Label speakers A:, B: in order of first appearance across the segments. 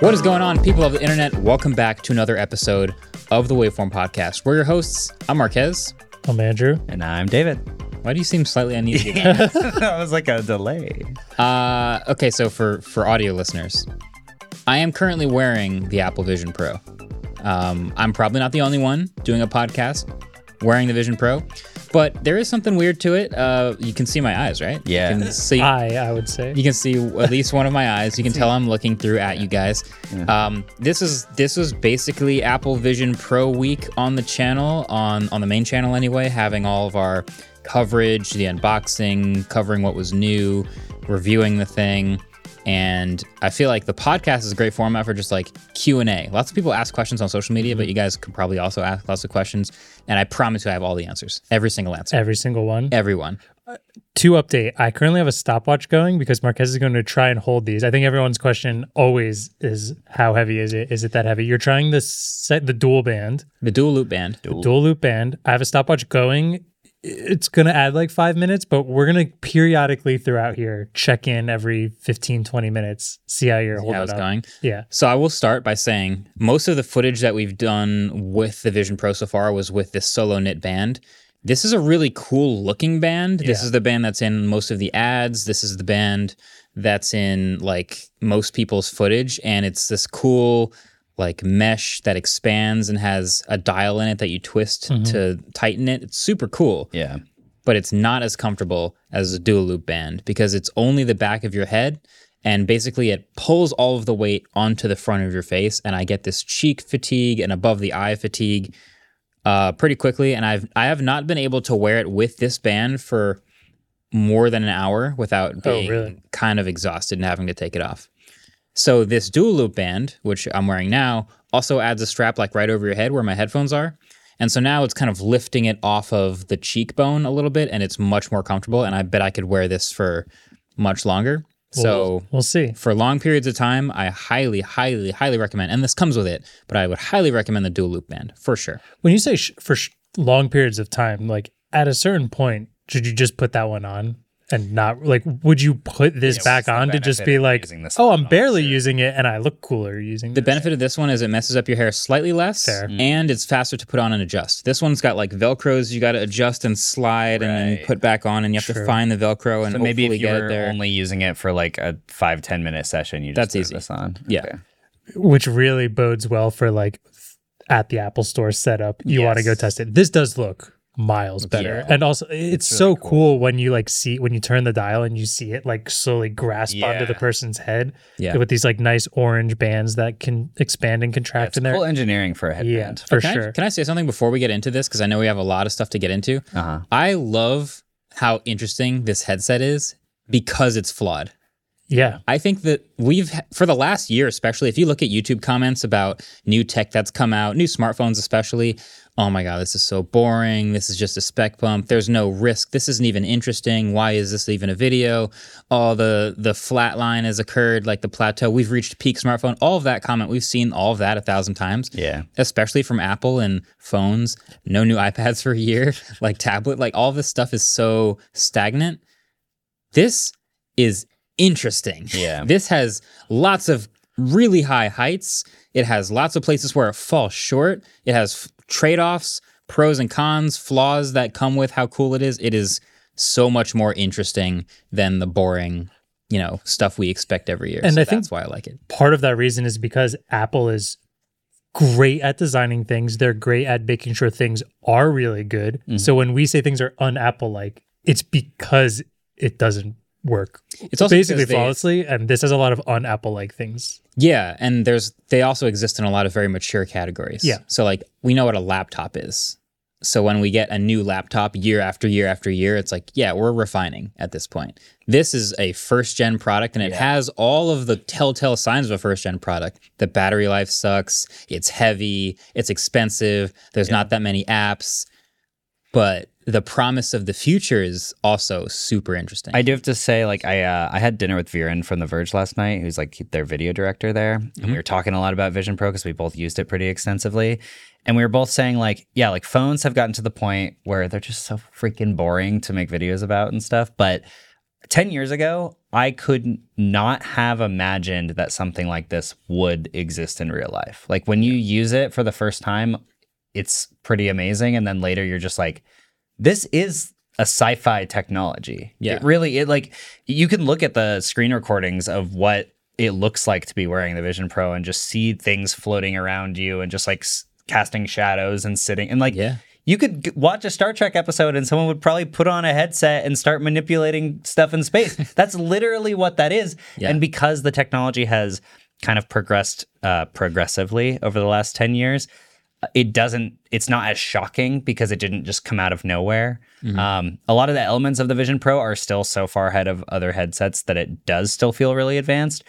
A: What is going on, people of the internet? Welcome back to another episode of the Waveform Podcast. We're your hosts. I'm Marquez.
B: I'm Andrew.
C: And I'm David.
A: Why do you seem slightly uneasy again?
C: that was like a delay.
A: Uh, okay, so for for audio listeners, I am currently wearing the Apple Vision Pro. Um, I'm probably not the only one doing a podcast wearing the Vision Pro, but there is something weird to it. Uh, you can see my eyes, right?
C: Yeah.
A: You can see.
B: I I would say.
A: You can see at least one of my eyes. You can tell I'm looking through at you guys. Um, this is this was basically Apple Vision Pro week on the channel on on the main channel anyway, having all of our coverage, the unboxing, covering what was new, reviewing the thing. And I feel like the podcast is a great format for just like Q and A. Lots of people ask questions on social media,
B: Mm-hmm.
A: but you guys could probably also ask lots of questions. And I promise you, I have all the answers, every single answer,
B: Every single one.
A: everyone.
B: To update, I currently have a stopwatch going because Marquez is going to try and hold these. I think everyone's question always is how heavy is it? Is it that heavy? You're trying the set the dual band,
A: The dual loop band.
B: dual loop band. I have a stopwatch going. It's going to add like 5 minutes, but we're going to periodically throughout here check in every 15 20 minutes, see how you're holding
A: How it's
B: up.
A: going.
B: Yeah.
A: So I will start by saying most of the footage that we've done with the Vision Pro so far was with this solo knit band. This is a really cool looking band. This
B: Yeah.
A: is the band that's in most of the ads. This is the band that's in like most people's footage and it's this cool like mesh that expands and has a dial in it that you twist to tighten it. It's super cool
C: Yeah.
A: but it's not as comfortable as a dual loop band because it's only the back of your head and basically it pulls all of the weight onto the front of your face and I get this cheek fatigue and above the eye fatigue uh, pretty quickly and I've I have not been able to wear it with this band for more than an hour without being
B: really?
A: kind of exhausted and having to take it off. So this dual loop band, which I'm wearing now, also adds a strap like right over your head where my headphones are. And so now it's kind of lifting it off of the cheekbone a little bit and it's much more comfortable and I bet I could wear this for much longer. So
B: We'll- we'll see.
A: for long periods of time, I highly, highly, highly recommend, and this comes with it, but I would highly recommend the dual loop band for sure.
B: When you say sh- for sh- long periods of time, like at a certain point, should you just put that one on and not like? Would you put this
C: Yeah, what's
B: back
C: the
B: on to just be
C: benefit of
B: like,
C: using this
B: oh,
C: one
B: I'm
C: on?
B: barely using it and I look cooler using
A: The
B: this?
A: benefit of this one is it messes up your hair slightly less,
B: Fair.
C: Mm.
A: and it's faster to put on and adjust. This one's got like velcros you got to adjust and slide and then
C: Right.
A: put back on, and you have to
B: True.
A: find the velcro and
C: So maybe
A: hopefully
C: if
A: get it
C: you're
A: there.
C: only using it for like a five ten minute session, you just
A: That's
C: put
A: easy.
C: this on.
A: Yeah.
C: Okay.
B: which really bodes well for like f- at the Apple Store setup. You want to go
C: Yes.
B: test it. This does look miles better,
C: Yeah.
B: and also it's,
C: really
B: so
C: cool.
B: cool. when you like see when you turn the dial and you see it like slowly grasp onto the
C: Yeah.
B: person's head.
A: Yeah.
B: with these like nice orange bands that can expand and contract
C: It's
B: in there.
C: cool engineering for a
B: Yeah,
C: headband.
B: for
A: can I,
B: sure.
A: can I say something before we get into this? Because I know we have a lot of stuff to get into.
C: Uh-huh.
A: I love how interesting this headset is because it's flawed.
B: yeah.
A: I think that we've, for the last year especially, if you look at YouTube comments about new tech that's come out, new smartphones especially, oh my God, this is so boring. This is just a spec bump. There's no risk. This isn't even interesting. Why is this even a video? All the, the flat line has occurred, like the plateau. We've reached peak smartphone. All of that comment, we've seen all of that a thousand times
C: Yeah.
A: especially from Apple and phones. No new iPads for a year, like tablet, like all this stuff is so stagnant. This is interesting.
C: Yeah.
A: this has lots of really high heights. It has lots of places where it falls short. It has trade offs, pros and cons, flaws that come with how cool it is. It is so much more interesting than the boring, you know, stuff we expect every year.
B: And
A: so
B: I
A: that's
B: think-
A: why I like it.
B: part of that reason is because Apple is great at designing things. They're great at making sure things are really good.
A: Mm-hmm.
B: So when we say things are un-Apple like, it's because it doesn't work
A: It's also
B: basically
A: because they-
B: flawlessly. And this has a lot of un-Apple like things.
A: Yeah, and there's they also exist in a lot of very mature categories.
B: Yeah.
A: So like we know what a laptop is. So when we get a new laptop year after year after year, it's like, yeah, we're refining at this point. This is a first gen product and it has all of the telltale signs of a first gen product. The battery life sucks, it's heavy, it's expensive, there's not that many apps. But the promise of the future is also super interesting.
C: I do have to say, like, I uh, I had dinner with Viren from The Verge last night, who's like their video director there, and we were talking a lot about Vision Pro because we both used it pretty extensively, and we were both saying like, yeah, like phones have gotten to the point where they're just so freaking boring to make videos about and stuff, but 10 years ago, I could not have imagined that something like this would exist in real life. Like when you use it for the first time, it's pretty amazing. And then later you're just like, this is a sci-fi technology.
A: Yeah.
C: It really it like you can look at the screen recordings of what it looks like to be wearing the Vision Pro and just see things floating around you and just like s- casting shadows and sitting and like
A: Yeah.
C: you could g- watch a Star Trek episode and someone would probably put on a headset and start manipulating stuff in space. That's literally what that is.
A: Yeah.
C: And because the technology has kind of progressed uh, progressively over the last 10 years, uh, it doesn't it's not as shocking because it didn't just come out of nowhere
A: Mm-hmm.
C: um, a lot of the elements of the vision pro are still so far ahead of other headsets that it does still feel really advanced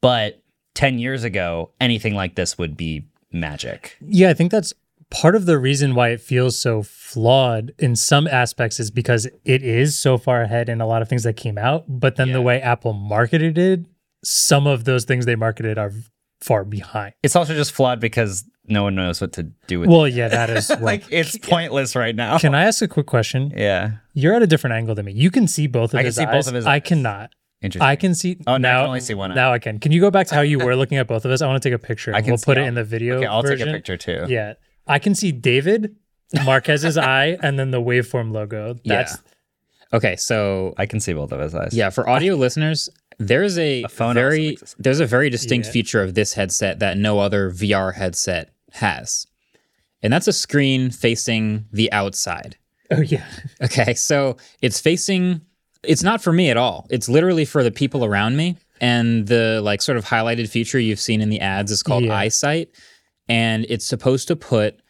C: but 10 years ago anything like this would be magic
B: Yeah, I think that's part of the reason why it feels so flawed in some aspects is because it is so far ahead in a lot of things that came out, but then the
C: Yeah.
B: way Apple marketed it, some of those things they marketed are far behind.
C: it's also just flawed because no one knows what to do with it
B: Well, yeah, that is well.
C: like it's pointless right now
B: Can I ask a quick question?
C: yeah
B: You're at a different angle than me. You can see both of
C: I can
B: his
C: see
B: eyes.
C: both of his
B: I
C: eyes.
B: cannot.
C: interesting
B: I can see.
C: Oh, now I
B: now
C: can only see one eye.
B: Now I can. Can you go back to how you were looking at both of us? I want to take a picture.
C: I
B: and
C: can
B: we'll
C: see
B: put it
C: all-
B: in the video.
C: okay i'll take
B: version.
C: a picture too
B: Yeah. I can see David, Marquez's eye, and then the waveform logo. That's
A: Okay, so
C: i can see both of his eyes
A: yeah, for audio listeners, there's a,
C: phone also
A: very
C: makes this-
A: there's a very distinct
B: Yeah.
A: feature of this headset that no other VR headset has. And that's a screen facing the outside.
B: Oh yeah.
A: Okay, so it's facing. It's not for me at all. It's literally for the people around me. And the like sort of highlighted feature you've seen in the ads is called
B: Yeah.
A: eyesight, and it's supposed to put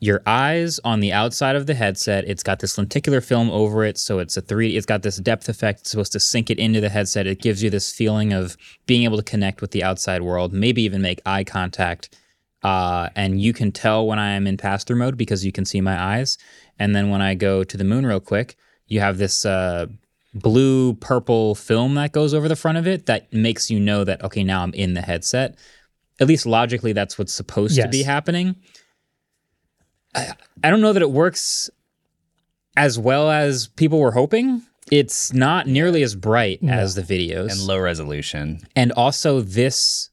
A: your eyes on the outside of the headset. It's got this lenticular film over it, so it's a three. It's got this depth effect. It's supposed to sink it into the headset. It gives you this feeling of being able to connect with the outside world, maybe even make eye contact. Uh, and you can tell when I am in pass through mode because you can see my eyes. And then when I go to the moon real quick, you have this uh, blue purple film that goes over the front of it that makes you know that, okay, now I'm in the headset. At least logically, that's what's supposed to be
B: Yes.
A: happening. I, I don't know that it works as well as people were hoping. It's not nearly as bright as the videos
C: and low resolution
A: and also this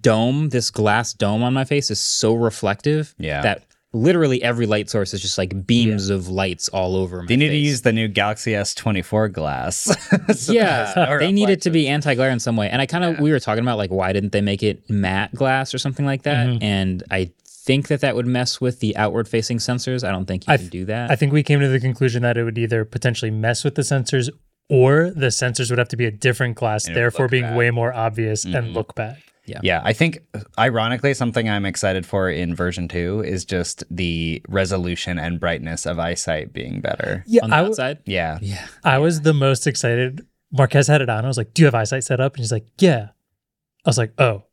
A: dome, this glass dome on my face is so reflective
C: Yeah.
A: that literally every light source is just like beams of lights all over me.
C: They need to use the new Galaxy S24 glass. So
A: yeah,
C: there's no
A: they need it to
C: reflection.
A: be anti-glare in some way. And I kind of we were talking about like why didn't they make it matte glass or something like that? And I think that that would mess with the outward-facing sensors. I don't think you
B: I
A: can
B: th-
A: do that.
B: I think we came to the conclusion that it would either potentially mess with the sensors or the sensors would have to be a different glass,
C: And it would
B: therefore
C: look
B: being
C: bad. Mm-hmm.
B: way more obvious and look bad.
C: Yeah, I think ironically, something I'm excited for in version two is just the resolution and brightness of eyesight being better.
B: Yeah,
A: on the
B: I, w-
A: outside.
C: Yeah.
A: Yeah.
B: I was the most excited. Marquez had it on. I was like, "Do you have eyesight set up?" And he's like, "Yeah." I was like, "Oh."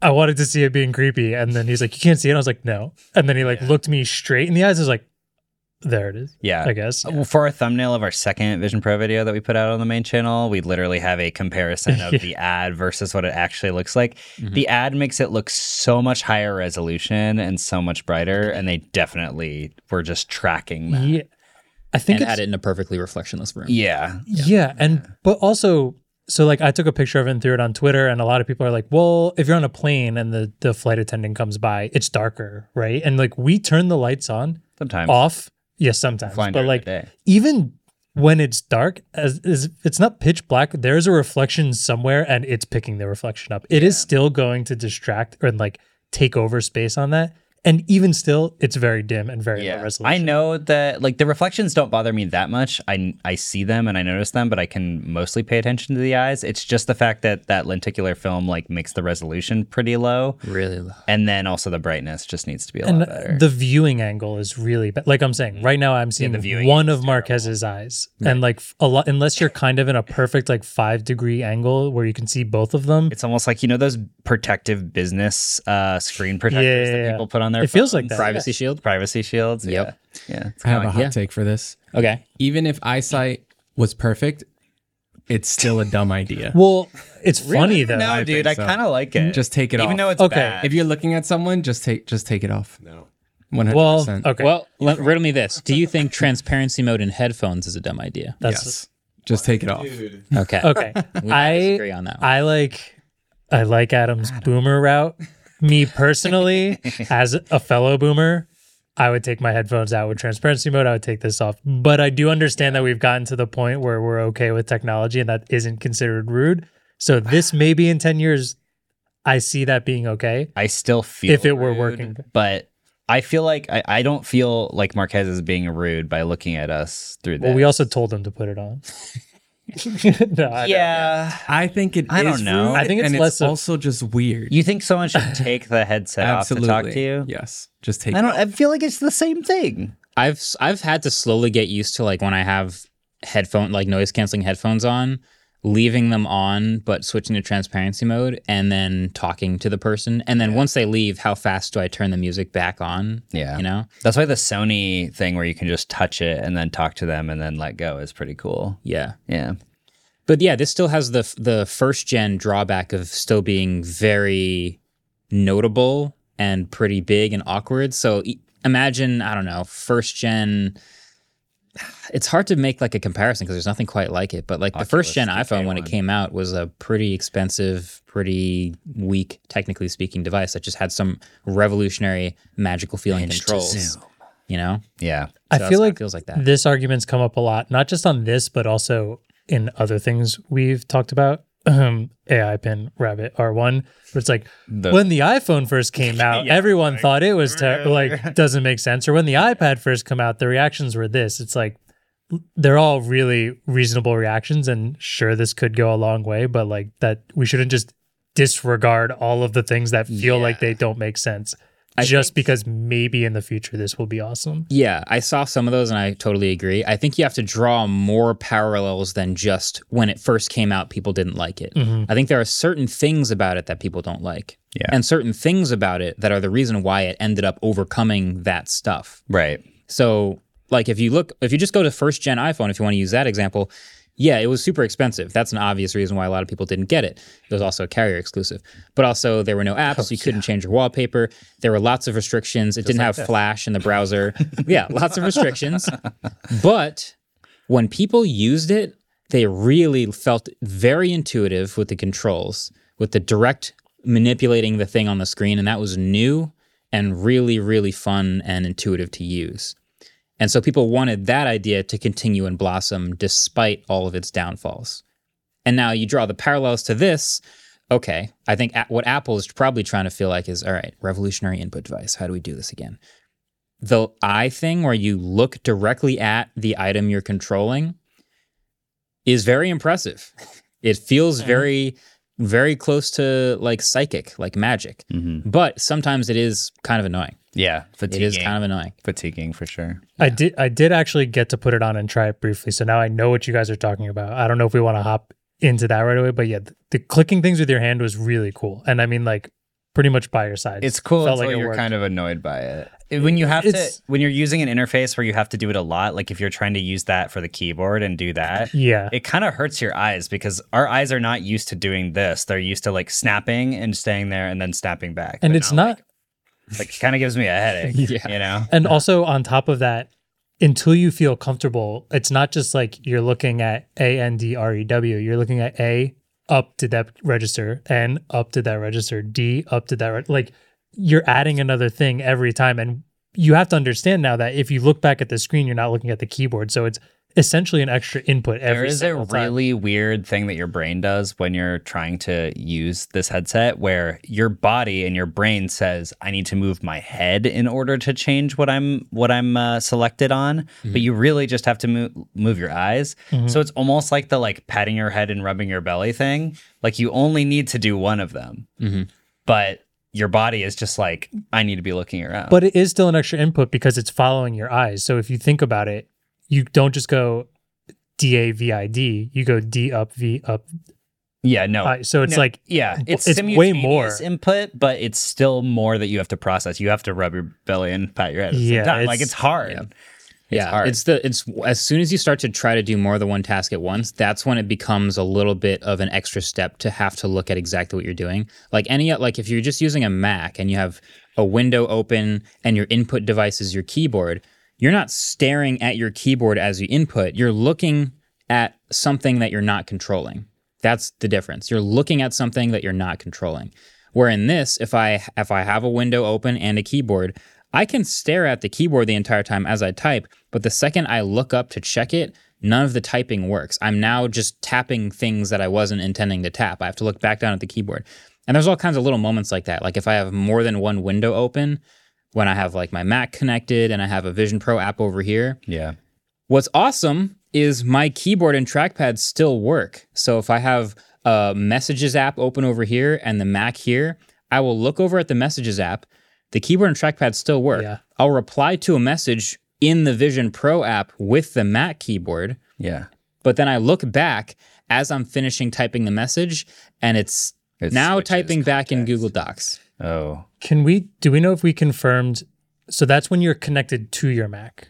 B: I wanted to see it being creepy, and then he's like, "You can't see it." I was like, "No." And then he like looked me straight in the eyes. I was like, "There it is."
C: Yeah. Oh,
B: I guess.
C: Well, For our thumbnail of our second Vision Pro video that we put out on the main channel, we literally have a comparison of
B: Yeah. Mm-hmm.
C: the ad versus what it actually looks like. The ad makes it look so much higher resolution and so much brighter, and they definitely were just tracking that.
B: Yeah. I think
A: And
B: it's-
A: had it in a perfectly reflectionless room.
C: Yeah.
B: yeah. and but also so like I took a picture of it and threw it on Twitter and a lot of people are like, "Well, if you're on a plane and the the flight attendant comes by, it's darker, right?" And like we turn the lights on
C: Sometimes.
B: off. Yes, sometimes.
C: Flying
B: but
C: during the
B: like
C: day.
B: even when it's dark as is it's not pitch black, there's a reflection somewhere and it's picking the reflection up. It is still going to distract or like take over space on that. And even still, it's very dim and very low resolution.
C: I know that like the reflections don't bother me that much. I I see them and I notice them, but I can mostly pay attention to the eyes. It's just the fact that that lenticular film like makes the resolution pretty low,
A: Really low.
C: and then also the brightness just needs to be a
B: and
C: lot better.
B: the viewing angle is really bad. Like I'm saying, right now I'm seeing
C: the viewing
B: one of Marquez's eyes, and like f- a lot, unless you're kind of in a perfect like five degree angle where you can see both of them.
C: it's almost like you know those protective business uh, screen protectors
B: yeah,
C: that
B: yeah.
C: people put on their
B: It feels like
C: phones?
B: that.
A: Privacy shield.
C: privacy shields.
A: Yep.
C: Yeah, yeah. It's
D: I
C: kinda
D: have a
C: like-
D: hot
A: yeah.
D: take for this.
A: Okay.
D: Even if eyesight was perfect, it's still a dumb idea.
B: Well, it's funny though.
C: no,
D: I think
C: dude, I
D: so.
C: kind of like it.
D: Just take it
C: even
D: off.
C: though it's
B: Mm. Okay.
C: bad.
D: if you're looking at someone, just take just take it off. No. 100%.
B: Well, okay,
A: Well, let, riddle me this. Do you think transparency mode in headphones is a dumb idea?
B: that's
D: yes. Just take it off.
A: Okay.
B: Okay.
A: We
B: I-
A: disagree on that. One.
B: I like I like Adam's boomer route. Me personally, as a fellow boomer, I would take my headphones out with transparency mode. I would take this off. But I do understand that we've gotten to the point where we're okay with technology and that isn't considered rude. So this maybe in 10 years I see that being okay
C: I still feel
B: if it were
D: rude.
B: working.
C: but I feel like I, I don't feel like Marquez is being rude by looking at us through that.
B: Well, we also told them to put it on. no, I-
C: yeah.
D: I think it
C: I don't
D: is
C: know.
D: rude,
B: I think it's
D: and
B: less of-
D: also just weird.
C: You think someone should take the headset
D: Absolutely.
C: off to talk to you?
D: Yes. Just take
C: I
D: it
C: don't. I feel like it's the same thing.
A: I've I've had to slowly get used to like when I have headphone like noise canceling headphones on, leaving them on but switching to transparency mode and then talking to the person and then once they leave, how fast do I turn the music back on?
C: Yeah.
A: You know?
C: That's why the Sony thing where you can just touch it and then talk to them and then let go is pretty cool.
A: Yeah.
C: Yeah.
A: But yeah, this still has the f- the first gen drawback of still being very notable and pretty big and awkward. So e- imagine, I don't know, first gen. It's hard to make like a comparison because there's nothing quite like it. But like the first gen
C: Oculus
A: iPhone when it
C: DK1.
A: came out was a pretty expensive, pretty weak, technically speaking, device that just had some revolutionary magical feeling controls. You know,
C: Yeah.
B: I
A: So that's
B: feel
A: how it
B: like
A: feels like that.
B: This argument's come up a lot, not just on this, but also in other things we've talked about. Um, AI pin rabbit R1, where it's like
C: The-
B: when the iPhone first came out, everyone thought it was ter- like doesn't make sense. Or when the iPad first come out, the reactions were this. It's like they're all really reasonable reactions, and sure, this could go a long way, but like that we shouldn't just disregard all of the things that feel like they don't make sense just because maybe in the future this will be awesome.
A: Yeah, I saw some of those and I totally agree. I think you have to draw more parallels than just when it first came out, people didn't like it. I think there are certain things about it that people don't like.
C: Yeah.
A: And certain things about it that are the reason why it ended up overcoming that stuff.
C: Right.
A: So, like, if you look, if you just go to first gen iPhone, if you want to use that example, yeah, it was super expensive. That's an obvious reason why a lot of people didn't get it. It was also a carrier exclusive, but also there were no apps. you couldn't change your wallpaper. There were lots of restrictions. It didn't have Flash in the browser. yeah, lots of restrictions. But when people used it, they really felt very intuitive with the controls, with the direct manipulating the thing on the screen. And that was new and really, really fun and intuitive to use. And so people wanted that idea to continue and blossom despite all of its downfalls. And now you draw the parallels to this. Okay, I think a- what Apple is probably trying to feel like is all right, revolutionary input device. How do we do this again? The eye thing where you look directly at the item you're controlling is very impressive. It feels very, very close to like psychic, like magic. But sometimes it is kind of annoying.
C: Mm-hmm. Yeah. Fatiguing.
A: It is kind of annoying.
C: fatiguing for sure.
B: I did I did actually get to put it on and try it briefly. So now I know what you guys are talking about. I don't know if we want to hop into that right away, but yeah, the, the clicking things with your hand was really cool. And I mean like pretty much by your side.
C: It's cool
B: Felt
C: until
B: it
C: you're
B: worked.
C: kind of annoyed by it. When you have to,
B: It's-
C: when you're using an interface where you have to do it a lot, like if you're trying to use that for the keyboard and do that,
B: yeah.
C: it kind of hurts your eyes because our eyes are not used to doing this. They're used to like snapping and staying there and then snapping back.
B: and
C: But
B: it's not
C: like, like kind of gives me a headache.
A: Yeah.
C: You know?
B: and also on top of that, until you feel comfortable, it's not just like you're looking at A N D R E W. You're looking at A up to that register, N up to that register, D up to that re- like you're adding another thing every time. And you have to understand now that if you look back at the screen, you're not looking at the keyboard. So it's essentially an extra input every
C: There is a
B: single time.
C: really weird thing that your brain does when you're trying to use this headset where your body and your brain says I need to move my head in order to change what I'm what I'm uh, selected on
B: Mm-hmm.
C: but you really just have to move move your eyes so it's almost like the like patting your head and rubbing your belly thing like you only need to do one of them
B: Mm-hmm.
A: Mhm.
C: but your body is just like I need to be looking around
B: But it is still an extra input because it's following your eyes. So if you think about it, you don't just go D A V I D, you go D up V up
C: yeah no
B: I. Uh, So it's
C: No,
B: like
C: yeah, it's,
B: it's way more.
C: simultaneous input, but it's still more that you have to process. You have to rub your belly and pat your head. At yeah,
B: Yeah,
C: the same time. like
B: it's-
C: it's hard.
A: yeah. yeah,
C: hard.
A: it's the it's as soon as you start to try to do more than one task at once, that's when it becomes a little bit of an extra step to have to look at exactly what you're doing. Like any like if you're just using a Mac and you have a window open and your input device is your keyboard, you're not staring at your keyboard as you input. You're looking at something that you're not controlling. That's the difference. You're looking at something that you're not controlling. Where in this, if I if I have a window open and a keyboard, I can stare at the keyboard the entire time as I type, but the second I look up to check it, none of the typing works. I'm now just tapping things that I wasn't intending to tap. I have to look back down at the keyboard. And there's all kinds of little moments like that. Like if I have more than one window open, when I have like my Mac connected and I have a Vision Pro app over here,
C: Yeah.
A: What's awesome is my keyboard and trackpad still work. So if I have a messages app open over here and the Mac here, I will look over at the messages app. The keyboard and trackpad still work.
B: Yeah.
A: I'll reply to a message in the Vision Pro app with the Mac keyboard,
C: Yeah.
A: but then I look back as I'm finishing typing the message and it's
C: It
A: now
C: switches
A: typing back in
C: context.
A: Google Docs.
C: Oh.
B: Can we do we know if we confirmed so that's when you're connected to your Mac?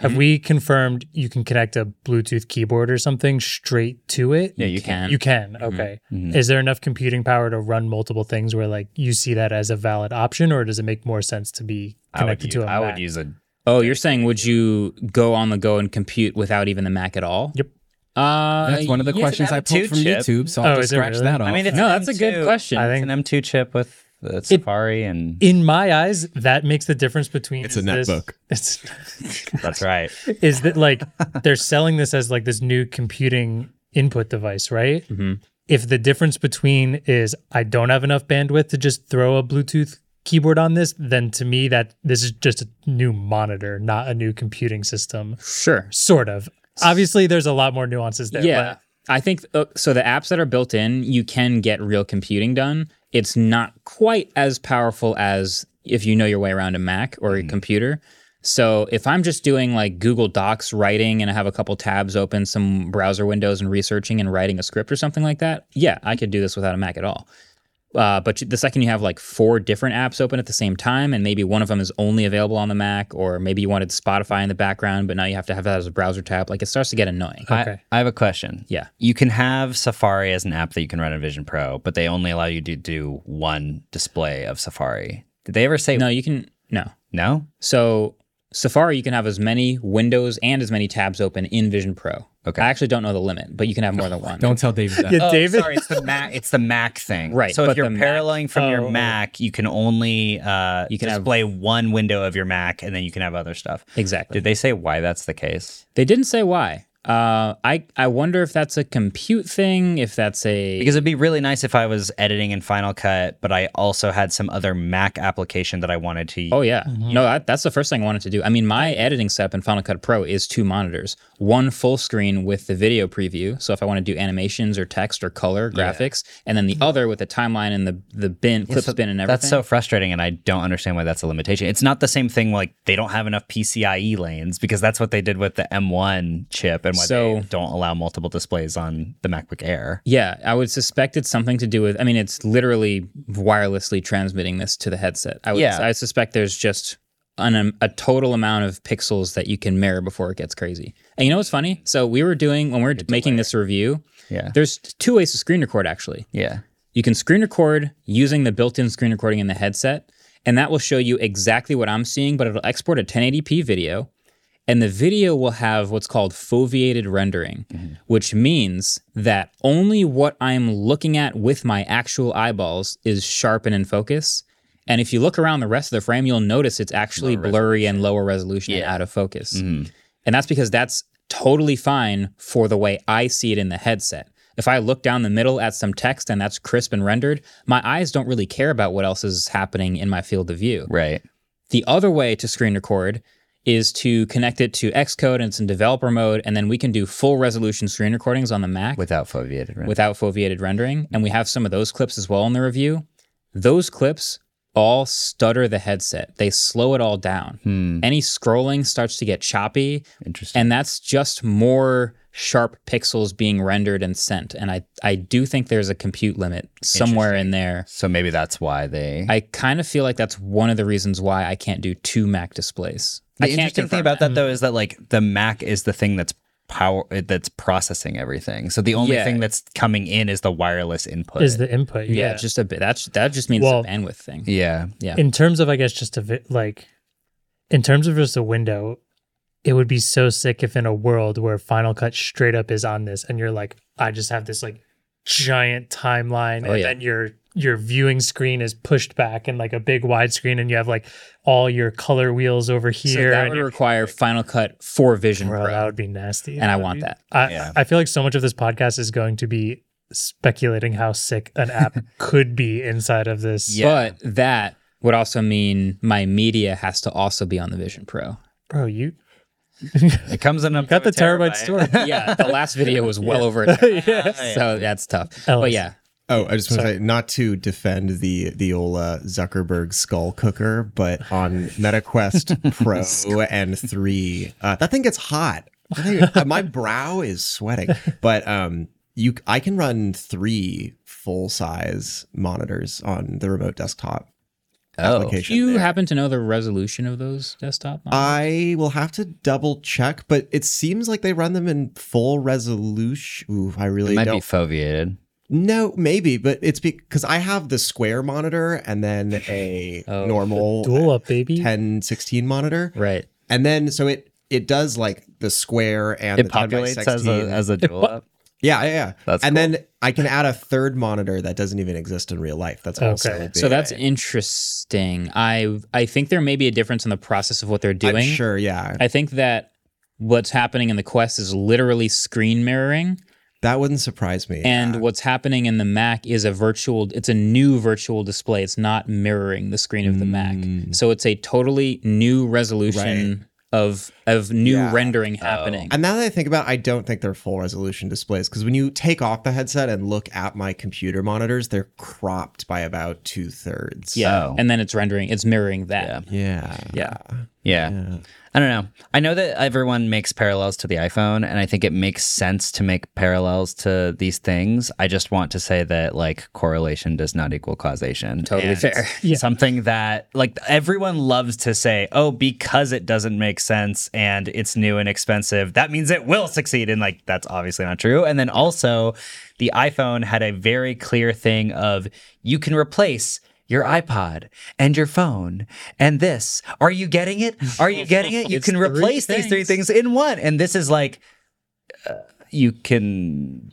C: Mm-hmm.
B: Have we confirmed you can connect a Bluetooth keyboard or something straight to it?
C: Yeah, you can. Mm-hmm.
B: You can. Okay. Is there enough computing power to run multiple things where like you see that as a valid option or does it make more sense to be
C: I would,
B: connected
C: u-
B: to a
C: I
B: Mac?
C: would use a
A: Oh, you're saying would you go on the go and compute without even the Mac at all?
B: Yep.
A: Uh,
D: That's one of the
C: you can
D: questions
C: have
D: I
C: a two
D: pulled from
C: chip.
D: YouTube, so I'll
B: Oh,
D: just
B: is it
D: scratch
B: really?
D: that off.
C: I mean, it's
A: no,
C: an
A: that's a good
C: M2.
A: question.
B: I
C: It's
B: think
C: an M2 chip with the Safari, and
B: in my eyes, that makes the difference between
E: It's a
B: is this-
E: netbook.
B: It's
C: that's right.
B: is that like they're selling this as like this new computing input device, right?
A: Mhm.
B: If the difference between is I don't have enough bandwidth to just throw a Bluetooth keyboard on this, then to me that this is just a new monitor, not a new computing system.
A: sure.
B: Sort of. Obviously, there's a lot more nuances there.
A: Yeah. I think uh, so. The apps that are built in, you can get real computing done. It's not quite as powerful as if you know your way around a Mac or a computer. So if I'm just doing like Google Docs writing and I have a couple tabs open, some browser windows, and researching and writing a script or something like that, yeah, I could do this without a Mac at all. Uh, but you- the second you have like four different apps open at the same time, and maybe one of them is only available on the Mac, or maybe you wanted Spotify in the background, but now you have to have that as a browser tab, like it starts to get annoying.
C: I-
B: Okay.
C: I, have a question.
A: Yeah.
C: You can have Safari as an app that you can run in Vision Pro, but they only allow you to do one display of Safari. Did they ever say
A: No,
C: no?
A: you can no.
C: no?
A: So Safari, you can have as many windows and as many tabs open in Vision Pro.
C: Okay.
A: I actually don't know the limit, but you can have more than one.
D: Don't tell David that.
B: Yeah, David.
C: Oh, sorry, it's the Mac. It's the Mac thing,
A: Right,
C: So
A: but
C: if you're
A: the Mac-
C: paralleling from
B: Oh.
C: your Mac, you can only uh, you
A: can
C: can
A: have-
C: display one window of your Mac, and then you can have other stuff.
A: Exactly.
C: Did they say why that's the case?
A: They didn't say why. Uh, I I wonder if that's a compute thing, if that's a
C: Because it'd be really nice if I was editing in Final Cut, but I also had some other Mac application that I wanted to.
A: Oh yeah,
C: Mm-hmm.
A: no, that, that's the first thing I wanted to do. I mean, my editing setup in Final Cut Pro is two monitors, one full screen with the video preview. So if I want to do animations or text or color graphics, and then the other with the timeline and the the bin clip
C: Mm-hmm. so
A: spin and everything.
C: That's so frustrating, and I don't understand why that's a limitation. It's not the same thing. Like they don't have enough PCIe E lanes because that's what they did with the M1 chip, and why
A: So-
C: they don't allow multiple displays on the MacBook Air.
A: Yeah, I would suspect it's something to do with. I mean, it's literally wirelessly transmitting this to the headset. I would.
C: Yeah.
A: I suspect there's just an, um, a total amount of pixels that you can mirror before it gets crazy. And you know what's funny? So we were doing when we were are making this review.
C: Yeah.
A: There's two ways to screen record actually.
C: Yeah.
A: You can screen record using the built-in screen recording in the headset, and that will show you exactly what I'm seeing, but it'll export a 1080p video, and the video will have what's called foveated rendering, which means that only what I'm looking at with my actual eyeballs is sharp and in focus. And if you look around the rest of the frame, you'll notice it's actually blurry and lower resolution Mm-hmm. and out of focus. And that's because that's totally fine for the way I see it in the headset. If I look down the middle at some text and that's crisp and rendered, my eyes don't really care about what else is happening in my field of view.
C: Right.
A: The other way to screen record is to connect it to Xcode and it's in developer mode, and then we can do full resolution screen recordings on the Mac
C: Without foveated. Right?
A: without foveated rendering. And we have some of those clips as well in the review. Those clips all stutter the headset, they slow it all down. Any scrolling starts to get choppy.
C: Interesting.
A: And that's just more sharp pixels being rendered and sent. And I, I do think there's a compute limit somewhere in there.
C: so maybe that's why they.
A: I kind of feel like that's one of the reasons why I can't do two Mac displays.
C: the
A: I can't
C: interesting
A: confirm
C: thing about that though is that like the Mac is the thing that's power that's processing everything. So the only
A: Yeah.
C: thing that's coming in is the wireless input.
B: Is the input.
A: yeah,
B: Yeah.
A: it's just a bit. That's that just means
B: Well-
A: it's a bandwidth thing.
C: yeah.
A: Yeah.
B: in terms of I guess just a vi- like in terms of just a window, it would be so sick if in a world where Final Cut straight up is on this and you're like, I just have this like giant timeline
A: Oh,
B: and
A: yeah.
B: then your your viewing screen is pushed back and like a big widescreen and you have like all your color wheels over
A: So
B: here.
A: that
B: and
A: would
B: you're-
A: require Final Cut for Vision
B: Bro,
A: Pro.
B: that would be nasty.
A: and I want that.
B: I,
C: Yeah.
B: I feel like so much of this podcast is going to be speculating how sick an app could be inside of this.
C: Yeah.
A: But that would also mean my media has to also be on the Vision Pro.
B: Bro, you
C: It comes in. up
B: got
C: to a Oh.
B: the terabyte store.
A: yeah, the last video was well over. an hour, So that's tough. But
B: Alex.
A: yeah,
E: Oh, I just want to say not to defend the the old uh, Zuckerberg skull cooker, but on MetaQuest Pro and three, uh, that thing gets hot. That thing- uh, my brow is sweating, but um, you I can run three full size monitors on the remote desktop
A: do
E: application.
A: you
E: there.
A: happen to know the resolution of those desktop? models?
E: I will have to double check, but it seems like they run them in full resolution. Ooh, I really
C: It might
E: don't.
C: be foveated.
E: No, maybe, but it's because I have the square monitor and then a
A: Oh.
E: normal
B: dual up, baby.
E: 1016 monitor.
A: right.
E: And then so it it does like the square and
C: It
E: the 10 by
C: populates as a
E: 16.
C: as a dual up.
E: yeah, yeah, yeah.
C: That's
E: and
C: cool.
E: then I can add a third monitor that doesn't even exist in real life. That's also
B: Okay.
A: So that's
E: big.
A: interesting. I I think there may be a difference in the process of what they're
E: I'm
A: doing.
E: sure, yeah.
A: I think that what's happening in the Quest is literally screen mirroring.
E: that wouldn't surprise me.
A: And what's happening in the Mac is a virtual, it's a new virtual display. It's not mirroring the screen of the
E: Mm.
A: Mac. So it's a totally new resolution of of new
E: Yeah.
A: rendering
C: Oh.
A: happening.
E: And now that I think about it, I don't think they're full resolution displays because when you take off the headset and look at my computer monitors, they're cropped by about two thirds.
A: yeah.
C: Oh.
A: And then it's rendering, it's mirroring that.
C: Yeah.
E: Yeah.
A: Yeah.
C: Yeah. I don't know. I know that everyone makes parallels to the iPhone, and I think it makes sense to make parallels to these things. I just want to say that, like, correlation does not equal causation.
A: Totally
C: And
A: fair.
C: Something that, like, everyone loves to say, oh, because it doesn't make sense and it's new and expensive, that means it will succeed. And, like, that's obviously not true. And then also, the iPhone had a very clear thing of you can replace your iPod and your phone and this. Are you getting it? Are you getting it? You
A: It's
C: can
A: three
C: replace these three
A: things.
C: things in one. And this is like, uh, you can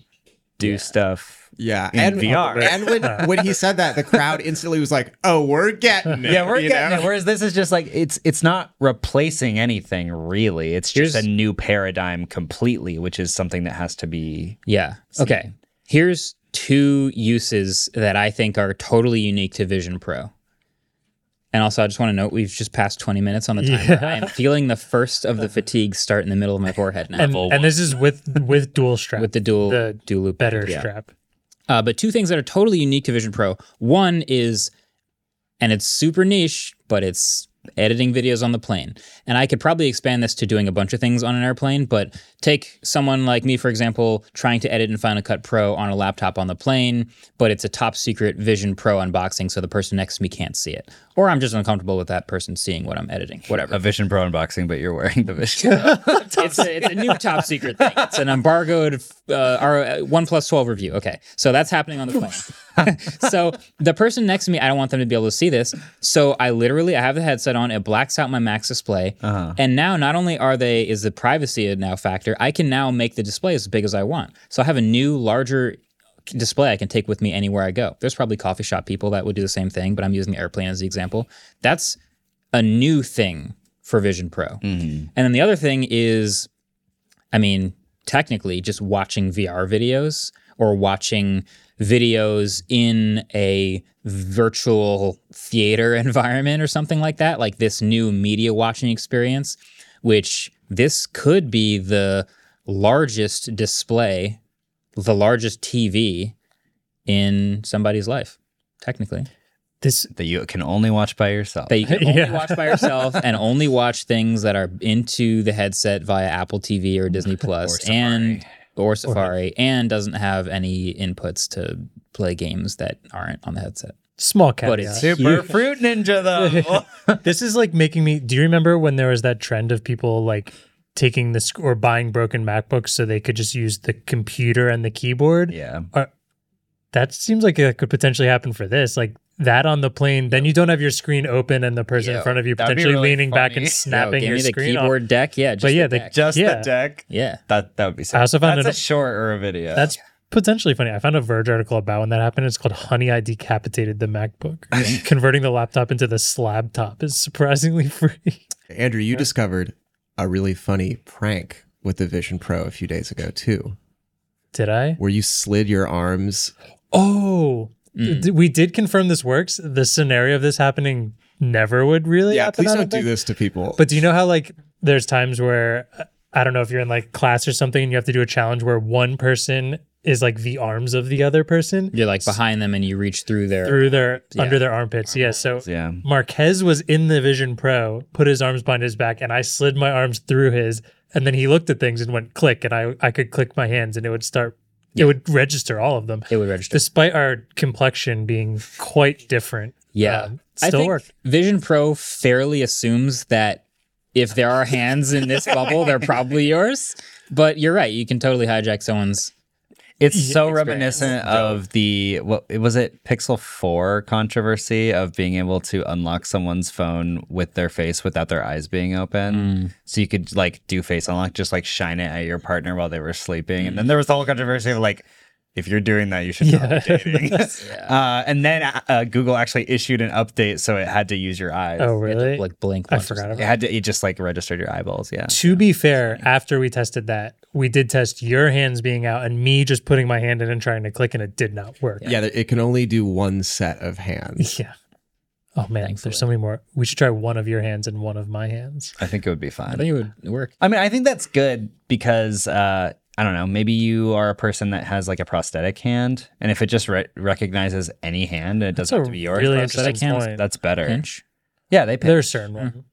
C: do stuff.
E: Yeah,
C: in
E: and
C: VR.
E: And when, when he said that, the crowd instantly was like, "Oh, we're getting it."
C: Yeah, we're
E: you
C: getting
E: know?
C: it. Whereas this is just like it's it's not replacing anything really. It's just
A: Here's-
C: a new paradigm completely, which is something that has to be
A: Yeah. Okay. Here's two uses that I think are totally unique to Vision Pro. And also, I just want to note we've just passed 20 minutes on the timer.
B: Yeah.
A: I am feeling the first of the fatigue start in the middle of my forehead now
B: and, and this is with with dual strap.
A: with the dual
B: the
A: dual loop
B: better
A: Yeah.
B: strap.
A: Uh, but two things that are totally unique to Vision Pro. One is, and it's super niche, but it's editing videos on the plane. And I could probably expand this to doing a bunch of things on an airplane, but take someone like me, for example, trying to edit in Final Cut Pro on a laptop on the plane, but it's a top secret Vision Pro unboxing, so the person next to me can't see it. Or I'm just uncomfortable with that person seeing what I'm editing, whatever
C: a Vision Pro unboxing, but you're wearing the Vision.
A: it's, a, it's a new top secret thing. It's an embargoed uh, our uh, one plus twelve review. Okay, so that's happening on the plane. so the person next to me, I don't want them to be able to see this. So I literally, I have the headset on. It blacks out my max display, and now not only are they is the privacy a now factor, I can now make the display as big as I want. So I have a new, larger display I can take with me anywhere I go. There's probably coffee shop people that would do the same thing, but I'm using the airplane as the example. That's a new thing for Vision Pro. And then the other thing is, I mean, technically just watching VR videos or watching videos in a virtual theater environment or something like that, like this new media watching experience, which this could be the largest display, the largest TV in somebody's life, technically
B: This
C: that you can only watch by yourself.
A: that you can only
B: Yeah.
A: watch by yourself and only watch things that are into the headset via Apple TV or Disney Plus
C: Safari.
A: and or Safari and doesn't have any inputs to play games that aren't on the headset.
B: small
A: But it's
B: caveat.
C: Super Fruit Ninja though.
B: This is like making me. Do you remember when there was that trend of people like taking this or buying broken MacBooks so they could just use the computer and the keyboard?
C: yeah.
B: That seems like it could potentially happen for this. Like that on the plane, then you don't have your screen open and the person
C: Yeah,
B: in front of you
C: that'd be
B: potentially
C: really
B: leaning back and
C: funny. No,
A: No,
B: snapping
A: give
B: your
A: me the
B: screen off.
A: keyboard deck. Yeah, just
B: But yeah,
A: the
B: they-
A: deck.
C: Just
B: Yeah.
C: the deck.
A: yeah.
C: That that would be. Sick.
B: I also found
C: that's
B: it-
C: a short or a video.
B: That's potentially funny. I found a Verge article about when that happened. It's called "Honey, I Decapitated the MacBook." Converting the laptop into the slab top is surprisingly free.
E: Andrew, you discovered a really funny prank with the Vision Pro a few days ago too,
B: Did I?
E: where you slid your arms.
B: Oh,
E: Mm.
B: d- we did confirm this works. The scenario of this happening never would really
E: Yeah,
B: happen.
E: please
B: I
E: don't do
B: think.
E: this to people.
B: But do you know how like there's times where uh, I don't know if you're in like class or something and you have to do a challenge where one person is like the arms of the other person
A: You're like behind them and you reach through their
B: through their under their armpits. Yeah. So
C: yeah.
B: Marquez was in the Vision Pro, put his arms behind his back, and I slid my arms through his, and then he looked at things and went click, and I I could click my hands and it would start it would register all of them.
A: It would register.
B: Despite our complexion being quite different.
A: Yeah.
B: um, it
A: I
B: still
A: think
B: worked.
A: Vision Pro fairly assumes that if there are hands in this bubble, they're probably yours. But you're right. You can totally hijack someone's.
C: It's so reminiscent of the what was it Pixel 4 controversy of being able to unlock someone's phone with their face without their eyes being open. So you could like do face unlock, just like shine it at your partner while they were sleeping. And
B: Mm.
C: then there was the whole controversy of like, if you're doing that, you should not be dating. uh, and then uh, uh, Google actually issued an update, so it had to use your eyes.
B: Oh
A: They had to,
B: really?
A: Like blink.
B: I
A: once or
B: forgot
A: something.
B: about
C: It had to it just like registered your eyeballs. Yeah.
B: To be fair, after we tested that, we did test your hands being out and me just putting my hand in and trying to click, and it did not work.
E: yeah, it can only do one set of hands.
B: Yeah. Oh man,
A: Thankfully.
B: there's so many more. We should try one of your hands and one of my hands.
C: I think it would be
A: I
C: fine.
A: think it would work.
C: I mean, I think that's good because uh, I don't know. Maybe you are a person that has like a prosthetic hand, and if it just re- recognizes any hand, and it
B: That's
C: doesn't
B: a
C: have to be yours.
B: really
C: prosthetic
B: interesting
C: hands,
B: point.
C: That's better.
A: Pinch.
C: Yeah, they pinch.
B: There's a certain one.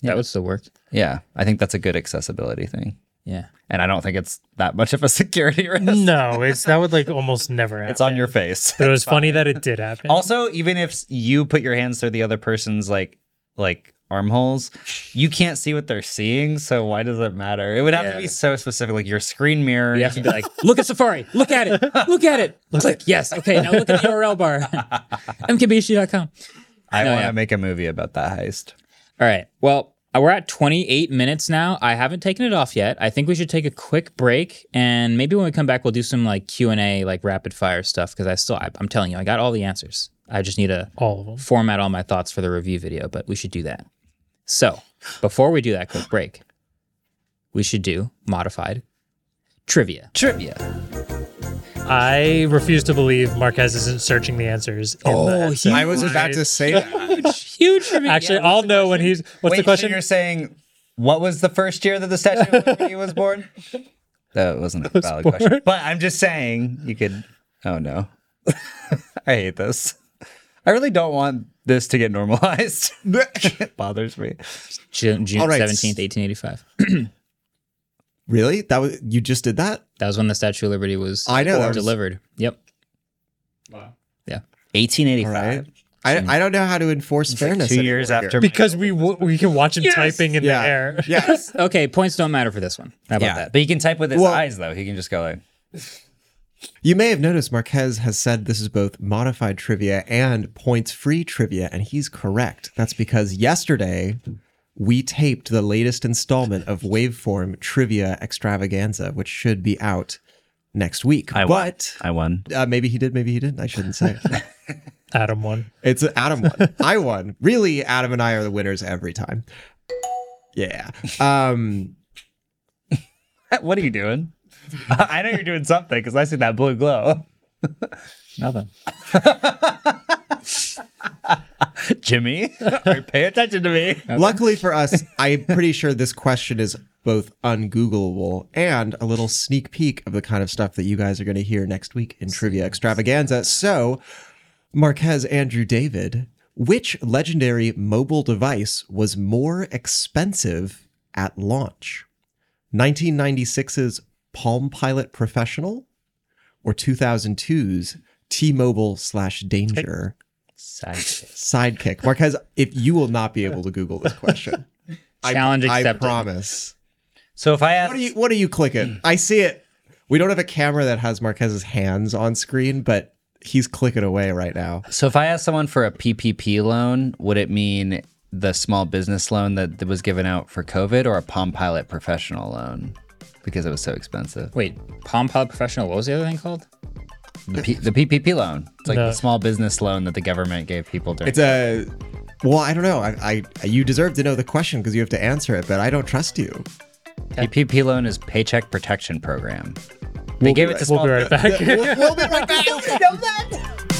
A: That would still work.
C: Yeah, I think that's a good accessibility thing,
A: Yeah.
C: and I don't think it's that much of a security risk.
A: Mm.
B: No, it's that would like almost never happen.
C: It's on your face.
B: But it was funny that it did happen.
C: also, even if s- you put your hands through the other person's like like armholes, you can't see what they're seeing. So why does it matter? It would have to be so specific, like your screen mirror.
A: You have to be like, look at Safari. Look at it. Look at it. Click. Yes. Okay. Now look at the URL bar. MKBHD.com.
C: I
A: No,
C: want to
A: yeah.
C: make a movie about that heist.
A: All right. Well, we're at 28 minutes now. I haven't taken it off yet. I think we should take a quick break, and maybe when we come back, we'll do some like Q and A, like rapid fire stuff. Because I still, I, I'm telling you, I got all the answers. I just need to
B: all of them.
A: format all my thoughts for the review video, but we should do that. So, before we do that quick break, we should do modified trivia.
C: Trivia.
B: I refuse to believe Marquez isn't searching the answers. in the
A: Oh,
B: episode.
E: I was about to say that.
A: Huge trivia.
B: actually, I'll know when he's. What's
C: Wait,
B: the question?
C: So you're saying what was the first year that the Statue of Liberty was born? That wasn't a valid question. But I'm just saying you could. Oh no, I hate this. I really don't want this to get normalized. it bothers me.
A: June, June
E: All right.
A: 17th, 1885.
E: really? That was you just did that?
A: That was when the Statue of Liberty was
E: I know, that was-
A: delivered. Yep.
C: 1885.
E: All right. I, I don't know how to enforce fairness.
C: Two
E: anymore
C: years
E: here.
C: after.
B: because we w- we can watch him typing in
E: Yeah.
B: the air.
E: Yes.
A: Okay, points don't matter for this one. How about
C: yeah,
A: that?
C: but he can type with his
E: Well-
C: eyes though. He can just go like,
E: You may have noticed Marquez has said this is both modified trivia and points free trivia, and he's correct. That's because yesterday we taped the latest installment of Waveform Trivia Extravaganza, which should be out next week.
C: I won.
E: but
C: "I won."
E: uh, maybe he did, maybe he didn't. I shouldn't say.
B: Adam one.
E: It's Adam won. I won. Really, Adam and I are the winners every time. Yeah. Um,
C: What are you doing? I know you're doing something because I see that blue glow.
A: Nothing.
C: Jimmy, pay attention to me.
E: Luckily for us, I'm pretty sure this question is both ungoogleable and a little sneak peek of the kind of stuff that you guys are going to hear next week in Trivia Extravaganza. So, Marquez Andrew David, which legendary mobile device was more expensive at launch? 1996's Palm Pilot Professional or 2002's T-Mobile slash Danger Sidekick? Marquez, if you will not be able to Google this question. I-
A: Challenge
E: I,
A: accepted.
E: promise.
C: So if I ask,
E: What are you what are you clicking? I see it. We don't have a camera that has Marquez's hands on screen, but he's clicking away right now.
C: So if I ask someone for a PPP loan, would it mean the small business loan that that was given out for COVID or a Palm Pilot professional loan because it was so expensive?
A: Wait, Palm Pilot Professional, what was the other thing called?
C: The, P- the PPP loan. It's like
B: No.
C: the small business loan that the government gave people during.
E: It's a well, I don't know. I, I you deserve to know the question because you have to answer it, but I don't trust you.
C: PPP loan is Paycheck Protection Program. They
E: We'll
C: gave
E: be
C: it
E: right-
C: to small
B: We'll be right back.
E: we'll, we'll be right back.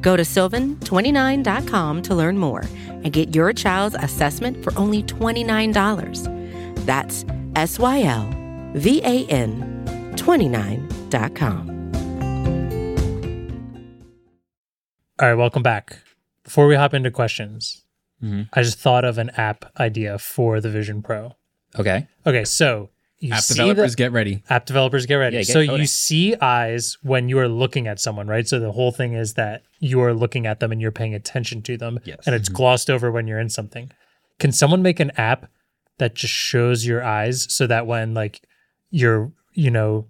F: Go to sylvan29.com to learn more and get your child's assessment for only $29. That's S Y L V A N 29.com.
B: All right, welcome back. Before we hop into questions,
C: Mm-hmm.
A: Mhm.
B: I just thought of an app idea for the Vision Pro.
A: Okay.
B: Okay, so you
D: App
B: see
D: developers,
B: the,
D: get ready.
B: app developers get ready.
A: Yeah, get
B: so
A: coding.
B: you see eyes when you are looking at someone, right? So the whole thing is that you are looking at them and you're paying attention to them,
C: Yes.
B: and it's glossed over when you're in something. Can someone make an app that just shows your eyes so that when like you're, you know,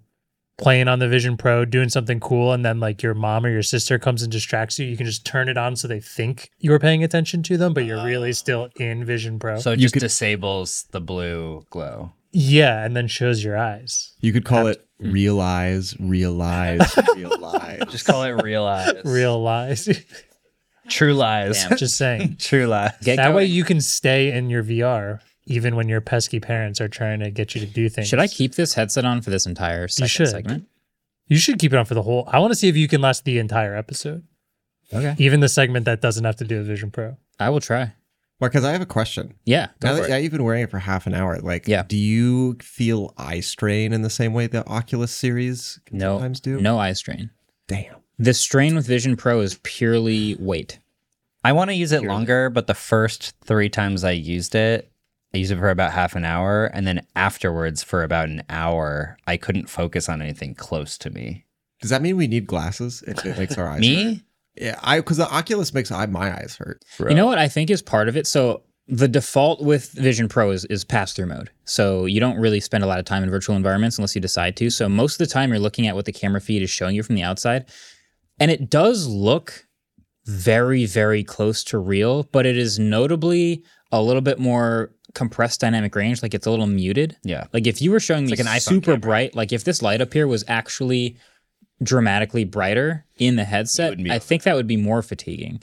B: playing on the Vision Pro, doing something cool, and then like your mom or your sister comes and distracts you, you can just turn it on so they think you're paying attention to them, but you're
A: Ah.
B: really still in Vision Pro.
C: so it
E: You
C: just
E: could-
C: disables the blue glow.
B: yeah, and then shows your eyes.
E: You could call it realize, realize, realize.
C: Just call it real eyes.
B: Real lies.
C: True lies.
B: just saying.
C: True lies.
A: Get
B: that way
A: coding.
B: you can stay in your VR even when your pesky parents are trying to get you to do things.
A: Should I keep this headset on for this entire second
B: should.
A: segment?
B: You should keep it on for the whole. I want to see if you can last the entire episode,
A: Okay.
B: even the segment that doesn't have to do with Vision Pro.
A: I will try.
E: Because I have a question.
A: Yeah. Go
E: Now
A: for
E: that,
A: it.
E: now you've been wearing it for half an hour, like,
A: Yeah.
E: do you feel eye strain in the same way the Oculus series can
A: no,
E: sometimes do?
A: no eye strain.
E: Damn.
A: The strain with Vision Pro is purely weight.
C: I want to use it longer, but the first three times I used it, I used it for about half an hour. And then afterwards, for about an hour, I couldn't focus on anything close to me.
E: Does that mean we need glasses if it makes our eyes hurt?
C: Me?
E: Yeah, I because the Oculus makes I, my eyes hurt.
A: You know what I think is part of it? So the default with Vision Pro is, is pass through mode. So you don't really spend a lot of time in virtual environments unless you decide to. So most of the time you're looking at what the camera feed is showing you from the outside. And it does look very, very close to real, but it is notably a little bit more compressed dynamic range. Like it's a little muted.
C: Yeah.
A: Like if you were showing me
C: It's like an iPhone
A: super
C: camera.
A: bright, like if this light up here was actually dramatically brighter in the headset,
C: wouldn't be
A: I
C: able to-
A: think that would be more fatiguing.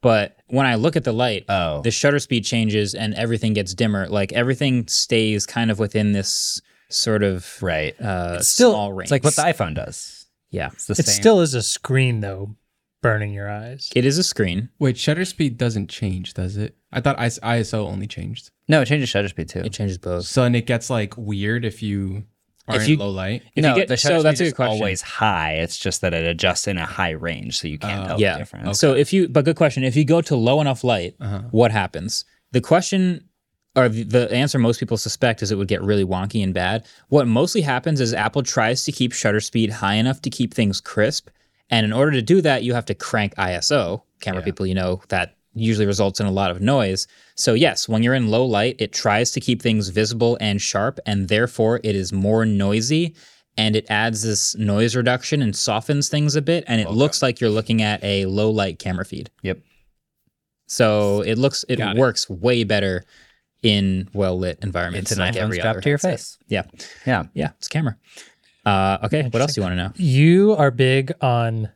A: But when I look at the light,
C: Oh.
A: the shutter speed changes and everything gets dimmer. Like everything stays kind of within this sort of
C: right.
A: uh,
C: It's still,
A: small range.
C: it's like what the iPhone does.
A: yeah,
C: It's the
B: It
C: same.
B: still is a screen though, burning your eyes.
A: it is a screen.
D: Wait, shutter speed doesn't change, does it? I thought IS- ISO only changed.
C: no, it changes shutter speed too.
A: It changes both.
D: So and it gets like weird if you are
A: If
D: in
A: you-
D: low light.
A: If
C: no,
A: you get-
C: the shutter
A: so that's a good
C: speed is
A: question.
C: always high. It's just that it adjusts in a high range, so you can't
D: Oh.
C: tell
A: yeah.
C: the difference.
A: So if you, but good question. If you go to low enough light, what happens? The question or the, the answer most people suspect is it would get really wonky and bad. What mostly happens is Apple tries to keep shutter speed high enough to keep things crisp. And in order to do that, you have to crank ISO. Camera people, you know, that usually results in a lot of noise. So, yes, when you're in low light, it tries to keep things visible and sharp, and therefore it is more noisy and it adds this noise reduction and softens things a bit. And it looks like you're looking at a low light camera feed.
C: Yep.
A: So it looks, it
D: Got it.
A: works way better in well lit environments.
C: It's an
A: like
C: iPhone
A: every
C: strapped
A: other
C: to your
A: headset.
C: face.
A: Yeah,
C: Yeah.
A: yeah, it's a camera. Uh, okay, what else do you want to know?
B: You are big on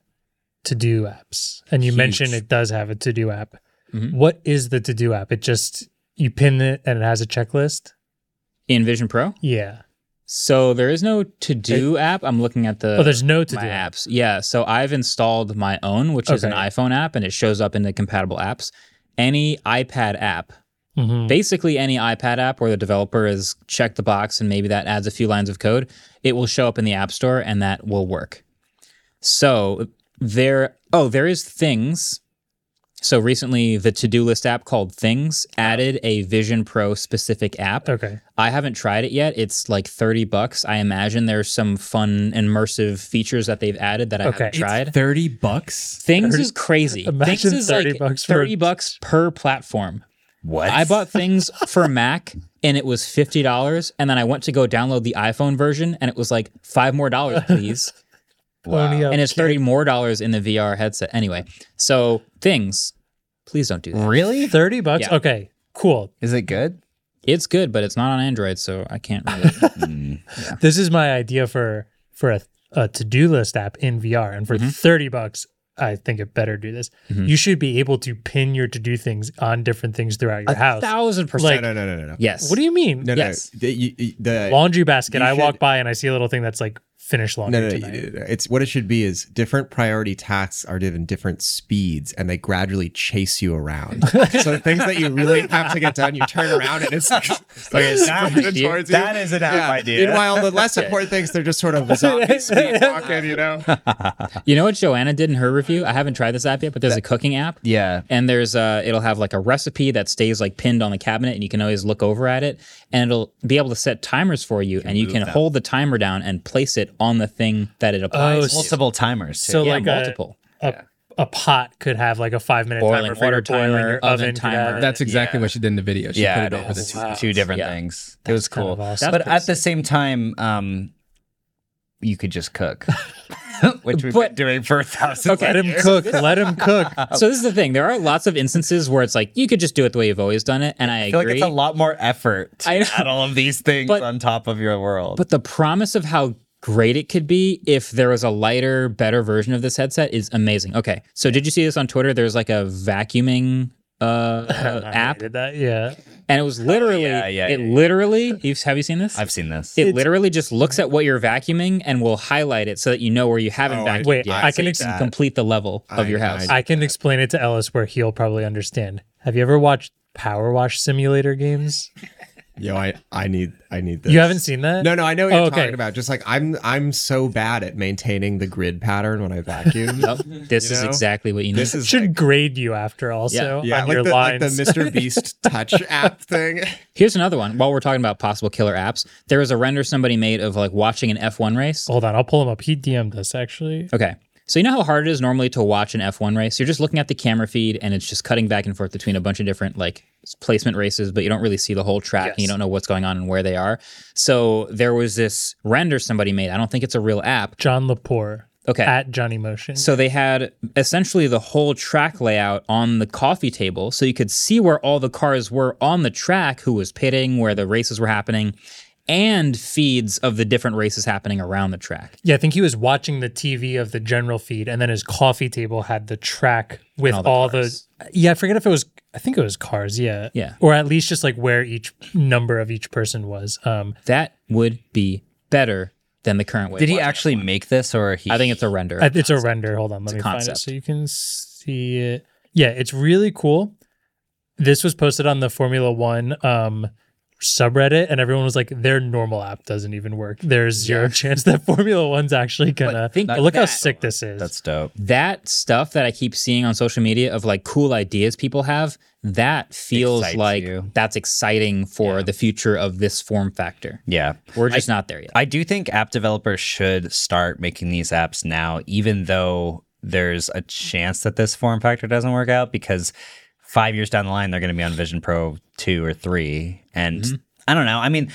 B: to do apps, and you
D: Huge.
B: mentioned it does have a to do app.
A: Mhm.
B: What is the to do app? It just you pin it and it has a checklist.
A: In Vision Pro,
B: Yeah.
A: so there is no to do app. I'm looking at the
B: oh, there's no to do
A: Uh, my
B: app.
A: apps. Yeah, so I've installed my own, which is an
B: Okay.
A: iPhone app, and it shows up in the compatible apps. Any iPad app
B: Mhm.
A: basically any iPad app where the developer has checked the box and maybe that adds a few lines of code, it will show up in the App Store and that will work. So there, oh, there is Things. So recently, the to do list app called Things added a Vision Pro specific app.
B: Okay.
A: I haven't tried it yet. It's like 30 bucks. I imagine there's some fun, immersive features that they've added that I
B: Okay.
A: haven't tried.
D: Thirty bucks.
A: Things is crazy. Things
B: Imagine
A: is
B: 30
A: like
B: bucks for-
A: 30 bucks per platform.
C: What?
A: I bought things for Mac and it was fifty dollars, and then I went to go download the iPhone version and it was like five more dollars, please.
B: Pony up.
A: and it's thirty more dollars in the VR headset. Anyway, so things, please don't do that.
C: really?
B: Thirty bucks.
A: Yeah.
B: Okay. Cool.
C: Is it good?
A: It's good, but it's not on Android, so I can't. Really,
B: This is my idea for for a, a to do list app in VR, and for thirty bucks, I think it better do this. You should be able to pin your to do things on different things throughout your house.
A: thousand percent.
B: Like-
E: no, no, no, no, no.
A: yes.
B: What do you mean?
E: No, no.
A: Yes.
E: The, you- you- the-
B: laundry basket.
E: You
B: I walk
E: should-
B: by and I see a little thing that's like finish laundry
E: no, no, no,
B: tonight.
E: you- It's what it should be is different priority tasks are given different speeds and they gradually chase you around. so the things that you really have to get done, you turn around and it's like, it's sprinting
A: idea-
E: towards you.
C: That is an app idea.
E: Meanwhile, the less important things, they're just sort of zombie speed walking, you know?
A: You know what Joanna did in her review? I haven't tried this app yet, but there's a cooking app.
C: Yeah.
A: and there's uh it'll have like a recipe that stays like pinned on the cabinet and you can always look over at it and it'll be able to set timers for you and you can hold the timer down and place it on the thing that it applies to.
C: Multiple timers.
B: Oh,
C: too.
B: So
A: yeah,
B: like
A: multiple
B: A, a, a pot could have like a five minute
A: Boiling
B: timer for your
A: water timer,
B: boiler,
A: oven
B: oven could
A: timer.
B: have it.
D: That's exactly what she did in the video. She
C: yeah,
D: put it over the
C: it's
D: two.
C: two different
A: Yeah.
C: things. it was
B: kind
C: cool.
B: of awesome.
C: But
A: That's
C: at the same time, um, you could just cook, which we've
A: But-
C: been doing for thousands.
B: let
C: of
B: him cook. Let him cook.
A: so this is the thing there are lots of instances where it's like you could just do it the way you've always done it and i,
C: I feel like
A: agree
C: it's a lot more effort to
A: I know.
C: add all of these things
A: But-
C: on top of your world.
A: but the promise of how great it could be if there was a lighter better version of this headset is amazing okay so did you see this on twitter there's like a vacuuming uh app
B: Did that? Yeah.
A: and it was literally
C: yeah, yeah,
A: it
C: yeah, yeah.
A: literally you've, have you seen this
C: I've seen this.
A: It literally just looks at what you're vacuuming and will highlight it so that you know where you haven't
E: Oh, I-
A: vacuumed.
B: Wait,
A: yet,
B: I
A: so
B: can
A: you
B: ex-
A: complete the level of
E: I-
A: your house.
B: I can explain it to Ellis where he'll probably understand. Have you ever watched Power Wash Simulator games?
E: Yo, I, I need I need this.
B: You haven't seen that?
E: No, no, I know what you're
B: Oh, okay.
E: talking about. Just like I'm I'm so bad at maintaining the grid pattern when I vacuum.
A: Nope. this
E: You
A: is
E: know?
A: exactly what you need.
E: This is
B: Should
E: like-
B: grade you after also
E: yeah,
B: on
E: like
B: your
E: the, like
B: lines.
E: the Mr. Beast touch app thing.
A: Here's another one. While we're talking about possible killer apps, there was a render somebody made of like watching an F1 race.
B: Hold on, I'll pull him up. He DM'd us actually.
A: Okay. So you know how hard it is normally to watch an F1 race? You're just looking at the camera feed and it's just cutting back and forth between a bunch of different like placement races, but you don't really see the whole track and you don't know what's going on and where they are. So there was this render somebody made. I don't think it's a real app.
B: John Lepore
A: Okay.
B: at Johnny Motion.
A: So they had essentially the whole track layout on the coffee table, so you could see where all the cars were on the track, who was pitting, where the races were happening, and feeds of the different races happening around the track.
B: Yeah, I think he was watching the TV of the general feed, and then his coffee table had the track with
A: all
B: all,
A: the
B: the,
A: cars.
B: Yeah, I forget if it was. I think it was cars. Yeah,
A: Yeah.
B: or at least just like where each number of each person was. Um,
A: That would be better than the current way.
C: Did he
A: of watching.
C: actually make this, or he?
A: I think it's a render.
B: I- it's a render. Hold on, let me find
A: concept.
B: it so you can see it. Yeah, it's really cool. This was posted on the Formula One um, subreddit, and everyone was like, "Their normal app doesn't even work. There's zero chance that Formula One's actually gonna."
A: think
B: But look how
A: that-
B: sick this is.
C: that's dope.
A: that stuff that I keep seeing on social media of like cool ideas people have, that feels
C: Excites
A: like
C: you.
A: that's exciting for the future of this form factor.
C: Yeah,
A: We're just not there yet.
C: I do think app developers should start making these apps now, even though there's a chance that this form factor doesn't work out because five years down the line, they're going to be on Vision Pro 2 or 3. And I don't know. I mean,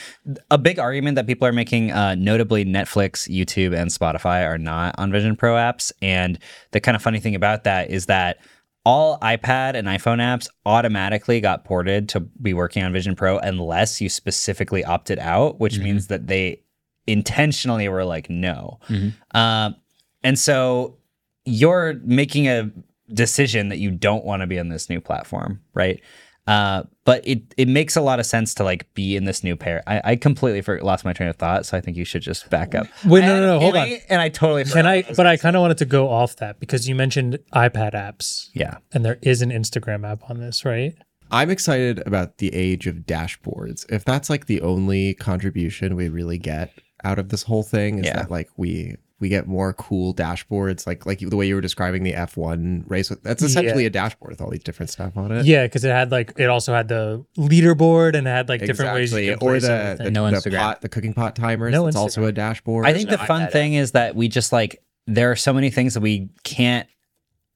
C: a big argument that people are making, uh, notably Netflix, YouTube, and Spotify, are not on Vision Pro apps. And the kind of funny thing about that is that all iPad and iPhone apps automatically got ported to be working on Vision Pro unless you specifically opted out, which means that they intentionally were like, no.
B: Mm-hmm.
C: Um, and so you're making a decision that you don't want to be on this new platform, right? Uh, but it it makes a lot of sense to like be in this new pair. I, I completely for- lost my train of thought, so I think you should just back up.
B: Wait,
C: I
B: no,
C: had
B: no,
C: a
B: no, hold
C: feeling,
B: on.
C: And I totally forgot.
B: Can I? But I kind of wanted to go off that because you mentioned iPad apps,
C: Yeah.
B: and there is an Instagram app on this, right?
E: I'm excited about the age of dashboards. If that's like the only contribution we really get out of this whole thing, is
C: Yeah.
E: that like we we get more cool dashboards, like like the way you were describing the F1 race. with- That's essentially a dashboard with all these different stuff on it.
B: Yeah, because it had like it also had the leaderboard and it had like different ways
E: Exactly.
B: you could
E: or
B: place
E: the,
B: everything.
E: the,
A: No
E: the
A: Instagram.
E: pot, the cooking pot timers.
B: No
E: that's also
B: Instagram.
E: a dashboard.
C: I think the fun thing is that we just like there are so many things that we can't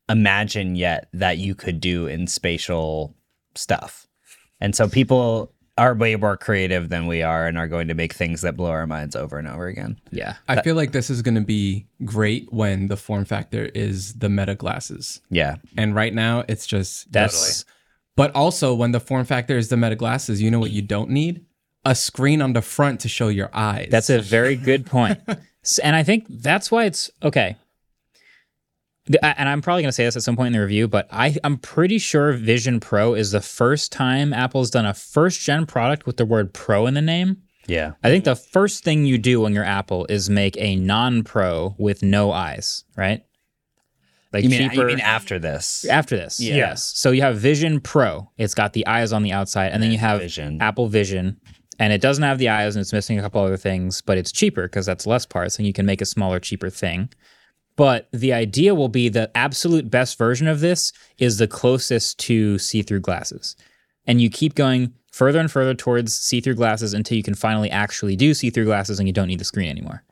C: imagine yet that you could do in spatial stuff. And so people are way more creative than we are and are going to make things that blow our minds over and over again.
A: Yeah.
D: I feel like this is going to be great when the form factor is the Meta glasses.
C: Yeah.
D: And right now, it's just
A: That's
D: But also, when the form factor is the Meta glasses, you know what you don't need? A screen on the front to show your eyes.
A: That's a very good point. S- and I think that's why it's okay. The- I- And I'm probably going to say this at some point in the review, but I, I'm pretty sure Vision Pro is the first time Apple's done a first gen product with the word pro in the name.
C: Yeah.
A: I think the first thing you do when you're Apple is make a non pro with no eyes, right? Like
C: You mean, you
A: cheaper.
C: mean after this?
A: after this, yes. So you have Vision Pro. It's got the eyes on the outside, and then you have
C: Vision.
A: Apple Vision, and it doesn't have the eyes, and it's missing a couple other things, but it's cheaper because that's less parts, and you can make a smaller, cheaper thing. But the idea will be the absolute best version of this is the closest to see-through glasses, and you keep going further and further towards see-through glasses until you can finally actually do see-through glasses, and you don't need the screen anymore.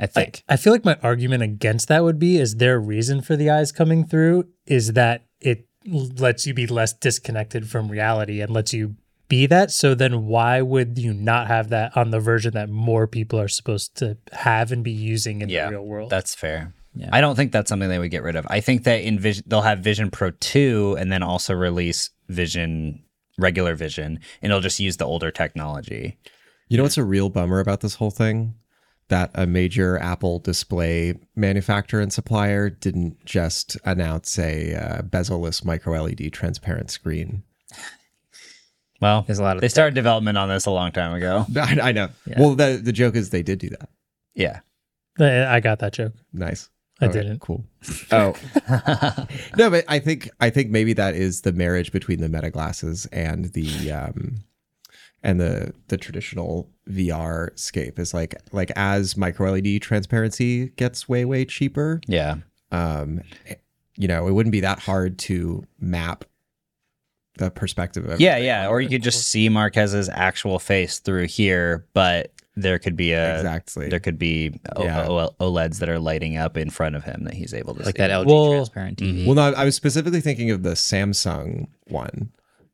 A: I think.
B: I feel like my argument against that would be is their reason for the eyes coming through is that it l- lets you be less disconnected from reality and lets you be that. So then why would you not have that on the version that more people are supposed to have and be using in
C: Yeah,
B: the real world?
C: That's fair. I don't think that's something they would get rid of. I think that in Vision, they'll have Vision Pro 2 and then also release Vision, regular Vision, and it'll just use the older technology.
E: You know what's a real bummer about this whole thing? That a major Apple display manufacturer and supplier didn't just announce a uh, bezel-less micro LED transparent screen.
C: Well,
A: There's a lot of
C: they started development on this a long time ago.
E: I, I know. Well, the the joke is they did do that.
C: Yeah.
B: eh, I I got that joke.
E: Nice.
B: I
E: All right,
B: didn't.
E: Cool. Oh no, but I think I think maybe that is the marriage between the meta glasses and the um and the the traditional VR scape is like like as micro LED transparency gets way way cheaper.
C: Yeah.
E: um, you know, it wouldn't be that hard to map the perspective of
C: Yeah. Yeah. Or you could just see Marquez's actual face through here, but there could be a.
E: exactly.
C: There could be o-
E: Yeah.
C: o- OLEDs that are lighting up in front of him that he's able to
A: like
C: see.
A: that LG
B: Well-
A: transparent
C: Mm-hmm.
A: TV.
E: Well, no, I was specifically thinking of the Samsung one.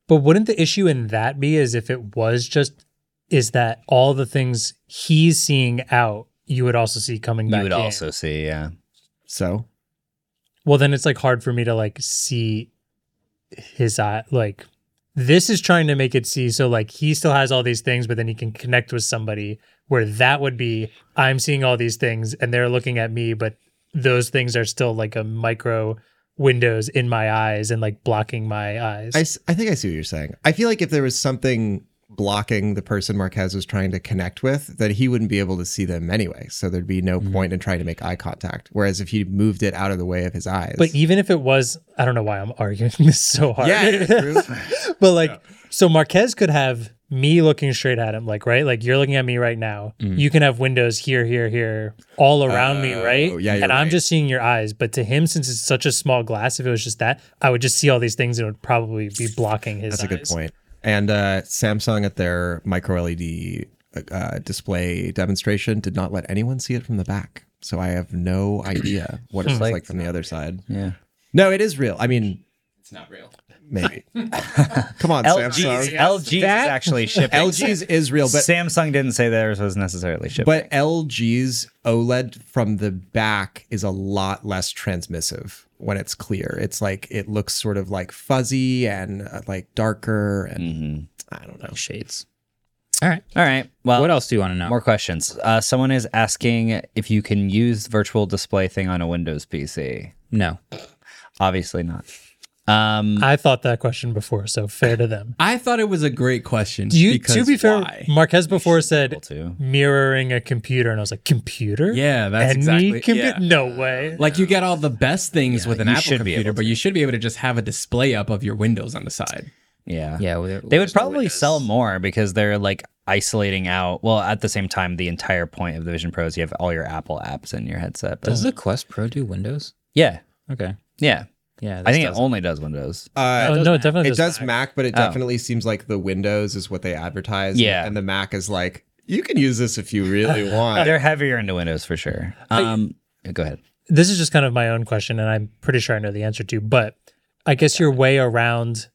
B: But wouldn't the issue in that be is if it was just is that all the things he's seeing out you would also see coming back
C: You would
B: in.
C: also see. Yeah.
E: So
B: Well, then it's like hard for me to like see his eye. Like this is trying to make it see so like he still has all these things, but then he can connect with somebody where that would be I'm seeing all these things and they're looking at me, but those things are still like a micro windows in my eyes and like blocking my eyes.
E: I, s- I think I see what you're saying. I feel like if there was something blocking the person Marquez was trying to connect with, that he wouldn't be able to see them anyway. So there'd be
C: Mm-hmm.
E: no point in trying to make eye contact. Whereas if he moved it out of the way of his eyes,
B: but even if it was, I don't know why I'm arguing this so hard.
E: yeah, Drew.
B: but like so marquez could have me looking straight at him like right like you're looking at me right now you can have windows here here here all around me right
E: yeah, you're
B: and i'm
E: right.
B: just seeing your eyes but to him since it's such a small glass if it was just that i would just see all these things and it would probably be blocking his
E: That's a good
B: eyes.
E: point. And uh, Samsung at their micro LED uh, display demonstration did not let anyone see it from the back. So I have no idea what it looks like, from the other side.
C: Hmm. Yeah.
E: No, it is real. I mean,
D: It's not real.
E: Maybe. Come on, Sam.
C: LG's,
E: Sorry.
C: LG's is
A: That-
C: actually shipping.
E: LG's Israel, but
C: Samsung didn't say theirs was necessarily shipping.
E: but LG's OLED E from the back is a lot less transmissive when it's clear. It's like it looks sort of like fuzzy and uh, like darker, and
C: Mhm.
E: I don't know.
A: Shades. All right.
C: all right. Well,
A: what else do you want to know?
C: More questions. Uh, someone is asking if you can use virtual display thing on a Windows PC.
A: No.
C: Obviously not. Um,
B: I thought that question before, so fair to them.
D: I thought it was a great question.
B: Do you,
D: because
B: to be fair,
D: why?
B: Marquez before said
C: able to.
B: mirroring a computer, and I was like, computer?
D: Yeah, that's
B: Any
D: exactly.
B: computer?
D: yeah.
B: No way.
D: Like you get all the best things with an
C: you
D: Apple
C: should be
D: computer,
C: able
D: but you should be able to just have a display up of your windows on the side.
C: Yeah.
A: Yeah. we-
C: They would
A: there's no
C: probably
A: Windows.
C: sell more because they're like isolating out. Well, at the same time, the entire point of the Vision Pro is you have all your Apple apps in your headset. But
A: Does the Quest Pro do Windows?
C: yeah.
A: Okay.
C: Yeah.
A: Yeah.
C: I think
A: this
C: it only does Windows.
E: Uh,
B: Oh, no, it definitely
E: it does Mac, but it
C: Oh.
E: definitely seems like the Windows is what they advertise.
C: Yeah.
E: and the Mac is like you can use this if you really want.
C: They're heavier into Windows for sure. Um, go ahead.
B: this is just kind of my own question and I'm pretty sure I know the answer to, but I guess your way around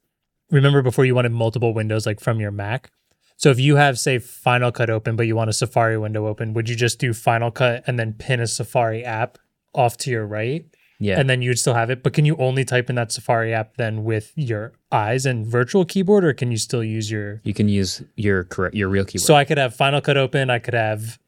B: remember before you wanted multiple windows like from your Mac. So if you have say Final Cut open but you want a Safari window open, would you just do Final Cut and then pin a Safari app off to your right
A: Yeah.
B: and then you'd still have it, but can you only type in that Safari app then with your eyes and virtual keyboard or can you still use your
A: you can use your correct your real keyboard.
B: so I could have Final Cut open. I could have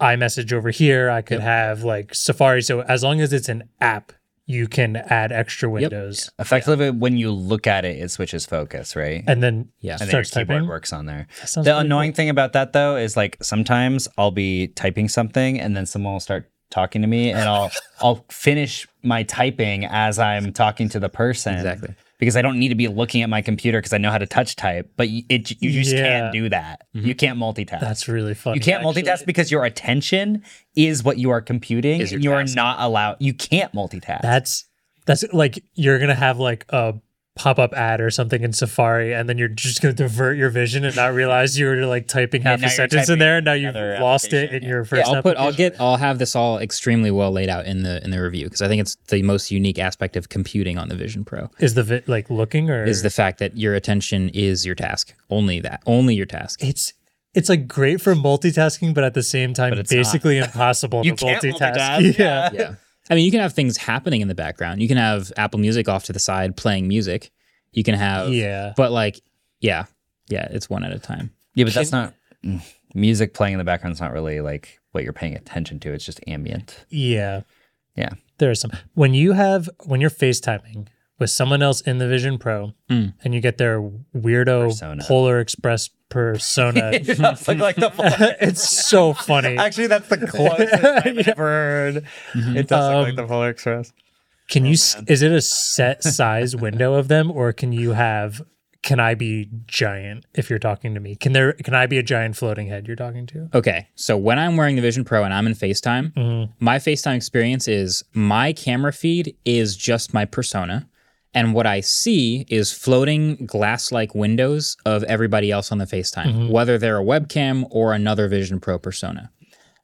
B: iMessage over here. I could have like Safari. So as long as it's an app, you can add extra windows
C: Effectively, when you look at it, it switches focus, right?
B: and then
A: Yeah.
C: and then your
B: starts
C: keyboard
B: typing.
C: works on there.
B: That sounds
C: the
B: pretty
C: annoying thing about that though is like sometimes I'll be typing something and then someone will start talking to me and I'll I'll finish my typing as I'm talking to the person.
A: Exactly.
C: Because I don't need to be looking at my computer because I know how to touch type, but you- it you just
B: Yeah.
C: can't do that.
A: Mm-hmm.
C: You can't multitask.
B: cool. That's really fun.
C: you can't
B: actually.
C: multitask because your attention is what you are computing
A: Is your
C: and you are
A: task.
C: not allowed you can't multitask.
B: That's that's like you're gonna have like a pop up ad or something in Safari, and then you're just gonna divert your vision and not realize you were like typing half
C: now
B: a
C: you're
B: sentence in
C: typing
B: there, and now you've
C: another
B: lost it
C: application,
B: in
C: yeah.
B: your
A: Yeah,
B: first.
A: I'll put I'll
B: application.
A: get I'll have this all extremely well laid out in the in the review because I think it's the most unique aspect of computing on the Vision Pro
B: Is the vi- like looking or
A: is the fact that your attention is your task. Only that. Only your task.
B: it's it's like great for multitasking, but at the same time,
C: it's
B: basically impossible
C: You
B: to
C: can't
B: multitask.
C: multitask,
B: Yeah.
C: yeah.
A: yeah. I mean, you can have things happening in the background. You can have Apple Music off to the side playing music. You can have
B: Yeah.
A: But like, yeah. Yeah, it's one at a time.
C: Yeah, but that's not mm, music playing in the background is not really like what you're paying attention to. It's just ambient.
B: Yeah.
C: Yeah.
B: There is some. When you have, when you're FaceTiming with someone else in the Vision Pro
A: Mm.
B: and you get their weirdo
C: Hmm. Persona.
B: Polar Express persona,
C: It does look like the
B: it's so funny. Mm-hmm.
C: Actually, that's the closest I've ever heard. It does look like the Polar Express.
B: Um, Can you, s is it a set size window of them or can you have, can I be giant if you're talking to me? Can there, can I be a giant floating head you're talking to?
A: Okay. So when I'm wearing the Vision Pro and I'm in FaceTime, my FaceTime experience is my camera feed is just my persona. And what I see is floating glass like windows of everybody else on the FaceTime, whether they're a webcam or another Vision Pro persona.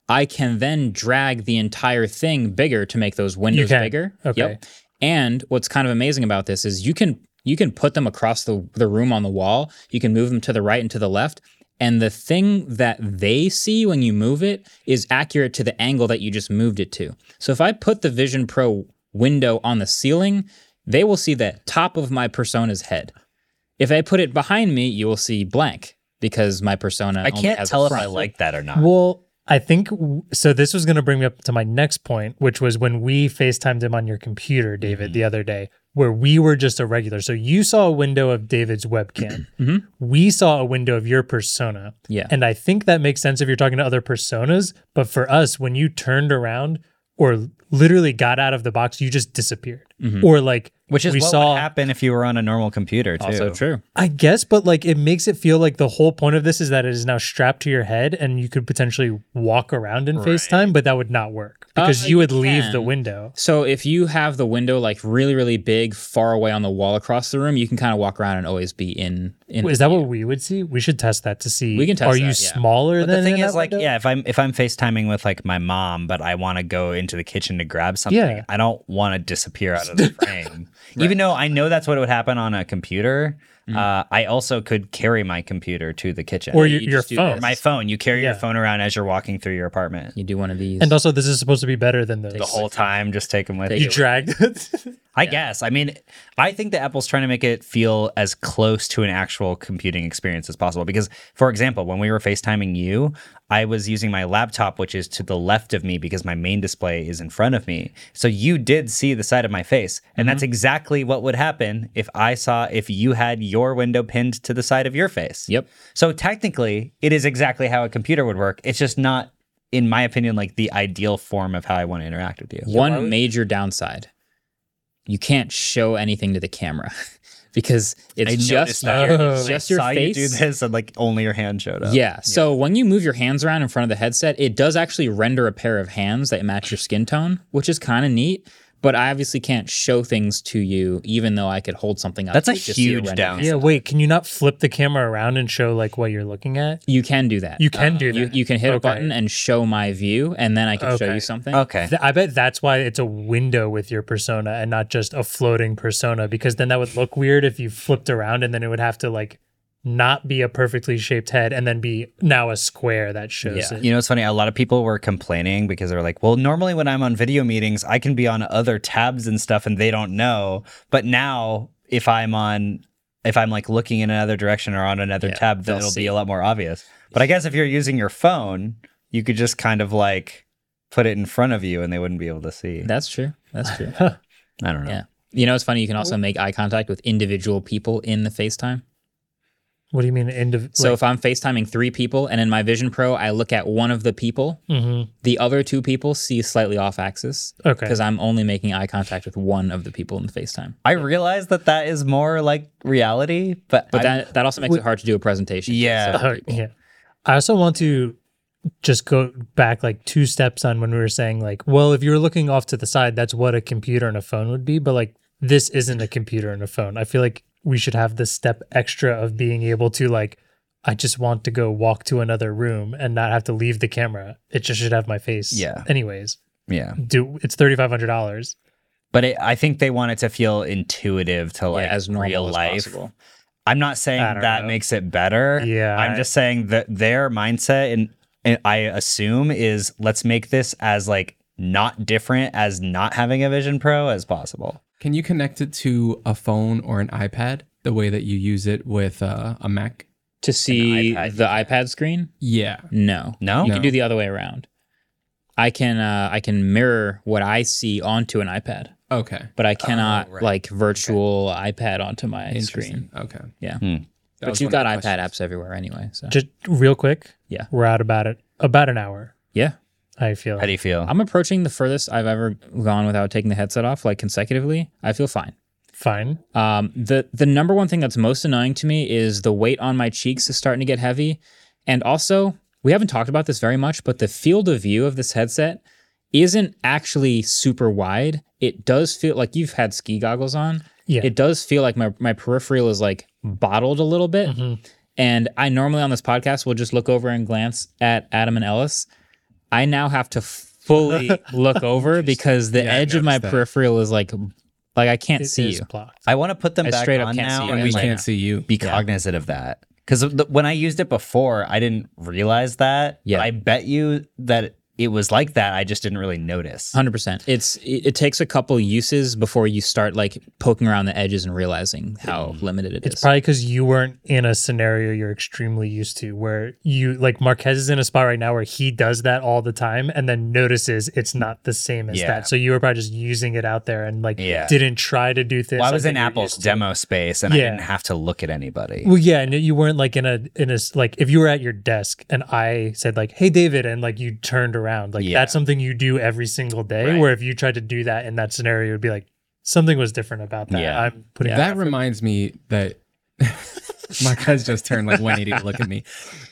A: I can then drag the entire thing bigger to make those windows
B: can.
A: bigger.
B: Okay.
A: And what's kind of amazing about this is you can you can put them across the the room on the wall. You can move them to the right and to the left. And the thing that they see when you move it is accurate to the angle that you just moved it to. So if I put the Vision Pro window on the ceiling, they will see the top of my persona's head. If I put it behind me, you will see blank because my persona.
C: I
B: um,
A: only
C: can't
A: has a
C: tell if I
A: front.
C: like that or not.
B: Well, I think w- so. This was going to bring me up to my next point, which was when we FaceTimed him on your computer, David,
C: Mm-hmm.
B: the other day, where we were just a regular. So you saw a window of David's webcam.
C: Mm-hmm.
B: We saw a window of your persona.
A: Yeah.
B: And I think that makes sense if you're talking to other personas. But for us, when you turned around or literally got out of the box, you just disappeared. Or like,
C: Mm-hmm. which is
B: we
C: what
B: saw
C: would happen if you were on a normal computer, too.
A: Also true.
B: I guess, but like it makes it feel like the whole point of this is that it is now strapped to your head and you could potentially walk around in FaceTime, but that would not work because
A: Uh,
B: you would
A: you
B: leave
A: can.
B: the window.
A: So if you have the window like really, really big, far away on the wall across the room, you can kind of walk around and always be in. in
B: Is that what we would see? We should test that to see.
A: We can test
B: Are
A: that,
B: you
A: yeah.
B: smaller
C: But
B: than
C: the thing
B: in
C: is,
B: that
C: like,
B: window?
C: yeah, if I'm if I'm FaceTiming with like my mom, but I want to go into the kitchen to grab something,
B: Yeah.
C: I don't want to disappear out of the frame. Even though I know that's what would happen on a computer, uh, I also could carry my computer to the kitchen.
B: Mm. or your, your
A: just do
B: phone.
A: this.
C: my phone. You carry your
B: Yeah.
C: phone around as you're walking through your apartment.
A: You do one of these.
B: And also, this is supposed to be better than those.
C: the whole time, just take them with
A: Take
C: you.
B: you dragged it.
C: I guess. I mean, I think that Apple's trying to make it feel as close to an actual computing experience as possible. Because, for example, when we were FaceTiming you, I was using my laptop, which is to the left of me because my main display is in front of me. So you did see the side of my face. And that's
B: Mm-hmm.
C: exactly what would happen if I saw if you had your window pinned to the side of your face.
A: Yep.
C: So technically, it is exactly how a computer would work. It's just not, in my opinion, like the ideal form of how I want to interact with you.
A: one major downside you can't show anything to the camera because it's
C: I
A: just
C: noticed that.
B: Oh.
A: it's just
C: I
A: your
C: saw
A: face
C: You do this, and like only your hand showed up.
A: yeah so when you move your hands around in front of the headset it does actually render a pair of hands that match your skin tone which is kind of neat but i obviously can't show things to you even though i could hold something up
C: That's a
A: to just see your
C: huge
A: rendered
C: downside.
A: hand.
B: yeah, wait. Can you not flip the camera around and show like what you're looking at?
A: you can do that
B: You can do
A: Uh, you,
B: that.
A: you can hit a
B: Okay.
A: button and show my view and then i can show
B: Okay.
A: you something
C: Okay.
B: Th- I bet that's why it's a window with your persona and not just a floating persona, because then that would look weird if you flipped around and then it would have to like not be a perfectly shaped head and then be now a square that shows
A: Yeah.
B: it.
C: You know, it's funny. A lot of people were complaining because they were like, "Well, normally when I'm on video meetings, I can be on other tabs and stuff, and they don't know. But now, if I'm on, if I'm like looking in another direction or on another
A: Yeah,
C: tab, then
A: they'll
C: it'll
A: see.
C: be a lot more obvious. But I guess if you're using your phone, you could just kind of like put it in front of you, and they wouldn't be able to see.
A: that's true that's true
C: I don't know.
A: yeah you know it's funny you can also make eye contact with individual people in the facetime
B: What do you mean? Indiv-
A: So
B: like,
A: if I'm FaceTiming three people and in my Vision Pro, I look at one of the people,
B: mhm.
A: the other two people see slightly off axis
B: okay.
A: because I'm only making eye contact with one of the people in the FaceTime.
C: I realize that that is more like reality, but
A: But
C: I-
A: that, that also makes it hard to do a presentation.
C: yeah.
A: So-
B: Uh, yeah. I also want to just go back like two steps on when we were saying like, well, if you're looking off to the side, that's what a computer and a phone would be, but like this isn't a computer and a phone. I feel like we should have this step extra of being able to like I just want to go walk to another room and not have to leave the camera. It just should have my face.
C: Yeah.
B: Anyways,
C: yeah.
B: do it's thirty five hundred dollars.
C: but it, I think they want it to feel intuitive to
A: yeah,
C: like
A: as normal
C: real
A: as
C: life.
A: possible.
C: I'm not saying
B: I don't
C: that
B: know.
C: makes it better.
B: Yeah,
C: I'm
B: I-
C: just saying that their mindset and, and I assume is let's make this as like not different as not having a Vision Pro as possible.
D: Can you connect it to a phone or an iPad the way that you use it with uh, a Mac?
A: To see
C: iPad.
A: the iPad screen?
D: Yeah.
A: No.
C: No?
A: You can do the other way around. I can uh, I can mirror what I see onto an iPad,
D: Okay.
A: but I cannot
C: right.
A: like virtual iPad onto my screen.
D: Interesting. Okay.
A: Yeah.
C: Hmm.
D: That
A: But
D: was
A: you've
D: one
A: got
D: of my
A: iPad
D: questions.
A: apps everywhere anyway. So
B: Just real quick.
A: Yeah.
B: We're out about it about an hour,
A: yeah.
B: I feel.
C: How do you feel?
A: I'm approaching the furthest I've ever gone without taking the headset off, like consecutively. I feel fine.
B: Fine.
A: Um, the the number one thing that's most annoying to me is the weight on my cheeks is starting to get heavy, and also we haven't talked about this very much, but the field of view of this headset isn't actually super wide. It does feel like you've had ski goggles on.
B: Yeah.
A: It does feel like my my peripheral is like bottled a little bit. And I normally on this podcast will just look over and glance at Adam and Ellis. I now have to fully look over because the
D: Yeah, I
A: edge of my
D: noticed that.
A: peripheral is like like I can't
B: It
A: see
B: is
A: you.
B: blocked.
C: I want to put them
A: I
C: back
A: straight up
C: on
A: can't
C: now
A: see it.
C: and
A: We
D: We
C: like,
D: can't see you.
C: be cognizant of that. Because when I used it before, I didn't realize that.
A: Yeah.
C: But I bet you that it was like that. I just didn't really notice.
A: Hundred percent. It's it, it takes a couple uses before you start like poking around the edges and realizing how limited it
B: It's
A: is.
B: probably because you weren't in a scenario you're extremely used to where you like Marquez is in a spot right now where he does that all the time and then notices it's not the same as
C: Mm. Yeah.
B: that. So you were probably just using it out there and like
C: Yeah.
B: didn't try to do things.
C: Well, I was
B: like
C: in
B: that you're
C: Apple's
B: used to.
C: demo space and I
B: Yeah.
C: didn't have to look at anybody.
B: Well, yeah, and you weren't like in a in a s- like if you were at your desk and I said like, "Hey, David," and like you turned around, like
C: Yeah.
B: that's something you do every single day.
C: Right.
B: Where if you tried to do that in that scenario, it would be like something was different about that.
C: Yeah.
B: I'm putting
D: That reminds me that my guys just turned like 180 to look at me.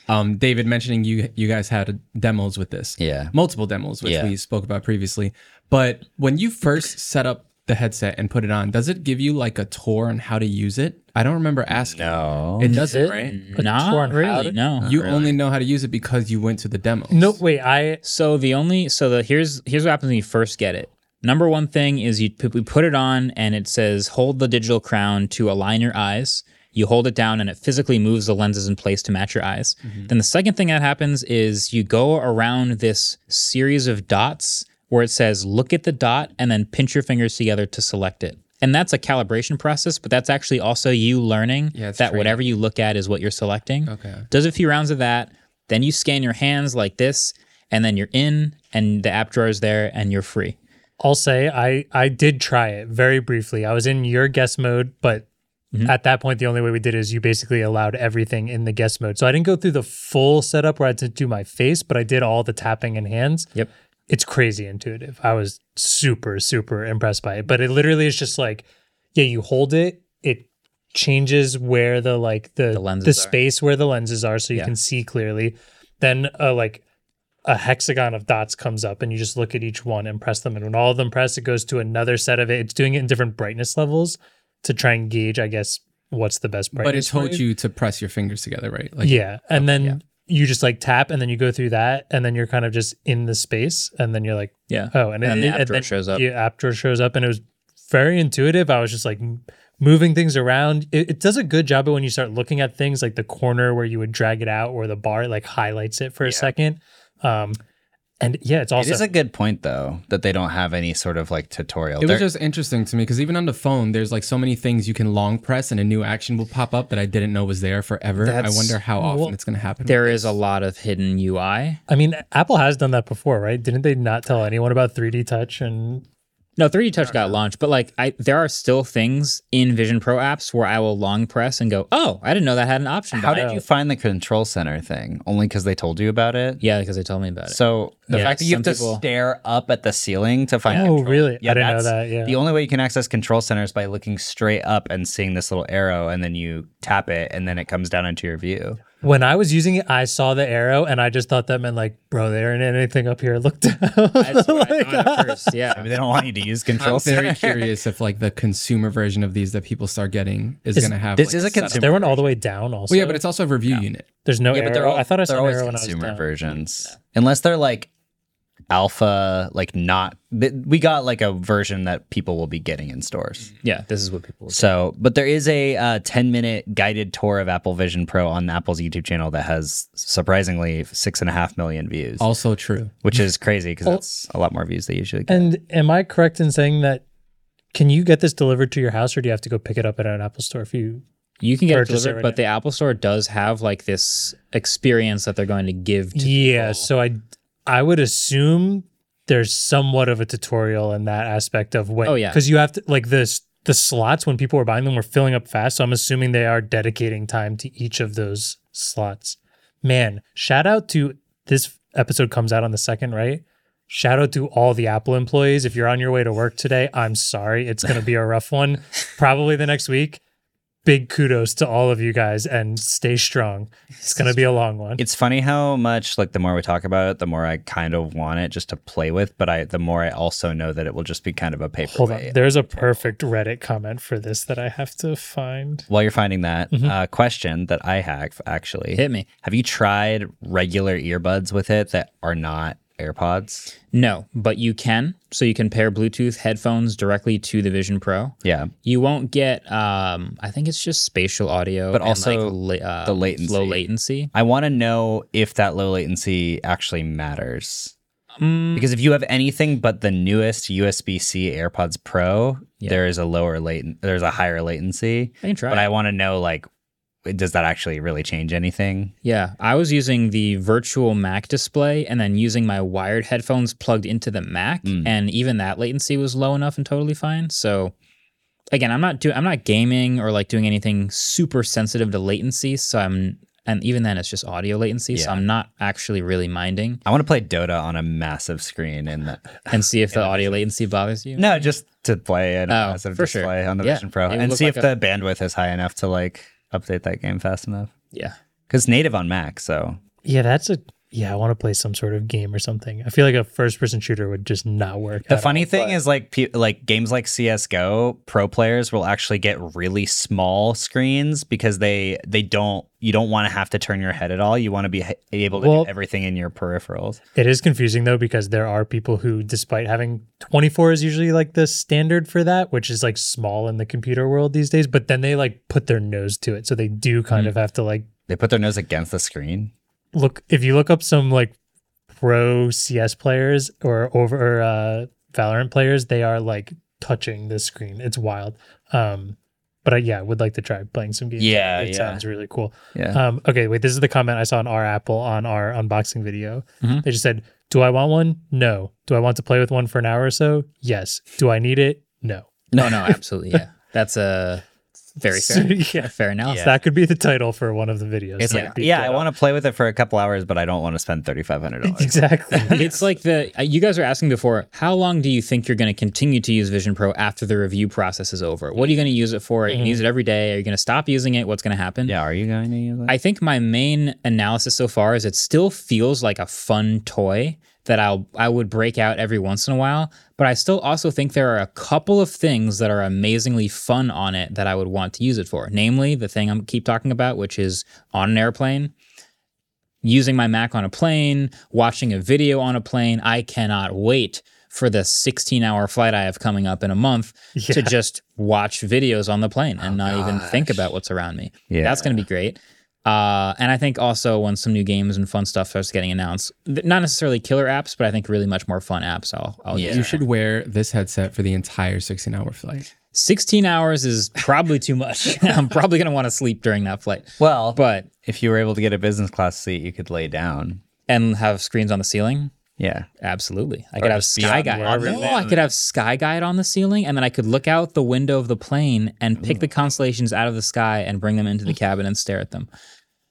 D: Um, David mentioning you you guys had demos with this.
C: Yeah.
D: Multiple demos, which
C: Yeah.
D: we spoke about previously. But when you first set up the headset and put it on, does it give you like a tour on how to use it? I don't remember asking.
C: No.
D: It doesn't, right?
B: tour
A: Not
B: on how
A: really.
B: to-
A: No.
D: You only know how to use it because you went to the demos.
B: no. Wait, I
A: So the only so the here's here's what happens when you first get it. Number one thing is you p- we put it on and it says hold the digital crown to align your eyes. You hold it down and it physically moves the lenses in place to match your eyes.
D: Mm-hmm.
A: Then the second thing that happens is you go around this series of dots where it says look at the dot and then pinch your fingers together to select it. And that's a calibration process, but that's actually also you learning
D: Yeah,
A: that
D: it's training.
A: whatever you look at is what you're selecting.
D: Okay.
A: Does a few rounds of that, then you scan your hands like this, and then you're in, and the app drawer is there, and you're free.
B: I'll say I I did try it very briefly. I was in your guest mode, but at that point, the only way we did is you basically allowed everything in the guest mode. So I didn't go through the full setup where I had to do my face, but I did all the tapping and hands.
A: Yep.
B: It's crazy intuitive. I was super super impressed by it. But it literally is just like, yeah, you hold it, it changes where the like the
A: The lenses
B: the
A: are.
B: space where the lenses are, so you
A: Yeah.
B: can see clearly. Then uh, like a hexagon of dots comes up and you just look at each one and press them and when all of them press it goes to another set of it it's doing it in different brightness levels to try and gauge i guess what's the best brightness
D: But it
B: for
D: told you to press your fingers together, right?
B: yeah and then you just like tap and then you go through that and then you're kind of just in the space and then you're like
A: Yeah.
B: oh and,
A: And then the
B: it, and
A: app drawer shows up.
B: yeah, app drawer shows up and it was very intuitive i was just like m- moving things around it, it does a good job but when you start looking at things like the corner where you would drag it out or the bar it, like highlights it for a second um and yeah it's also
C: it is a good point though that they don't have any sort of like tutorial.
D: It
C: They're-
D: was just interesting to me because even on the phone, there's like so many things you can long press and a new action will pop up that I didn't know was there forever. I
A: That's-
D: wonder how often
B: Well,
D: it's going to happen.
A: There is a lot of hidden UI.
B: I mean, Apple has done that before, right? Didn't they not tell anyone about 3D touch and
A: No, 3D Touch got launched, but like I, there are still things in Vision Pro apps where I will long press and go, "Oh, I didn't know that had an option."
C: how
A: behind
C: did
A: it."
C: you find the control center thing? Only because they told you about it.
A: Yeah, because they told me about it.
C: So the
A: Yeah,
C: fact that you have
A: some
C: to
A: people-
C: stare up at the ceiling to find.
B: Oh,
C: control-
B: really? I didn't know that,
C: that's-
B: yeah.
C: the only way you can access control center is by looking straight up and seeing this little arrow, and then you tap it, and then it comes down into your view.
B: when I was using it, I saw the arrow and I just thought that meant like, bro, there ain't anything up here. Look down.
A: That's what I thought at first.
C: I
A: Yeah.
C: mean, they don't want you to use control
D: I'm very
C: center.
D: curious if like the consumer version of these that people start getting is,
B: Is-
D: going to have.
C: this
D: like,
C: is a
D: setup.
C: consumer.
B: they went all the way down also.
D: Well, yeah, but it's also a review unit.
B: there's no
C: yeah,
B: arrow.
C: but they're all,
B: I thought I
C: they're
B: saw an
C: always
B: arrow when I was
C: consumer
B: down.
C: versions, unless they're like alpha, like not. th- We got like a version that people will be getting in stores.
A: Yeah. This is what people.
C: So, but there is a uh, 10 minute guided tour of Apple Vision Pro on Apple's YouTube channel that has surprisingly six and a half million views,
D: Also true.
C: which is crazy
B: Oh.
C: because that's a lot more views they usually get.
B: And am I correct in saying that can you get this delivered to your house or do you have to go pick it up at an Apple store if you
A: You can get it
B: Purchase it
A: delivered,
B: right
A: but the Apple Store does have like this experience that they're going to give to
B: Yeah, so I I would assume there's somewhat of a tutorial in that aspect of what
A: Oh, yeah.
B: because you have to like this the slots when people were buying them were filling up fast so I'm assuming they are dedicating time to each of those slots. Man, shout out to this episode comes out on the 2nd, right? Shout out to all the Apple employees. If you're on your way to work today, I'm sorry. It's going to be a rough one. Probably the next week. Big kudos to all of you guys and stay strong. It's going to be a long one.
C: It's funny how much like the more we talk about it, the more I kind of want it just to play with, but I the more I also know that it will just be kind of a
B: Hold on.
C: paperweight.
B: There's a perfect Reddit comment for this that I have to find.
C: While you're finding that
B: Mm-hmm.
C: uh, question that I have actually
A: Hit me.
C: Have you tried regular earbuds with it that are not AirPods?
A: No, but you can. So you can pair Bluetooth headphones directly to the Vision Pro.
C: Yeah.
A: You won't get. Um, I think it's just spatial audio,
C: But
A: and,
C: also
A: like, la- uh,
C: the latency.
A: low latency.
C: I want to know if that low latency actually matters.
A: Mm,
C: Because if you have anything but the newest USB C AirPods Pro,
A: Yeah.
C: there is a lower latent, there's a higher latency.
A: I can try.
C: But I want to know like, does that actually really change anything?
A: yeah, I was using the virtual Mac display and then using my wired headphones plugged into the Mac,
C: Mm.
A: and even that latency was low enough and totally fine. So again, I'm not doing. I'm not gaming or like doing anything super sensitive to latency. So I'm, and even then, it's just audio latency. So
C: Yeah.
A: I'm not actually really minding
C: I want to play Dota on a massive screen and the,
A: and see if the audio latency bothers you.
C: no, just to play an
A: Oh,
C: massive
A: for sure.
C: display on the
A: Yeah.
C: Vision Pro
A: It would
C: and
A: look
C: see
A: like
C: if the bandwidth is high enough to like update that game fast enough.
A: Yeah.
C: Because native on Mac, so
B: Yeah, that's a yeah, I want to play some sort of game or something. I feel like a first person shooter would just not work.
C: The
B: at
C: funny
B: all,
C: thing
B: but-
C: is, like, pe- like games like CS:GO, pro players will actually get really small screens because they they don't you don't want to have to turn your head at all. You want to be h- able to
B: Well-
C: do everything in your peripherals.
B: It is confusing though because there are people who, despite having 24 is usually like the standard for that, which is like small in the computer world these days, but then they like put their nose to it, so they do kind of have to like
C: They put their nose against the screen.
B: look. If you look up some like pro CS players or over uh, Valorant players, they are like touching the screen. It's wild. Um, but I, yeah, I would like to try playing some games.
C: Yeah,
B: it
C: yeah.
B: sounds really cool.
C: Yeah.
B: Um, okay, wait. This is the comment I saw on our Apple on our unboxing video.
C: Mm-hmm.
A: Mhm.
B: They just said, "Do I want one? No. Do I want to play with one for an hour or so? Yes. Do I need it? No."
A: No, no, absolutely. Yeah. That's a very
B: So,
A: fair,
B: yeah.
A: fair analysis.
B: That could be the title for one of the videos.
C: It's
A: Yeah.
C: like, yeah, I want to play with it for a couple hours, but I don't want to spend thirty five hundred dollars.
B: exactly.
A: It's like the uh, you guys were asking before. How long do you think you're going to continue to use Vision Pro after the review process is over? What are you going to use it for? Are
B: Mm-hmm.
A: you going to use it every day? Are you going to stop using it? What's going to happen?
C: Yeah, are you going to use it?
A: I think my main analysis so far is it still feels like a fun toy that I'll I would break out every once in a while, but I still also think there are a couple of things that are amazingly fun on it that I would want to use it for. Namely, the thing I'm keep talking about, which is on an airplane. Using my Mac on a plane, watching a video on a plane, I cannot wait for the 16 hour flight I have coming up in a month to just watch videos on the plane and not even think about what's around me.
C: Yeah.
A: That's going to be great. Uh, and I think also when some new games and fun stuff starts getting announced, th- not necessarily killer apps, but I think really much more fun apps. I'll, I'll
C: Yeah.
A: use.
D: You should wear this headset for the entire 16 hour flight.
A: 16 hours is probably too much. I'm probably going to want to sleep during that flight,
C: well, but
A: but
C: if you were able to get a business class seat, you could lay down.
A: and have screens on the ceiling.
C: Yeah.
A: Absolutely. I could have
C: be
A: sky
C: on
A: guide.
C: wherever
A: No,
C: it
A: I could have sky guide on the ceiling and then I could look out the window of the plane and pick the constellations out of the sky and bring them
B: Mm.
A: into the cabin and stare at them.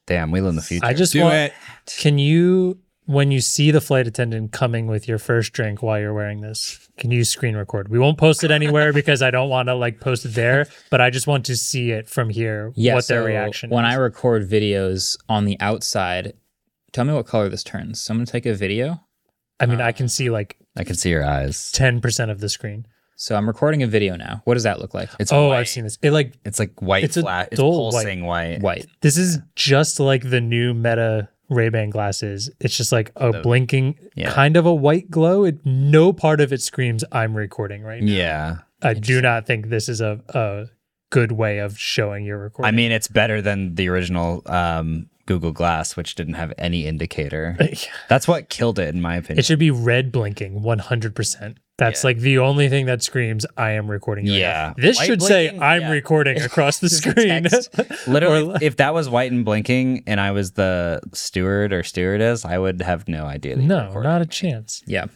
C: Damn, we live in the future.
B: I just
D: Do
B: want.
D: it.
B: Can you, when you see the flight attendant coming with your first drink while you're wearing this, can you screen record? We won't post it anywhere because I don't want to like post it there, but I just want to see it from here.
A: Yeah,
B: what their
A: so
B: reaction.
A: When
B: is.
A: I record videos on the outside, tell me what color this turns. So I'm gonna take a video.
B: I
C: Uh,
B: mean, I can see like
C: I can see your eyes.
B: ten percent of the screen.
A: So I'm recording a video now. What does that look like?
C: It's
B: oh,
C: white.
B: I've seen this. It like
C: It's like white
B: It's a
C: flash. It's
B: dull white.
C: pulsing white.
A: White.
B: this is just like the new Meta Ray Ban glasses. It's just like a blinking
C: yeah.
B: kind of a white glow. It, no part of it screams I'm recording right
C: Mm,
B: now.
C: Yeah.
B: I do not think this is a a good way of showing your recording.
C: I mean, it's better than the original um, Google Glass, which didn't have any indicator. That's what killed it, in my opinion.
B: It should be red blinking 100%. That's like the only thing that screams, I am recording. right
C: Yeah.
B: now." This
C: White
B: should say,
C: blinking?
B: I'm
C: Yeah.
B: recording across the screen.
C: Literally,
B: or-
C: if that was white and blinking, and I was the steward or stewardess, I would have no idea. That you
B: no,
C: recorded.
B: not a chance.
A: Yeah.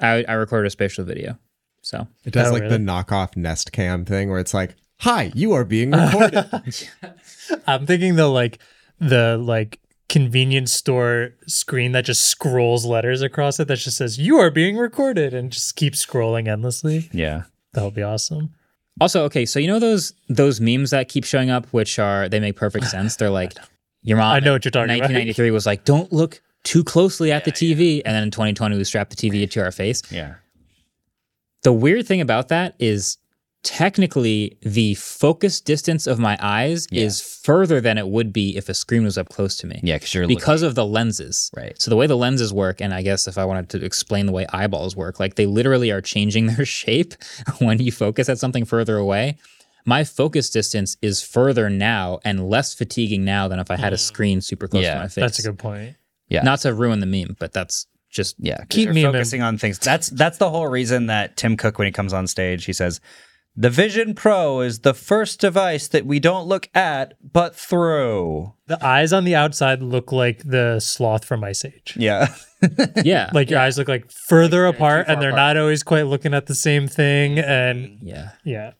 A: I I recorded a spatial video. So
E: It does
B: Oh,
E: like
B: really?
E: the knockoff Nest Cam thing where it's like, "Hi, you are being recorded."
B: I'm thinking the like, the like, convenience store screen that just scrolls letters across it that just says you are being recorded and just keeps scrolling endlessly
C: Yeah.
B: that would be awesome
A: Also, okay, so you know those those memes that keep showing up, which are they make perfect sense. They're like, your
C: Uh,
A: mom.
B: I know what you're talking about.
A: 1993 was like, don't look too closely at the TV, and then in 2020 we strapped the TV to our face.
C: Yeah.
A: The weird thing about that is technically the focus distance of my eyes is further than it would be if a screen was up close to me.
C: Yeah. Because you're
A: Because of the lenses.
C: Right.
A: So the way the lenses work, and I guess if I wanted to explain the way eyeballs work, like they literally are changing their shape when you focus at something further away. My focus distance is further now and less fatiguing now than if I had a screen super close
C: Yeah,
A: to my face.
B: that's a good point
C: Yeah.
A: Not to ruin the meme, but that's just
C: Yeah, 'cause
B: Keep
C: you're
B: me in-
C: focusing on things. That's that's the whole reason that Tim Cook, when he comes on stage, he says, "The Vision Pro is the first device that we don't look at but through."
B: the eyes on the outside look like the sloth from ice age
C: Yeah,
A: yeah,
B: like your eyes look like further apart and they're not always quite looking at the same thing
C: Mm-hmm.
B: and
A: yeah.
B: yeah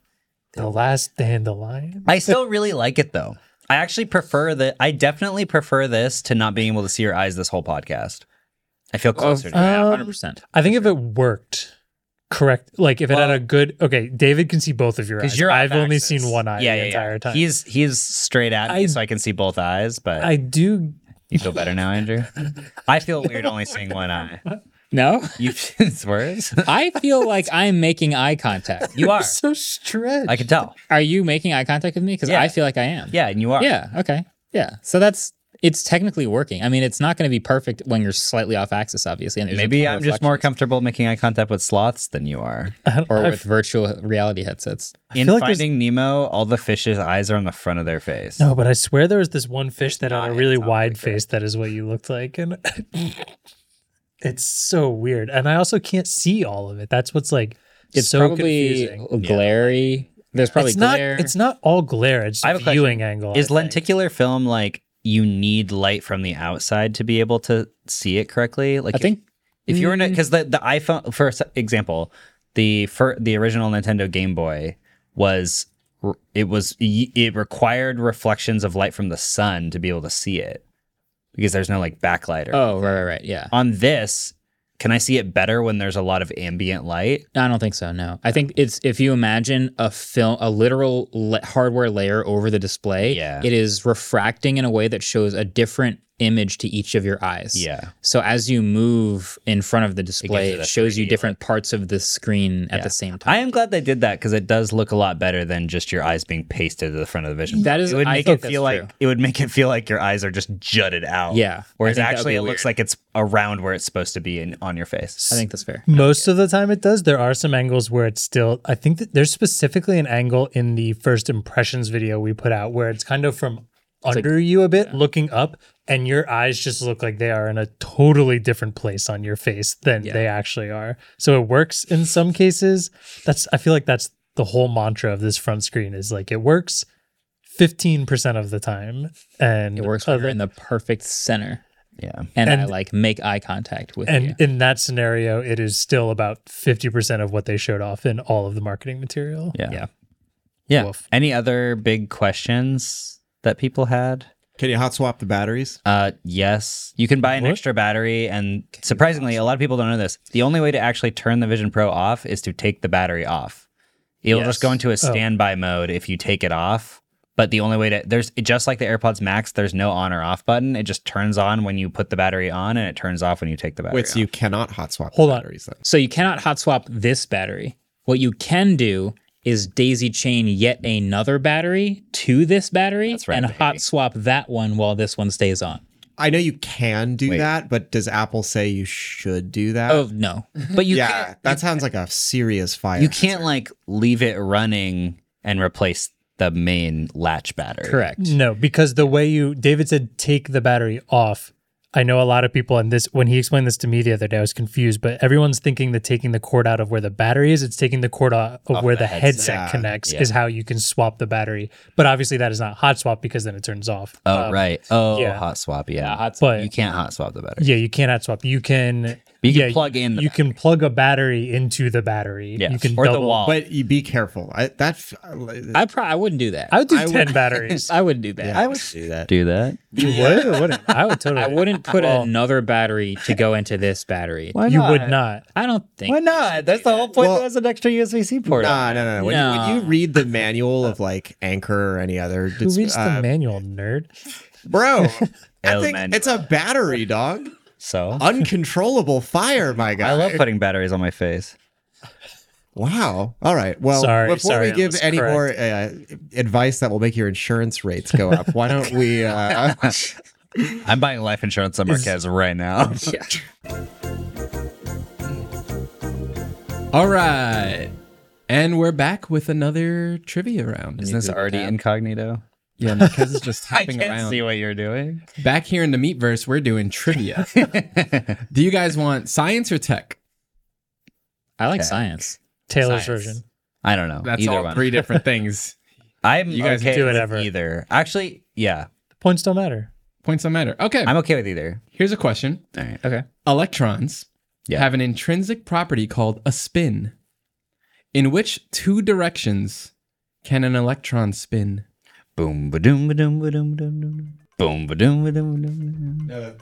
B: the last dandelion
C: I still really like it though. I actually prefer that. I definitely prefer this to not being able to see your eyes this whole podcast. I feel closer. to it.
A: Yeah,
B: Um,
A: 100%.
B: i think if it worked correct like if it had a good okay david can see both of your eyes
C: you're
B: i've
C: off
B: only
C: axis.
B: seen one eye
C: Yeah,
B: the
C: yeah, yeah.
B: entire time
C: He's he's straight at me,
B: I-
C: so I can see both eyes. But
B: i do
C: You feel better now, Andrew? I feel weird only seeing one eye.
A: No,
C: You it's worse.
A: I feel like I'm making eye contact.
C: You are.
E: so stretched.
C: I can tell.
A: Are you making eye contact with me? Because
C: Yeah.
A: I feel like I am.
C: Yeah, and you are.
A: Yeah. Okay. Yeah. So that's it's technically working. I mean, it's not going to be perfect when you're slightly off axis, obviously. And there's a
C: Maybe
A: ton
C: I'm
A: of
C: just more
A: reflections.
C: comfortable making eye contact with sloths than you are.
A: or with virtual reality headsets.
C: In
B: feel like there's-
C: Finding Nemo, all the fish's eyes are on the front of their face.
B: No, but I swear there was this one fish that had a
C: not-
B: really
C: it's not
B: wide
C: like that.
B: face that is what you looked like. And it's so weird. And I also can't see all of it. That's what's like
A: It's
B: so
A: probably
B: confusing.
A: glary. There's probably
B: it's
A: glare.
B: not it's not all glare, it's
C: I have a question.
B: viewing angle. I
C: Is
B: think.
C: lenticular film like you need light from the outside to be able to see it correctly?
A: I
C: Like if-
A: think mm.
C: if you were in it because the, the iphone for s- example the for the original nintendo game boy was r- it was y- it required reflections of light from the sun to be able to see it because there's no like backlight or
A: Oh, right, right, right. Yeah.
C: on this can i see it better when there's a lot of ambient light
A: No, I don't think so. No, I think it's if you imagine a film, a literal le- hardware layer over the display.
C: Yeah.
A: it is refracting in a way that shows a different image to each of your eyes.
C: yeah
A: So as you move in front of the display,
C: it
A: it,
C: a
A: shows you
C: 3D
A: different parts of the screen at the same time.
C: i am glad they did that because it does look a lot better than just your eyes being pasted to the front of the vision
A: That is-
C: it would
A: I
C: make
A: think
C: it
A: that's
C: feel like
A: true.
C: it would make it feel like your eyes are just jutted out
A: yeah, I
C: whereas
A: think that would
C: actually
A: be
C: it looks
A: weird.
C: like it's around where it's supposed to be in, on your face
A: I think that's fair.
B: most of the time it does. There are some angles where it's still I think that there's specifically an angle in the first impressions video we put out where it's kind of from under you a bit, looking up, and your eyes just look like they are in a totally different place on your face than they actually are. So it works in some cases. That's I feel like that's the whole mantra of this front screen is like it works 15% of the time. And
A: It works when
B: other-
A: you're in the perfect center,
C: yeah
A: and, I
B: And-
A: like make eye contact with
B: and
A: you.
B: in that scenario, it is still about 50% of what they showed off in all of the marketing material.
C: Yeah.
A: Yeah.
C: Yeah.
B: Woof.
C: Any other big questions that people had?
E: Can you hot swap the batteries?
C: Uh, yes. You can buy an
B: What?
C: extra battery, and surprisingly, a lot of people don't know this. The only way to actually turn the Vision Pro off is to take the battery off. It'll just go
B: Oh.
C: into a standby mode if you take it off. But the only way to there's just like the AirPods Max, there's no on or off button. It just turns on when you put the battery on, and it turns off when you take the battery.
E: Wait, so you
C: off.
E: cannot hot swap
B: Hold
E: the
B: on.
E: batteries then?
A: So you cannot hot swap this battery. What you can do is daisy chain yet another battery to this battery
C: That's right,
A: and
C: baby.
A: hot swap that one while this one stays on.
E: I know you can do
C: Wait.
E: that, but does Apple say you should do that?
A: Oh no.
C: but you
E: yeah,
C: can't,
E: that sounds like a serious fire.
C: you can't like leave it running and replace the main latch battery.
A: Correct.
B: No, because the way you, David said, take the battery off. I know a lot of people, and this, when he explained this to me the other day, I was confused, but everyone's thinking that taking the cord out of where the battery is, it's taking the cord out of
C: Off
B: where
C: the
B: the,
C: headset.
B: headset,
E: Yeah,
B: connects,
C: yeah.
B: is how you can swap the battery. But obviously, that is not hot swap because then it turns off.
C: Oh
B: Um,
C: right. Oh
B: yeah.
C: hot swap. Yeah.
A: Yeah, hot
B: But
C: you can't hot swap the battery.
B: yeah, you can't hot swap. You can.
C: You can
B: yeah,
C: plug in the
B: you can plug a battery into the battery.
C: Yeah.
B: You can
C: or
B: double,
C: the wall.
E: But you be careful. I, that f- I,
A: I probably I wouldn't do that.
B: I would do
E: I would-
B: ten batteries.
A: I wouldn't do that.
E: yeah, I would do that.
C: do that.
B: You would or wouldn't? I would totally.
A: I wouldn't put
B: Well-
A: another battery to go into this battery.
B: You would not.
A: I don't think.
C: Why not? That's the whole point.
E: Well-
C: that has an extra USB C port. on
E: Nah,
C: it.
E: no, no, no. When, You, when you
A: No.
E: read the manual of like Anchor or any other,
B: Who
E: dis-
B: reads
E: uh,
B: the manual, nerd?
E: bro, I
C: El
E: think
C: manual.
E: it's a battery, dog.
C: So
E: Uncontrollable fire, my guy.
C: I love putting batteries on my face.
E: Wow. All right. Well,
B: Sorry,
E: before
B: sorry,
E: we
B: I
E: give
B: was
E: any
B: correct.
E: more uh, advice that will make your insurance rates go up, why don't we? Uh,
C: I'm buying life insurance on Marquez right now.
D: All right. And we're back with another trivia round.
C: Isn't this already incognito?
D: Yeah, Marquez is just hopping around.
C: what you're doing.
D: Back here in the Meatverse, we're doing trivia. Do you guys want science or tech?
A: I like science.
B: Taylor's
C: Science.
B: version.
C: I don't know.
D: That's
C: either
D: all
C: one.
D: three different things.
C: I'm
D: You guys
C: okay
B: do
C: with
B: whatever.
C: either. Actually, yeah,
B: The points don't matter.
D: Points don't matter. Okay.
C: I'm okay with either.
D: here's a question.
C: All right.
A: Okay.
D: Electrons
C: Yeah.
D: have an intrinsic property called a spin. In which two directions can an electron spin?
C: Boom, ba doom, ba doom, ba doom, ba doom, boom, ba doom, ba doom, ba doom.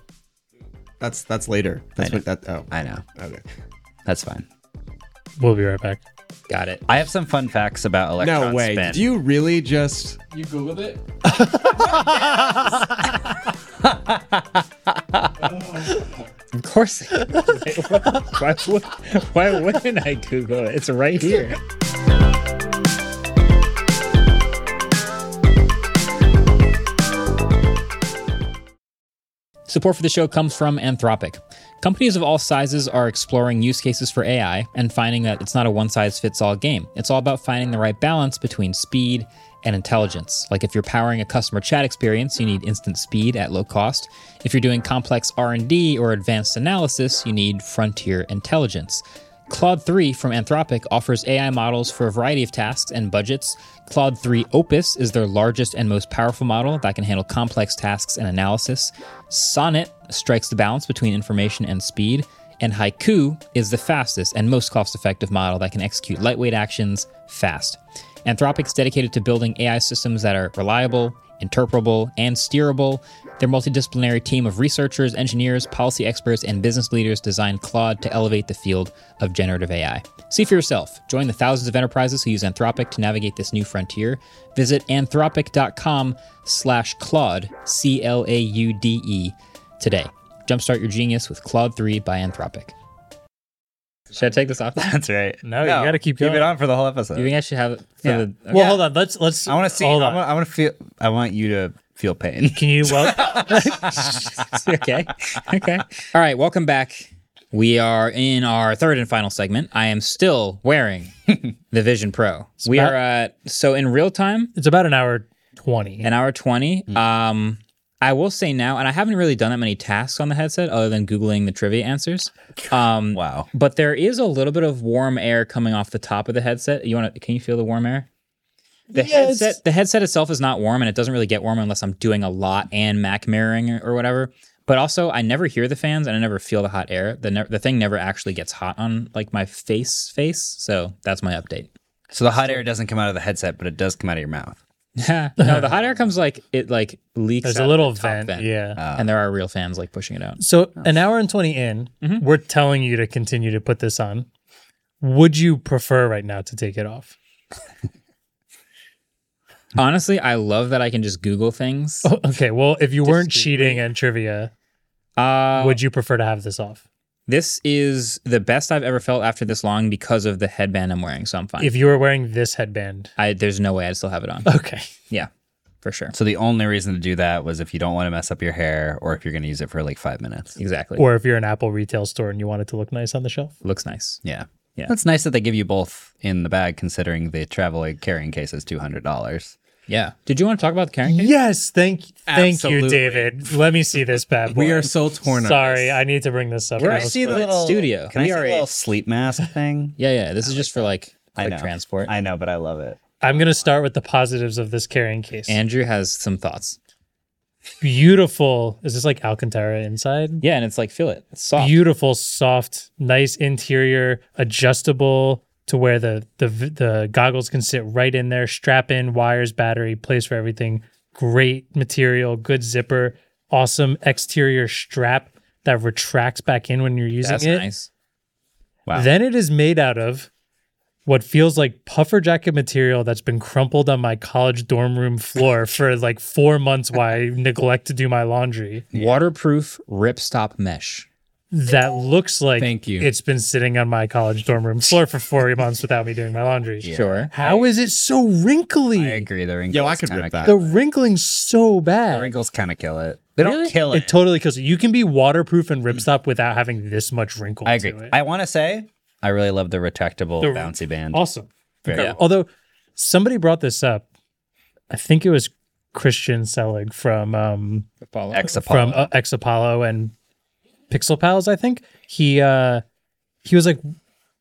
E: that's that's later. That's what that. Oh,
C: I know.
E: okay.
C: That's fine.
B: We'll be right back.
A: Got it.
C: I have some fun facts about electron
E: No way.
C: spin.
E: Did you really just?
D: You Googled it?
A: Of course. I did. why, would, why wouldn't I Google it? It's right here. Support for the show comes from Anthropic. Companies of all sizes are exploring use cases for AI and finding that it's not a one size fits all game. It's all about finding the right balance between speed and intelligence. Like if you're powering a customer chat experience, you need instant speed at low cost. If you're doing complex R&D or advanced analysis, you need frontier intelligence. Claude 3 from Anthropic offers AI models for a variety of tasks and budgets. Claude 3 Opus is their largest and most powerful model that can handle complex tasks and analysis. Sonnet strikes the balance between information and speed. And Haiku is the fastest and most cost effective model that can execute lightweight actions fast. Anthropic's dedicated to building AI systems that are reliable, interpretable, and steerable. Their multidisciplinary team of researchers, engineers, policy experts, and business leaders designed Claude to elevate the field of generative AI. See for yourself. Join the thousands of enterprises who use Anthropic to navigate this new frontier. Visit anthropic.com slash Claude, C-L-A-U-D-E, E, today. Jumpstart your genius with Claude 3 by Anthropic. Should I take this off?
C: That's right.
B: No, you gotta keep
C: Keep
B: going.
C: it on for the whole episode.
A: You think I should have it for
C: Yeah.
A: the...
B: Well, hold on. Let's let's.
C: I want to see. I
B: Hold on.
C: want, I want to feel. I want you to feel pain.
B: Can you? Well,
A: okay. Okay. All right. Welcome back. We are in our third and final segment. I am still wearing the Vision Pro. We
B: about-
A: are at, so in real time,
B: it's about an hour twenty.
A: an hour 20. Um, I will say now, and I haven't really done that many tasks on the headset other than Googling the trivia answers. Um,
C: Wow.
A: But there is a little bit of warm air coming off the top of the headset. You want to, can you feel the warm air? The headset the headset itself is not warm and it doesn't really get warm unless I'm doing a lot and Mac mirroring or, or whatever. But also I never hear the fans and I never feel the hot air. The ne- the thing never actually gets hot on like my face face. So that's my update.
C: So the hot air doesn't come out of the headset, but it does come out of your mouth.
A: no, the hot air comes like it like leaks.
B: There's
A: out
B: a
A: of
B: little
A: the top Uh,
B: vent. Yeah.
A: and there are real fans like pushing it out.
B: So an hour and twenty in, we're telling you to continue to put this on. Would you prefer right now to take it off?
A: Honestly, I love that I can just Google things.
B: Oh, okay. Well, if you weren't cheating and trivia,
A: Uh,
B: would you prefer to have this off?
A: this is the best I've ever felt after this long because of the headband I'm wearing. So I'm fine.
B: If you were wearing this headband,
A: I, there's no way I'd still have it on.
B: okay.
A: Yeah, for sure.
C: So the only reason to do that was if you don't want to mess up your hair, or if you're going to use it for like five minutes.
A: Exactly.
B: Or if you're an Apple retail store and you want it to look nice on the shelf.
A: Looks nice.
C: Yeah.
A: Yeah.
C: That's nice that they give you both in the bag, considering the travel carrying case is two hundred dollars.
A: Yeah. Did you want to talk about the carrying case?
B: Yes, thank thank you,
D: Absolutely.
B: David. Let me see this bad boy.
D: We are so torn.
B: Sorry,
D: on
B: I need to bring this up.
A: We're
B: now.
A: see the little- studio.
C: Can I
A: We
C: see
A: are
C: the
A: a-
C: little sleep mask thing?
A: Yeah, yeah. This is just for like
C: I
A: quick
C: know.
A: transport.
C: I know, but I love it.
B: I'm gonna start with the positives of this carrying case.
A: Andrew has some thoughts.
B: beautiful. Is this like Alcantara inside?
A: Yeah, and it's like feel it. It's soft.
B: Beautiful, soft, nice interior, adjustable to where the the v- the goggles can sit right in there. Strap in, wires, battery, place for everything. Great material, good zipper, awesome exterior strap that retracts back in when you're using
A: That's
B: it.
A: nice.
C: Wow.
B: Then it is made out of what feels like puffer jacket material that's been crumpled on my college dorm room floor for like four months while I neglect to do my laundry.
A: Waterproof ripstop mesh.
B: That looks like
D: Thank you.
B: it's been sitting on my college dorm room floor for four months without me doing my laundry.
A: Sure.
B: How is it so
C: I
B: wrinkly?
C: agree. The wrinkles.
E: Yo, I could
C: kinda,
E: rip that.
B: The wrinkling's so
C: The
B: bad.
C: wrinkles kind of kill it. They don't kill it.
B: It totally kills it. You can be waterproof and ripstop without having this much wrinkle.
C: I agree.
B: To it.
C: I want to say I really love the retractable
B: The-
C: bouncy band.
B: Awesome.
C: Very
B: Okay. Although somebody brought this up, I think it was Christian Selig from um,
A: Apollo.
C: Ex
B: from uh, Ex Apollo and Pixel Pals. I think he uh, he was like,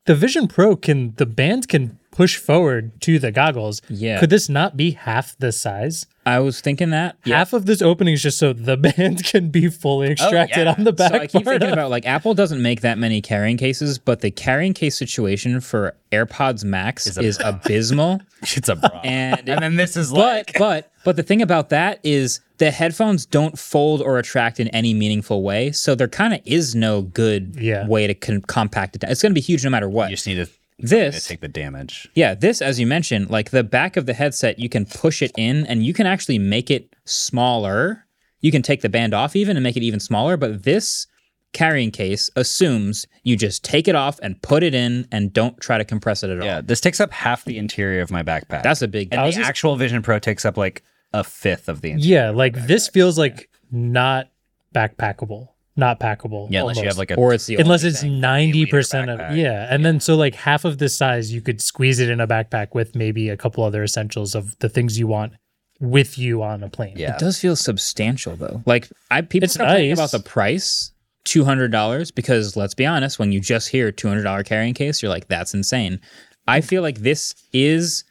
B: the Vision Pro can the band can push forward to the goggles.
A: Yeah.
B: could this not be half the size?
A: I was thinking that. Yeah.
B: Half of this opening is just so the band can be fully extracted
C: Oh, yeah.
B: on the back.
A: So I keep
B: part
A: thinking
B: of-
A: about like Apple doesn't make that many carrying cases, but the carrying case situation for AirPods Max is, abysmal.
C: It's a bra.
A: and
C: and then this is
A: but
C: like
A: but but the thing about that is the headphones don't fold or attract in any meaningful way, so there kind of is no good
B: Yeah.
A: way to con- compact it down. It's going to be huge no matter what.
C: you just need to to
A: this
C: take the damage.
A: yeah, this, as you mentioned, like the back of the headset, you can push it in and you can actually make it smaller. You can take the band off even and make it even smaller, but this carrying case assumes you just take it off and put it in and don't try to compress it at all.
C: Yeah, this takes up half the interior of my backpack.
A: That's a big
C: and the actual Vision Pro takes up like a fifth of the interior.
B: Yeah, like this feels like not backpackable, not packable.
C: Yeah, unless you have
B: almost.
C: like a
A: or it's the
B: unless
A: only
B: it's
A: thing.
B: ninety percent of
C: backpack.
B: yeah, and then so like half of this size you could squeeze it in a backpack with maybe a couple other essentials of the things you want with you on a plane.
C: yeah.
A: It does feel substantial though. Like I people
B: It's
A: complain
B: nice.
A: about the price, two hundred dollars. Because let's be honest, when you just hear two hundred dollar carrying case, you're like, that's insane. I feel like this is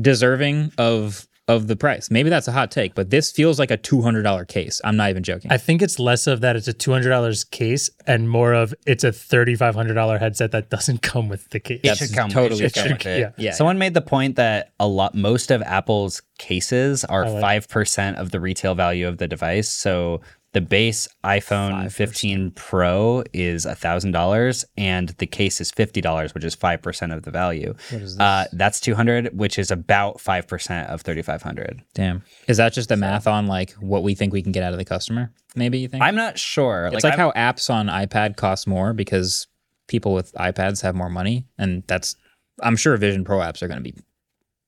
A: deserving of of the price. Maybe that's a hot take, but this feels like a two hundred dollar case. I'm not even joking.
B: I think it's less of that it's a two hundred dollars case and more of it's a thirty five hundred dollar headset that doesn't come with the case.
C: It should come.
A: totally
C: it should come
A: fair.
C: with it.
B: Yeah.
A: Yeah.
C: Someone made the point that a lot, most of Apple's cases are five percent of the retail value of the device. So the base iPhone 15 Pro is thousand dollars, and the case is fifty dollars, which is five percent of the value. Uh, that's two hundred, which is about five percent of thirty five hundred.
A: Damn. Is that just the math on like what we think we can get out of the customer? Maybe you think
C: I'm not sure.
A: it's like how
C: I'm-
A: apps on iPad cost more because people with iPads have more money, and that's I'm sure Vision Pro apps are going to be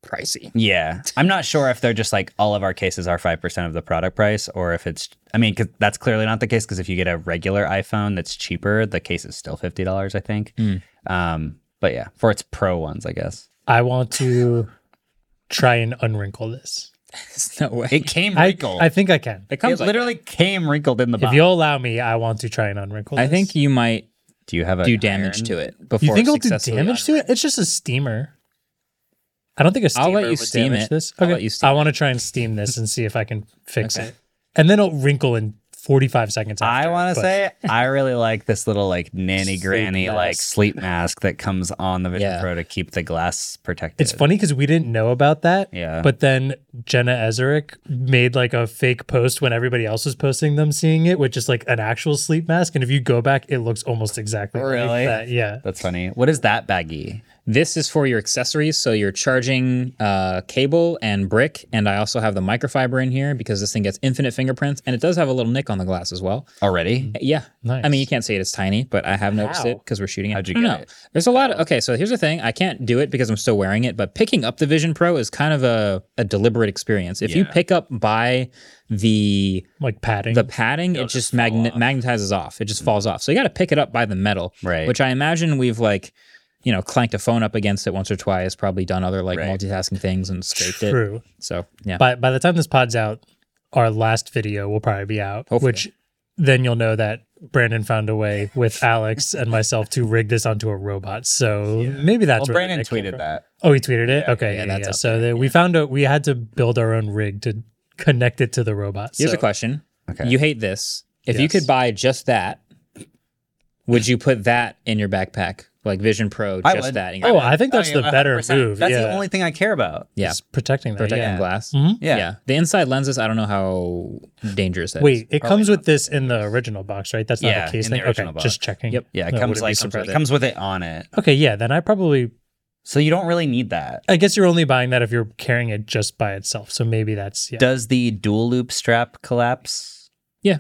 A: pricey.
C: Yeah, I'm not sure if they're just like all of our cases are five percent of the product price, or if it's. I mean, 'cause that's clearly not the case. Because if you get a regular iPhone that's cheaper, the case is still fifty dollars, I think.
A: Hmm.
C: Um, but yeah, for its pro ones, I guess
B: I want to try and unwrinkle this.
A: There's no way.
C: it came
B: I,
C: wrinkled.
B: I think I can.
A: It comes
C: it literally came wrinkled in the
B: If
C: box.
B: you'll allow me, I want to try and unwrinkle.
A: I
B: this.
A: think you might
C: Do you have a
A: do damage
C: iron?
A: to it before.
B: You
A: it's
B: think it'll do
A: successfully
B: damage to it? It's just a steamer. I don't think a steamer
A: I'll let you
B: would
A: steam
B: damage
A: it.
B: this.
A: I'll
B: Okay.
A: let you steam
B: I want to try and steam this and see if I can fix it. And then it'll wrinkle in 45 seconds.
C: I
B: after,
C: want
B: but
C: to say I really like this little like nanny granny like
B: mask.
C: sleep mask that comes on the Vision
A: Yeah.
C: Pro to keep the glass protected.
B: It's funny because we didn't know about that.
C: Yeah.
B: But then Jenna Ezerick made like a fake post when everybody else was posting them seeing it with just like an actual sleep mask. And if you go back, it looks almost exactly
C: Really?
B: like that. Yeah.
C: That's funny. What is that baggie?
A: This is for your accessories, so your charging uh, cable and brick, and I also have the microfiber in here because this thing gets infinite fingerprints, and it does have a little nick on the glass as well.
C: Already?
A: Yeah.
B: Nice.
A: I mean, you can't say it, it's tiny, but I have noticed it because we're shooting it.
C: How'd you
A: I don't
C: get
A: know.
C: it?
A: There's a lot
B: Oh.
A: of, okay, so here's the thing. I can't do it because I'm still wearing it, but picking up the Vision Pro is kind of a, a deliberate experience. If you pick up by the
B: Like padding.
A: the padding, it just, magne- magnetizes off. It just falls off. So you got to pick it up by the metal,
C: Right.
A: Which I imagine we've like, you know, clanked a phone up against it once or twice. Probably done other like
C: Right.
A: multitasking things and scraped it.
B: True.
A: So yeah,
B: By, by the time this pod's out, our last video will probably be out,
A: Hopefully.
B: which then you'll know that Brandon found a way with Alex and myself to rig this onto a robot. So maybe that's where
C: Well,
B: the
C: Brandon
B: nick came
C: tweeted
B: from.
C: that.
B: Oh, he tweeted it.
A: yeah,
B: okay, yeah, yeah,
A: that's out
B: So the, we found a we had to build our own rig to connect it to the robot.
A: here's
B: so
A: a question.
C: Okay.
A: You hate this. If you
B: Yes.
A: could buy just that, would you put that in your backpack, like Vision Pro,
C: I
A: just
C: would.
A: that? In your
B: Oh, I think that's the
C: Oh, yeah,
B: better
C: 100%.
B: move.
C: That's
B: yeah.
C: the only thing I care about.
A: yeah,
B: It's protecting that.
A: protecting
B: yeah. Mm-hmm.
A: the glass.
C: Yeah.
A: the inside lenses. I don't know how dangerous that is.
B: Wait, it comes with this in the original box, right? That's not
C: Yeah,
B: a case
C: in the
B: thing. Okay,
C: original box.
B: just checking.
A: Yep.
C: Yeah, it
B: No, wouldn't be
C: comes like comes with,
A: surprised.
C: it comes with it on it.
B: Okay, yeah, then I probably
C: So you don't really need that.
B: I guess you're only buying that if you're carrying it just by itself. So maybe that's yeah.
C: Does the dual loop strap collapse?
A: Yeah.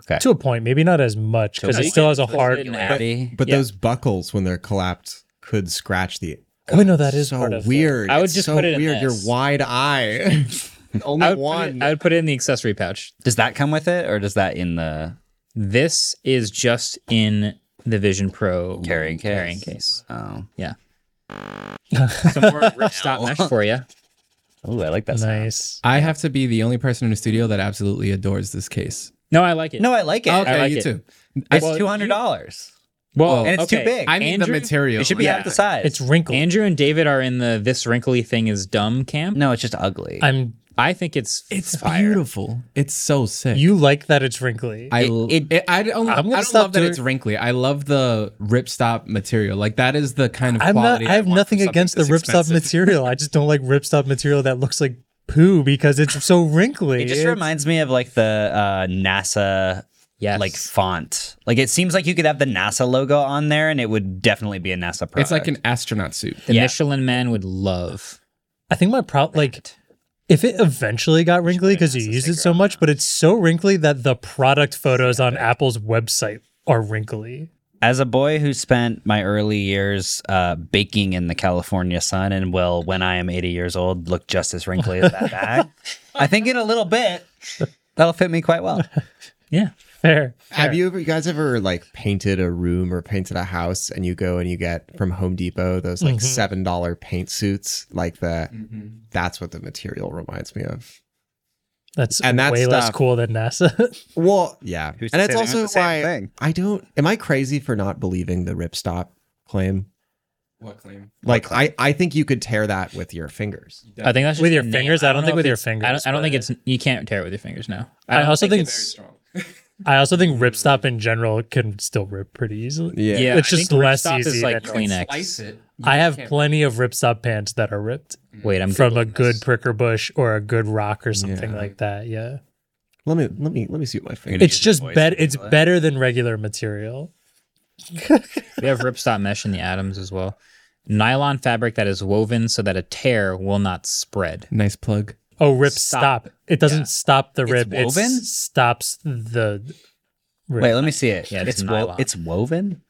C: Okay.
B: to a point, maybe not as much because
A: No,
B: it
A: you
B: still
A: can-
B: has a
A: it's
B: hard. Oh,
A: an
E: But,
C: Abby?
E: but
A: Yeah.
E: those buckles, when they're collapsed, could scratch the.
B: Oh, no, that is
E: so
B: part of the-
E: weird.
A: I would
E: It's
A: just
E: so
A: put it in
E: weird.
A: this.
E: Your wide eye. Only
A: I would, put
E: one.
A: it, I would put it in the accessory pouch.
C: Does that come with it or does that in the
A: This is just in the Vision Pro
C: Carrying case.
A: Carrying case.
C: Oh.
A: Yeah. Some more rip stop mesh for you.
C: Ooh, I like that. sound.
B: Nice.
D: I have to be the only person in the studio that absolutely adores this case.
A: No, I like it.
C: No, I like it.
A: I
D: Okay,
A: like
D: you
A: it.
D: too.
C: It's
A: Well,
C: two hundred dollars.
D: Well,
C: And it's too
A: okay.
C: big.
D: I need the
A: Andrew-
D: material.
C: it should be
D: Yeah.
C: half the size.
B: It's wrinkled.
A: Andrew and David are in the this wrinkly thing is dumb camp.
C: no, it's just ugly.
B: I'm.
A: I think it's
D: It's
A: fire.
D: beautiful. It's so sick.
B: You like that it's wrinkly.
D: I
C: It-
D: l-
C: it-
D: it- I don't,
B: I'm
D: I
B: gonna
D: don't
B: stop
D: love that
B: doing-
D: it's wrinkly. I love the ripstop material. Like that is the kind of
B: I'm not.
D: quality
B: I have
D: want
B: nothing
D: from something
B: against the
D: this
B: ripstop
D: expensive.
B: material. I just don't like ripstop material that looks like poo because it's so wrinkly.
C: it just
B: It's-
C: reminds me of like the uh, NASA
A: Yes.
C: like font. Like it seems like you could have the NASA logo on there and it would definitely be a NASA product.
D: It's like an astronaut suit.
A: the
C: yeah.
A: Michelin man would love.
B: I think my problem, like, If it eventually got wrinkly because you used it so much, but it's so wrinkly that the product photos on Apple's website are wrinkly.
C: As a boy who spent my early years uh, baking in the California sun and will, when I am 80 years old, look just as wrinkly as that bag, I think in a little bit, that'll fit me quite well.
B: Yeah, fair.
E: Have you ever, you guys ever like painted a room or painted a house and you go and you get from Home Depot those like $7 paint suits? Like the,
A: Mm-hmm.
E: that's what the material reminds me of.
B: That's
E: And that
B: way less
E: stuff-
B: cool than NASA.
E: Well, yeah.
C: Who's
E: and it's
C: sitting with
E: also
C: the same
E: why
C: thing?
E: I don't, am I crazy for not believing the ripstop claim?
D: What claim?
E: Like, I, I think you could tear that with your fingers.
A: I think that's
B: With
A: just
B: your
A: the name.
B: fingers? I don't
A: know
B: think
A: if
B: with your
A: it's- I
B: fingers,
A: don't, I don't think
B: but-
A: it's. You can't tear it with your fingers now.
B: I also think
D: Very
B: s-
D: strong.
B: I also think ripstop in general can still rip pretty easily.
E: Yeah.
B: It's just
A: think
B: less
A: Wingstop
B: easy
A: Is like
B: than-
A: Kleenex.
D: Slice it.
B: I have plenty of ripstop pants that are ripped
A: Wait, I'm
B: from a good pricker bush or a good rock or something like that. Yeah.
E: Let me, let me, let me see what my fingers.
B: It's just bet it's better than regular material.
A: We have ripstop mesh in the atoms as well. Nylon fabric that is woven so that a tear will not spread.
D: Nice plug.
B: Oh, rip
A: Stop.
B: stop. It doesn't stop the rip. It
C: woven?
B: stops the rip.
C: Wait, let me see it.
A: Yeah, it's
C: it's, wo-
A: nylon.
C: it's woven?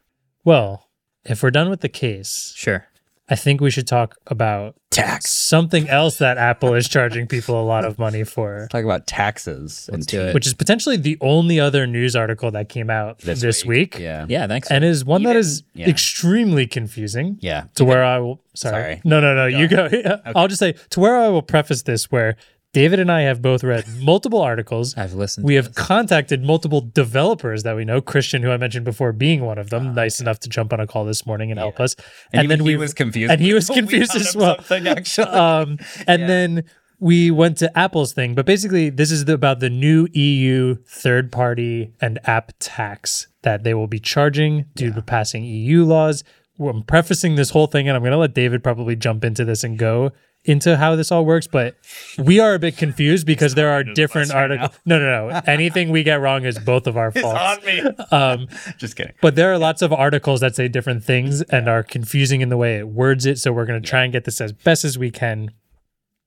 B: well, if we're done with the case,
A: Sure.
B: I think we should talk about
C: Tax.
B: something else that Apple is charging people a lot of money for,
C: Talk about taxes.
A: Let's do it.
B: which is potentially the only other news article that came out this, week.
C: Yeah.
A: Yeah, thanks.
B: And is one that is
C: yeah.
B: extremely confusing.
C: Yeah.
B: to where I will. Sorry.
C: Sorry.
B: No, no, no. you go. I'll just say to where I will preface this, where David and I have both read multiple articles.
A: I've listened.
B: We
A: to
B: have contacted multiple developers that we know. Christian, who I mentioned before, being one of them, nice enough to jump on a call this morning and help us.
C: Ah, And, even he was confused.
B: and he was
C: We
B: confused
C: taught
B: as
C: him
B: well.
C: Something, actually.
B: Um, and then we went to Apple's thing, but basically, this is the, about the new EU third party and app tax that they will be charging due to passing EU laws. Well, I'm prefacing this whole thing, and I'm going to let David probably jump into this and go into how this all works, but we are a bit confused because there are different articles. no, no, no. Anything we get wrong is both of our faults.
C: on me.
B: Um,
C: Just kidding.
B: but there are lots of articles that say different things and are confusing in the way it words it. So we're going to try and get this as best as we can.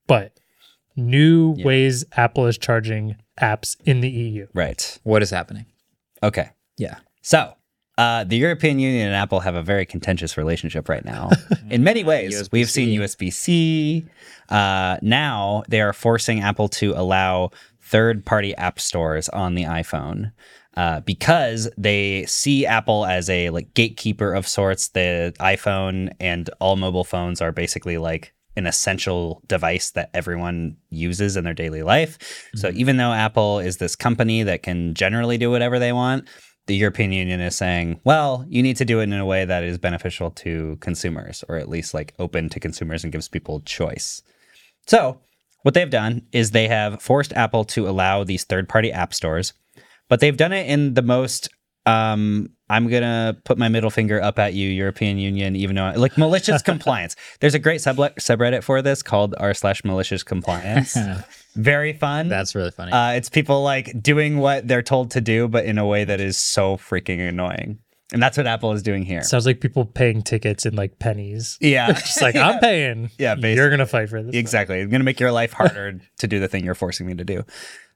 B: But new ways Apple is charging apps in the E EU.
C: Right.
A: what is happening?
C: Okay.
A: Yeah.
C: So, uh, the European Union and Apple have a very contentious relationship right now. In many ways, we've seen USB C. Uh, now they are forcing Apple to allow third party app stores on the iPhone. Uh, because they see Apple as a like gatekeeper of sorts, the iPhone and all mobile phones are basically like an essential device that everyone uses in their daily life. So even though Apple is this company that can generally do whatever they want, the European Union is saying, well, you need to do it in a way that is beneficial to consumers or at least like open to consumers and gives people choice. So, what they've done is they have forced Apple to allow these third party app stores, but they've done it in the most um, I'm gonna put my middle finger up at you, European Union, even though I, like malicious compliance. There's a great sublet subreddit for this called r slash malicious compliance. Very fun.
A: That's really funny.
C: Uh, it's people like doing what they're told to do, but in a way that is so freaking annoying. And that's what Apple is doing here.
B: Sounds like people paying tickets in like pennies.
C: yeah,
B: It's like, I'm paying.
C: Yeah,
B: You're
C: basically.
B: going to fight for this.
C: exactly. It's going to make your life harder to do the thing you're forcing me to do.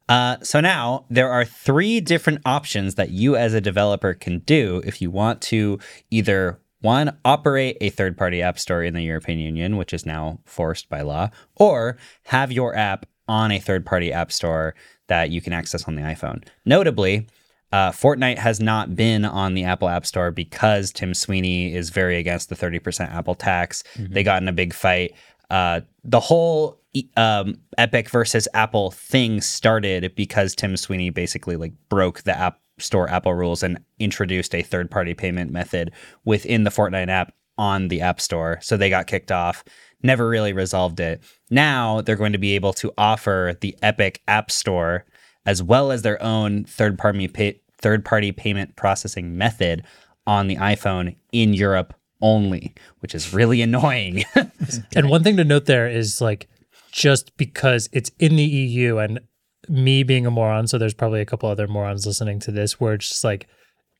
C: Uh, so now there are three different options that you as a developer can do if you want to either one operate a third-party app store in the European Union, which is now forced by law, or have your app on a third-party app store that you can access on the iPhone. Notably, uh, Fortnite has not been on the Apple App Store because Tim Sweeney is very against the 30% Apple tax. They got in a big fight. Uh, the whole e- um, Epic versus Apple thing started because Tim Sweeney basically like broke the App Store Apple rules and introduced a third-party payment method within the Fortnite app on the App Store. So they got kicked off, never really resolved it. Now they're going to be able to offer the Epic App Store as well as their own third party pay- third party payment processing method on the iPhone in Europe only, which is really annoying.
B: And one thing to note there is like just because it's in the E EU and me being a moron, so there's probably a couple other morons listening to this where it's just like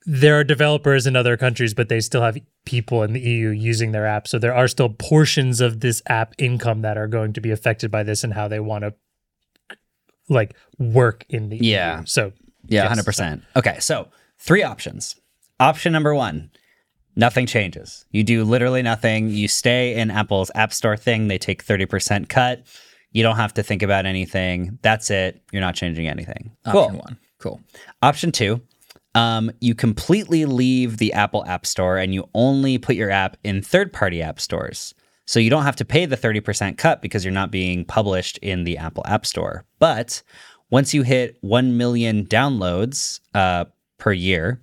B: there are developers in other countries, but they still have people in the EU using their app. So there are still portions of this app income that are going to be affected by this and how they want to like work in the
C: Yeah.
B: EU. So
C: Yeah,
B: Yes.
C: hundred percent. Okay, so three options. Option number one, nothing changes. You do literally nothing. You stay in Apple's App Store thing. They take thirty percent cut. You don't have to think about anything. That's it. You're not changing anything.
A: Option one. Cool.
C: Option two, um, you completely leave the Apple App Store and you only put your app in third party app stores. So you don't have to pay the 30% cut because you're not being published in the Apple App Store. But once you hit 1 million downloads uh, per year,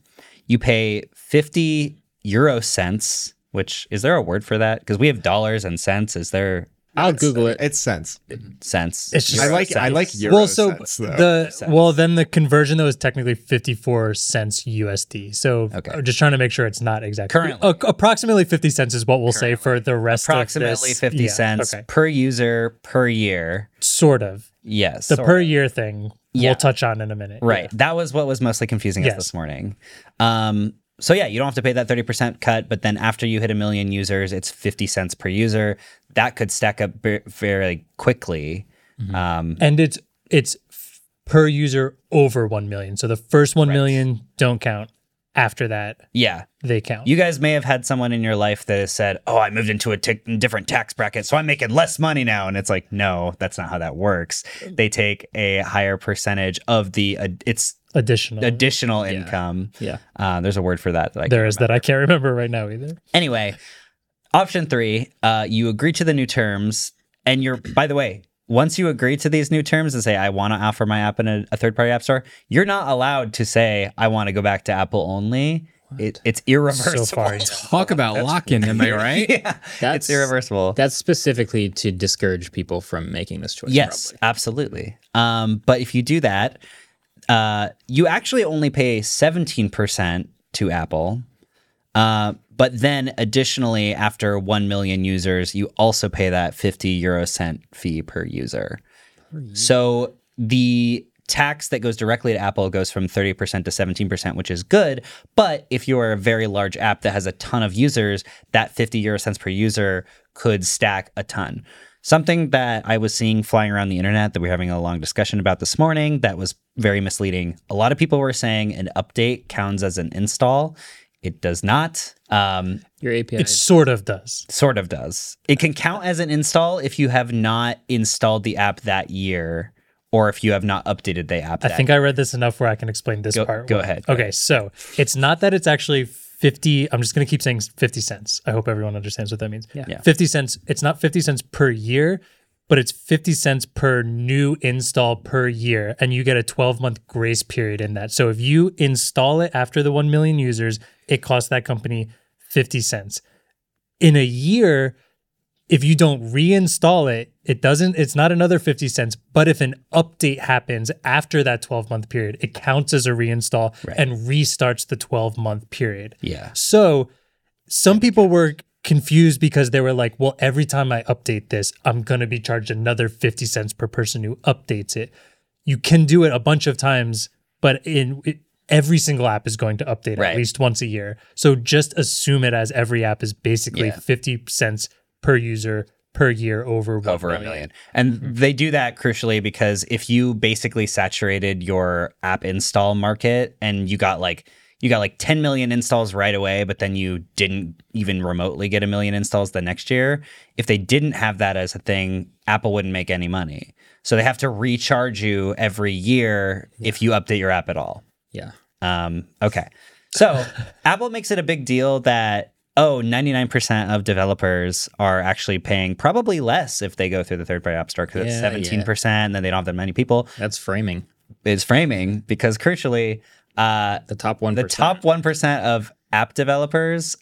C: you pay 50 euro cents, which is there a word for that? Because we have dollars and cents. Is there
A: I'll Google it.
E: It's sense.
C: cents?
B: It's just-
E: I like I like euro
B: well, so
E: sense, though.
B: the well then the conversion though is technically fifty four cents USD. So
C: Okay.
B: I'm just trying to make sure it's not exactly
C: Currently.
B: a- approximately fifty cents is what we'll say for the rest. of
C: approximately
B: this.
C: 50
B: Yeah,
C: cents
B: Okay.
C: per user per year.
B: Sort of
C: Yes.
B: the
C: sort
B: per
C: of.
B: year thing.
C: Yeah.
B: We'll touch on in a minute.
C: Right. That was what was mostly confusing us
B: Yes.
C: this morning. Um, so yeah, you don't have to pay that 30% cut, but then after you hit a million users, it's 50 cents per user. That could stack up ver- very quickly.
B: Mm-hmm.
C: Um,
B: and it's it's f- per user over 1 million so the first one million don't count after that
C: yeah.
B: they count
C: You guys may have had someone in your life that has said, "Oh, I moved into a tic- different tax bracket, so I'm making less money now." And it's like, "No, that's not how that works." They take a higher percentage of the uh, it's
B: additional
C: additional income.
A: Yeah.
C: Uh, there's a word for that. that I can't
B: Mm-hmm. there is that i can't remember right now either
C: Anyway, option three, uh, you agree to the new terms, and you're. By the way, once you agree to these new terms and say I want to offer my app in a, a third-party app store, you're not allowed to say I want to go back to Apple only. It, it's irreversible.
B: so far yeah.
D: Talk about lock-in, am I right?
C: yeah, it's
A: That's-
C: irreversible.
A: That's specifically to discourage people from making this choice.
C: Yes, absolutely. Um, but if you do that, uh, you actually only pay 17% to Apple. Uh, but then additionally, after 1 million users, you also pay that 50 euro cent fee per user. So the tax that goes directly to Apple goes from 30% to 17%, which is good. But if you are a very large app that has a ton of users, that 50 euro cents per user could stack a ton. Something that I was seeing flying around the internet that we are having a long discussion about this morning that was very misleading. A lot of people were saying an update counts as an install. It does not. Um,
A: Your API.
B: it sort of does
C: Sort of does. It can count as an install if you have not installed the app that year or if you have not updated the app.
B: i
C: that
B: think i read this enough where i can explain this
C: Go-
B: part
C: go
B: well.
C: ahead, go
B: okay so it's not that it's actually 50 i'm just going to keep saying 50 cents i hope everyone understands what that means
C: Yeah.
B: 50 cents it's not 50 cents per year but it's 50 cents per new install per year and you get a 12 month grace period in that so if you install it after the 1 million users it costs that company 50 cents in a year if you don't reinstall it it doesn't it's not another 50 cents but if an update happens after that 12 month period it counts as a reinstall and restarts the 12 month period
C: Yeah.
B: so some people were confused because they were like, well, every time I update this, I'm going to be charged another 50 cents per person who updates it. You can do it a bunch of times, but in it, every single app is going to update
C: Right.
B: at least once a year. So just assume it as every app is basically
C: Yeah.
B: 50 cents per user per year over one
C: over a million. And
B: Mm-hmm.
C: they do that crucially because if you basically saturated your app install market and you got like you got like 10 million installs right away, but then you didn't even remotely get a million installs the next year. If they didn't have that as a thing, Apple wouldn't make any money. So they have to recharge you every year if you update your app at all.
A: yeah.
C: Um, okay. So Apple makes it a big deal that, oh, 99% of developers are actually paying probably less if they go through the third party app store because
A: Yeah,
C: it's
A: yeah.
C: 17% and then they don't have that many people.
A: That's framing.
C: Is framing because crucially, uh,
A: The top one.
C: the top 1% of app developers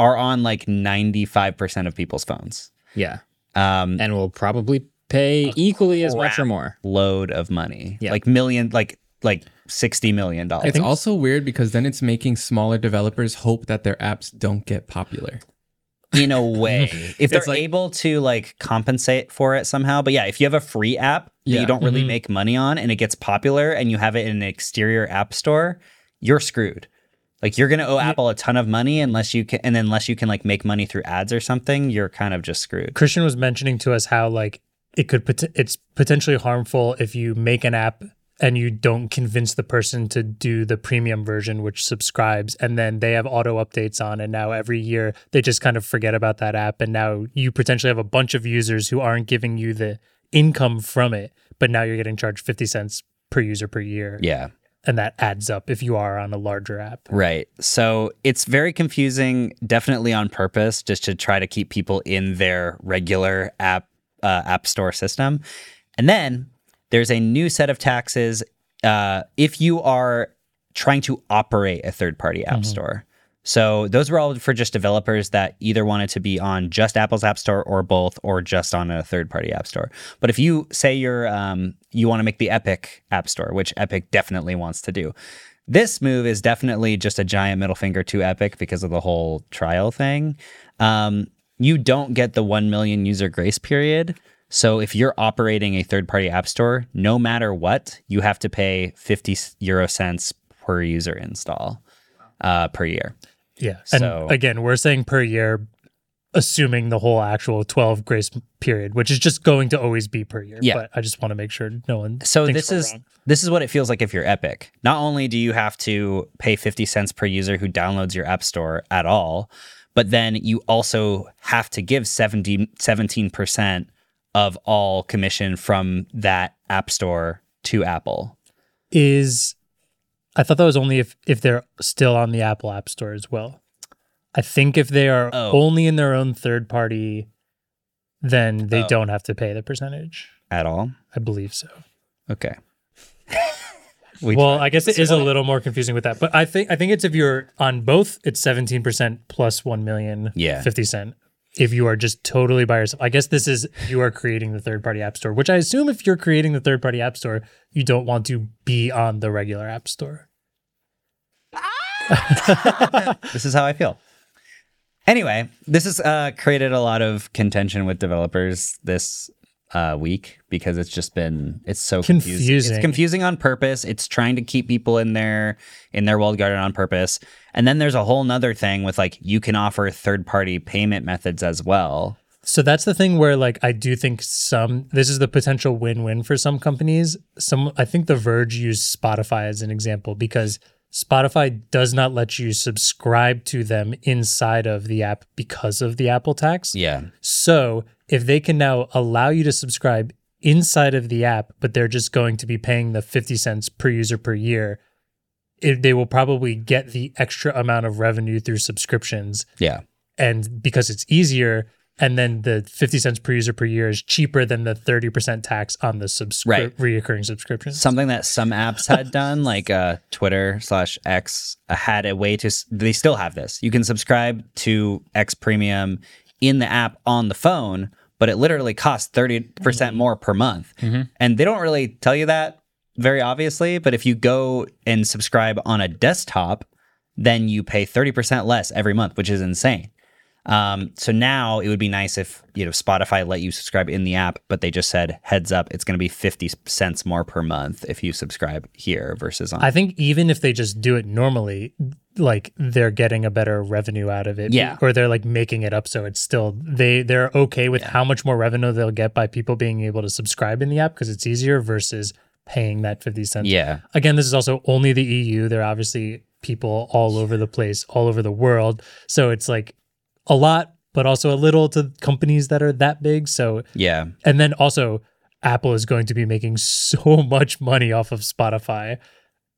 C: are on like 95% of people's phones.
A: Yeah.
C: Um,
A: And will probably pay equally as much or more.
C: load of money,
A: Yeah.
C: like million, like, like 60 million dollars.
D: It's also weird because then it's making smaller developers hope that their apps don't get popular.
C: in a way if they're
D: It's like-
C: able to like compensate for it somehow but yeah if you have a free app that
D: Yeah. Mm-hmm.
C: you don't really
B: Mhm.
C: make money on and it gets popular and you have it in an exterior app store you're screwed Like you're gonna owe Apple a ton of money unless you can, and unless you can like make money through ads or something, you're kind of just screwed.
B: Christian was mentioning to us how like it could pot- it's potentially harmful if you make an app and you don't convince the person to do the premium version which subscribes and then they have auto updates on and now every year they just kind of forget about that app and now you potentially have a bunch of users who aren't giving you the income from it but now you're getting charged 50 cents per user per year
C: Yeah.
B: and that adds up if you are on a larger app
C: Right. So it's very confusing, definitely on purpose, just to try to keep people in their regular app uh, app store system. And then there's a new set of taxes uh, if you are trying to operate a third party app store. So those were all for just developers that either wanted to be on just Apple's App Store or both, or just on a third-party app store. But if you say you're um, you want to make the Epic App Store, which Epic definitely wants to do, this move is definitely just a giant middle finger to Epic because of the whole trial thing. Um, you don't get the 1 million user grace period. So if you're operating a third party app store, no matter what, you have to pay 50 euro cents per user install uh, per year.
B: yeah and
C: So-
B: again we're saying per year assuming the whole actual 12 grace period which is just going to always be per year
C: Yeah.
B: but i just want to make sure no one
C: So
B: thinks
C: this
B: we're
C: is
B: wrong.
C: this is what it feels like if you're Epic. Not only do you have to pay 50 cents per user who downloads your app store at all, but then you also have to give 70, 17% of all commission from that app store to Apple.
B: is i thought that was only if if they're still on the apple app store as well i think if they are
C: Oh.
B: only in their own third party then they
C: Oh.
B: don't have to pay the percentage
C: At all?
B: i believe so
C: Okay. we
B: well i guess it is a little more confusing with that but i think i think it's if you're on both it's 17% plus 1 million
C: Yeah.
B: 50 cent if you are just totally by yourself i guess this is you are creating the third party app store which i assume if you're creating the third party app store you don't want to be on the regular app store
C: this is how I feel. Anyway, this has uh, created a lot of contention with developers this uh, week because it's just been it's so confusing.
B: Confusing.
C: It's confusing on purpose. It's trying to keep people in their in their walled garden on purpose. And then there's a whole nother thing with like you can offer third party payment methods as well.
B: So that's the thing where like I do think some this is the potential win-win for some companies. Some I think The Verge used Spotify as an example because Spotify does not let you subscribe to them inside of the app because of the Apple tax.
C: Yeah.
B: So if they can now allow you to subscribe inside of the app, but they're just going to be paying the 50 cents per user per year, it, they will probably get the extra amount of revenue through subscriptions
C: Yeah.
B: and because it's easier and then the 50 cents per user per year is cheaper than the 30% tax on the subscri-
C: Right.
B: reoccurring subscription
C: something that some apps had done, like uh, Twitter slash X, uh, had a way to. s- They still have this. You can subscribe to X Premium in the app on the phone, but it literally costs thirty percent more per month, and they don't really tell you that very obviously. But if you go and subscribe on a desktop, then you pay thirty percent less every month, which is insane. Um, so now it would be nice if you know Spotify let you subscribe in the app, but they just said heads up, it's going to be fifty cents more per month if you subscribe here versus on.
B: i think even if they just do it normally like they're getting a better revenue out of it
C: Yeah.
B: or they're like making it up so it's still they they're okay with how much more revenue they'll get by people being able to subscribe in the app because it's easier versus paying that 50 cents
C: yeah,
B: again, this is also only the EU. There are obviously people all over the place, all over the world. So it's like a lot, but also a little to companies that are that big. So,
C: yeah,
B: and then also, Apple is going to be making so much money off of Spotify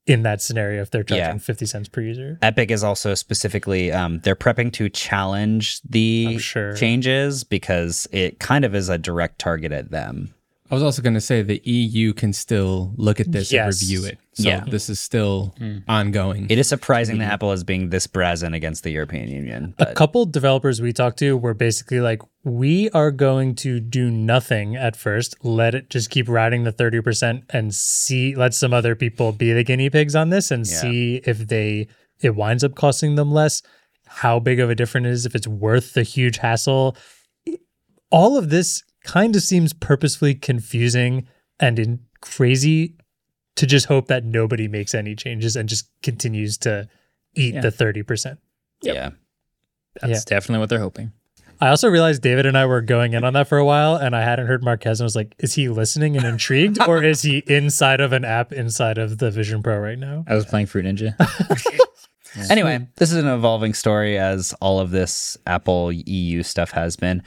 B: in that scenario if they're charging
C: Yeah.
B: 50 cents per user.
C: Epic is also specifically um, they're prepping to challenge the
B: I'm sure.
C: changes because it kind of is a direct target at them.
D: I was also going to say the EU can still look at this
B: Yes.
D: and review it. So
C: Yeah.
D: this is still ongoing.
C: It is surprising
B: Mm-hmm.
C: that Apple is being this brazen against the European Union.
B: a
C: But
B: couple developers we talked to were basically like, we are going to do nothing at first. Let it just keep riding the 30% and see, let some other people be the guinea pigs on this and
C: Yeah.
B: see if they, it winds up costing them less, how big of a difference it is, if it's worth the huge hassle. All of this kind of seems purposefully confusing and in crazy to just hope that nobody makes any changes and just continues to eat
A: Yeah.
B: the 30%.
C: Yeah.
A: That's definitely what they're hoping.
B: I also realized David and I were going in on that for a while, and I hadn't heard Marquez and was like, is he listening and intrigued, or is he inside of an app inside of the Vision Pro right now?
A: I was playing Fruit Ninja.
C: Anyway, this is an evolving story as all of this Apple EU stuff has been.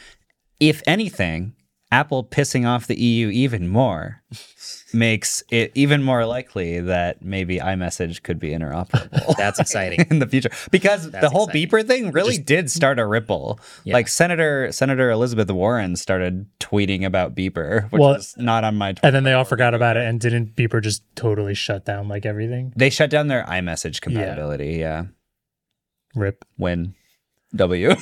C: If anything, Apple pissing off the EU even more makes it even more likely that maybe iMessage could be interoperable
A: That's exciting.
C: in the future because the whole
A: exciting.
C: beeper thing really did start a ripple.
A: Yeah.
C: Like Senator Senator Elizabeth Warren started tweeting about beeper, which
B: Well,
C: is not on my Twitter.
B: And then they all forgot about it, and didn't Beeper just totally shut down like everything?
C: They shut down their iMessage compatibility. yeah.
B: Rip.
C: When W.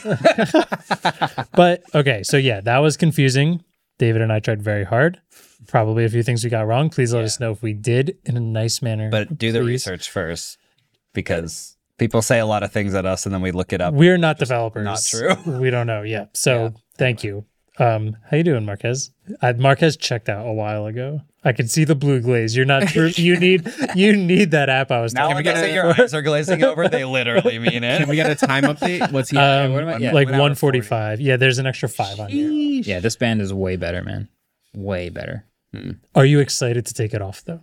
B: But okay, so yeah, that was confusing. David and I tried very hard. Probably a few things we got wrong. Please let us know if we did in a nice manner.
C: but do the
B: Please.
C: research first because people say a lot of things at us and then we look it
A: Uh,
C: up.
B: we're not developers.
C: not true.
B: we don't know. Yeah. So thank you. Um, how you doing, Marquez? I, Marquez checked out a while ago. I can see the blue glaze. You're not. True. you need. You need that app. I was.
C: now
B: talking
C: when
B: about.
C: they say your eyes are glazing over, they literally mean
D: Can
C: it.
D: we get a time update? What's he?
B: Um,
A: what am I- yeah,
B: like
A: one hour
B: 145. Yeah, there's an extra five on here.
A: yeah, this band is way better, man. Way better.
B: Are you excited to take it off though?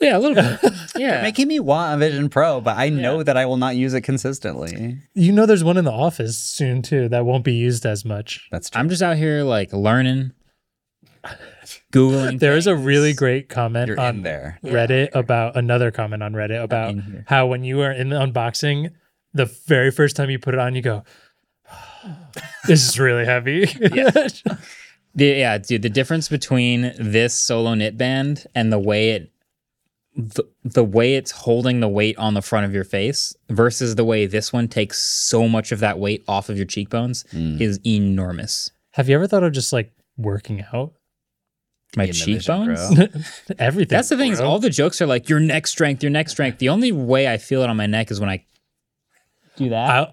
A: Yeah, a little bit. Yeah.
C: Making me want a Vision Pro, but I know that I will not use it consistently.
B: You know, there's one in the office soon too that won't be used as much.
C: That's true.
A: I'm just out here like learning, Googling.
B: There is a really great comment
C: You're
B: on
C: in there.
B: Reddit about another comment on Reddit about
A: in here.
B: how when you are in the unboxing, the very first time you put it on, you go, "This is really heavy."
A: The, yeah, dude, the difference between this solo knit band and the way it the, the way it's holding the weight on the front of your face versus the way this one takes so much of that weight off of your cheekbones
B: Mm.
A: is enormous.
B: Have you ever thought of just like working out?
A: My
C: In the Vision
A: cheekbones?
C: Pro.
B: Everything.
A: That's the thing is
B: bro.
A: all the jokes are like your neck strength, your neck strength. The only way I feel it on my neck is when I do that.
B: I-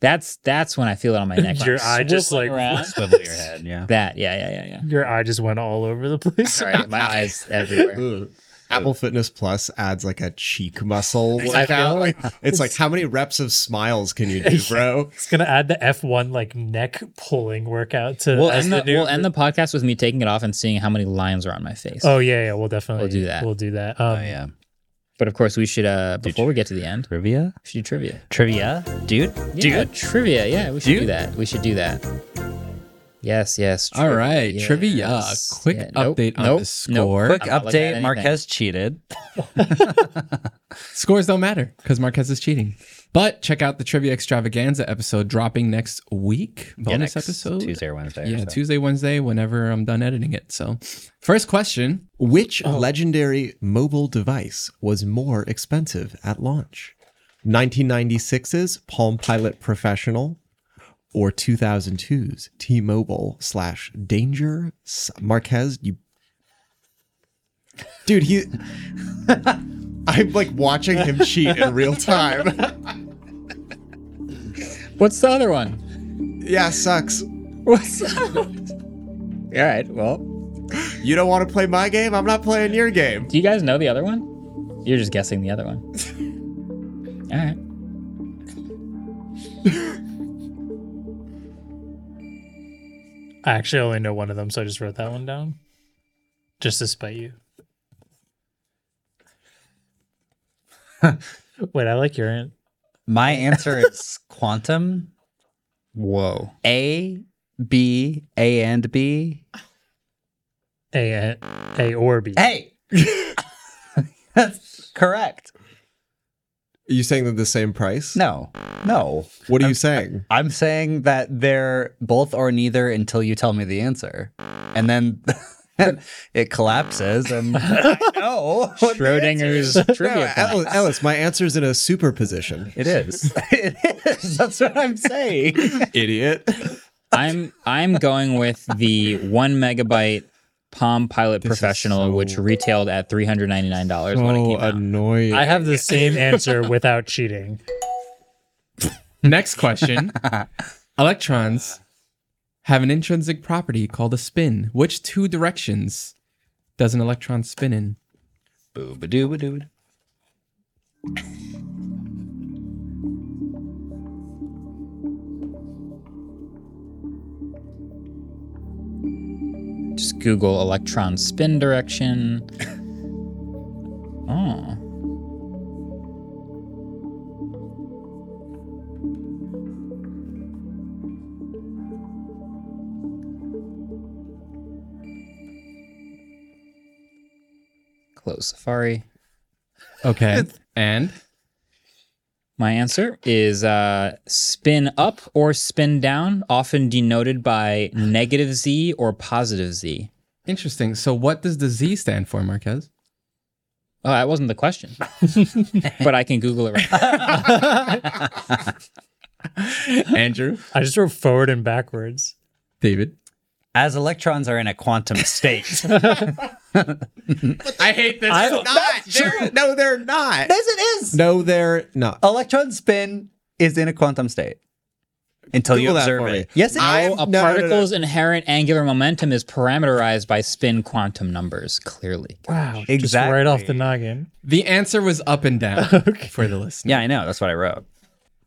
A: that's that's when I feel it on my neck.
B: your eye just like
C: Swivel your head, yeah.
A: that. Yeah, yeah, yeah, yeah.
B: your eye just went all over the place.
A: Sorry, my eyes everywhere.
E: Ooh. Apple Fitness Plus adds like a cheek muscle. workout. it's like how many reps of smiles can you do, bro?
B: It's gonna add the F one like neck pulling workout to.
A: We'll
B: as
A: end,
B: the
A: the,
B: new-
A: we'll end the podcast with me taking it off and seeing how many lines are on my face.
B: Oh yeah, yeah. We'll definitely
A: We'll do that.
B: We'll do that. Um,
C: Oh, yeah.
A: But of course, we should uh, before we get to the end,
C: Trivia?
A: we should do trivia.
C: Trivia? Dude?
A: Yeah, trivia. Yeah, we should do
C: Dude.
A: that. We should do that. Yes, yes.
D: All right,
A: yes.
D: trivia. Quick
A: nope,
D: update on
A: nope,
D: the
A: nope.
D: score.
C: Quick
A: I'm not looking at
C: update
A: anything.
C: Marquez cheated.
D: Scores don't matter because Marquez is cheating. But check out the trivia extravaganza episode dropping next week. Bonus
C: Yeah, next
D: episode.
C: Tuesday or Wednesday.
D: Yeah,
C: so.
D: Tuesday, Wednesday, whenever I'm done editing it. So, first question.
E: Which legendary mobile device was more expensive at launch? 1996's Palm Pilot Professional or 2002's T-Mobile slash Danger S- Marquez? You, dude, he. I'm like watching him cheat in real time.
A: What's the other one?
E: yeah, sucks.
A: What's the- All right. Well,
E: You don't want to play my game? I'm not playing your game.
A: do you guys know the other one? You're just guessing the other one. All right.
B: I actually only know one of them, so I just wrote that one down, just to spite you. Wait, I like your ant.
C: My answer is quantum.
A: Whoa.
C: A, B, A and B.
B: A, ant- A or B.
C: Hey, that's correct.
E: Are you saying they're the same price?
C: No, no.
E: What are you saying?
C: I'm saying that they're both or neither until you tell me the answer, and then it collapses. And no,
A: Schrodinger's
E: No,
A: trivia.
E: Alice, Alice, my answer's in a superposition.
C: it is. It is. That's what I'm saying.
E: Idiot.
A: I'm I'm going with the one megabyte Palm Pilot Professional, which retailed at three hundred ninety nine dollars when it
E: Oh,
A: came out.
E: annoying.
B: I have the same answer without cheating.
D: Next question. Electrons have an intrinsic property called a spin. Which two directions does an electron spin in?
C: Booba dooba dooba.
A: Just Google electron spin direction. Oh. Close Safari.
D: Okay. and
A: My answer is uh, spin up or spin down, often denoted by negative Z or positive Z.
D: interesting. So what does the Z stand for, Marquez?
A: Oh, that wasn't the question, but I can Google it right now.
D: Andrew,
B: I just wrote forward and backwards.
D: David.
C: As electrons are in a quantum state.
D: I hate this.
E: They're not. They're- no, they're not.
C: yes, it is.
E: No, they're not.
A: Oh.
C: Electron spin is in a quantum state until
E: Google
C: you
E: that
C: observe
E: for me.
C: it. Yes, it
E: I-
C: is.
A: A
E: No, no, no.
A: particle's inherent angular momentum is parameterized by spin quantum numbers, clearly.
B: Wow. Just
C: Exactly.
B: right off the noggin.
D: the answer was up and down for the listener.
C: Yeah, I know. That's what I wrote.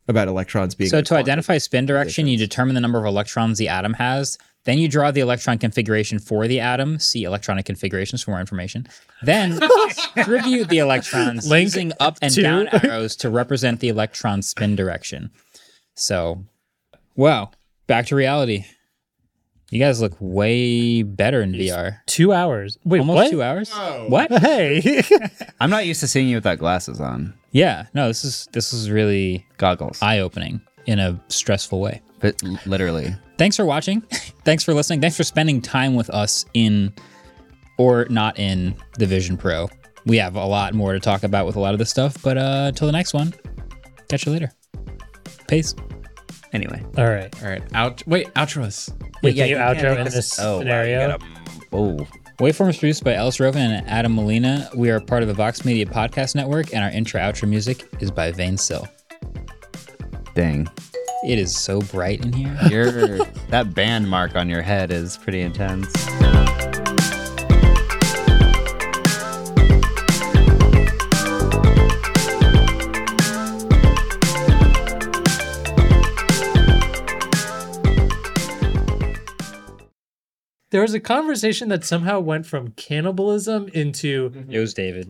E: About electrons being.
A: So, to identify spin direction, you determine the number of electrons the atom has. Then you draw the electron configuration for the atom. See electronic configurations for more information. Then distribute the electrons
B: Link
A: using up and
B: to-
A: down arrows to represent the electron spin direction. So, wow, back to reality. You guys look way better in VR.
B: Two hours. Wait,
A: Almost
B: what?
A: two hours. What?
B: Hey.
C: I'm not used to seeing you without glasses on.
A: Yeah. No, this is this is really
C: Goggles.
A: eye opening in a stressful way.
C: but l- literally.
A: thanks for watching. thanks for listening. Thanks for spending time with us in or not in the Vision Pro. We have a lot more to talk about with a lot of this stuff, but uh till the next one. Catch you later. Peace.
C: Anyway.
B: All right.
D: All right. Out. Wait. Outro us.
B: Wait,
C: Yeah,
B: can you,
C: can't
B: outro
C: make
B: in this
C: Oh, wow, you
B: scenario?
C: gotta- Oh.
A: Waveform is produced by Ellis Roven and Adam Molina. We are part of the Vox Media Podcast Network, and our intro outro music is by Vane Sill.
C: Dang.
A: It is so bright in here.
C: Your that band mark on your head is pretty intense.
B: There was a conversation that somehow went from cannibalism into
A: It was David.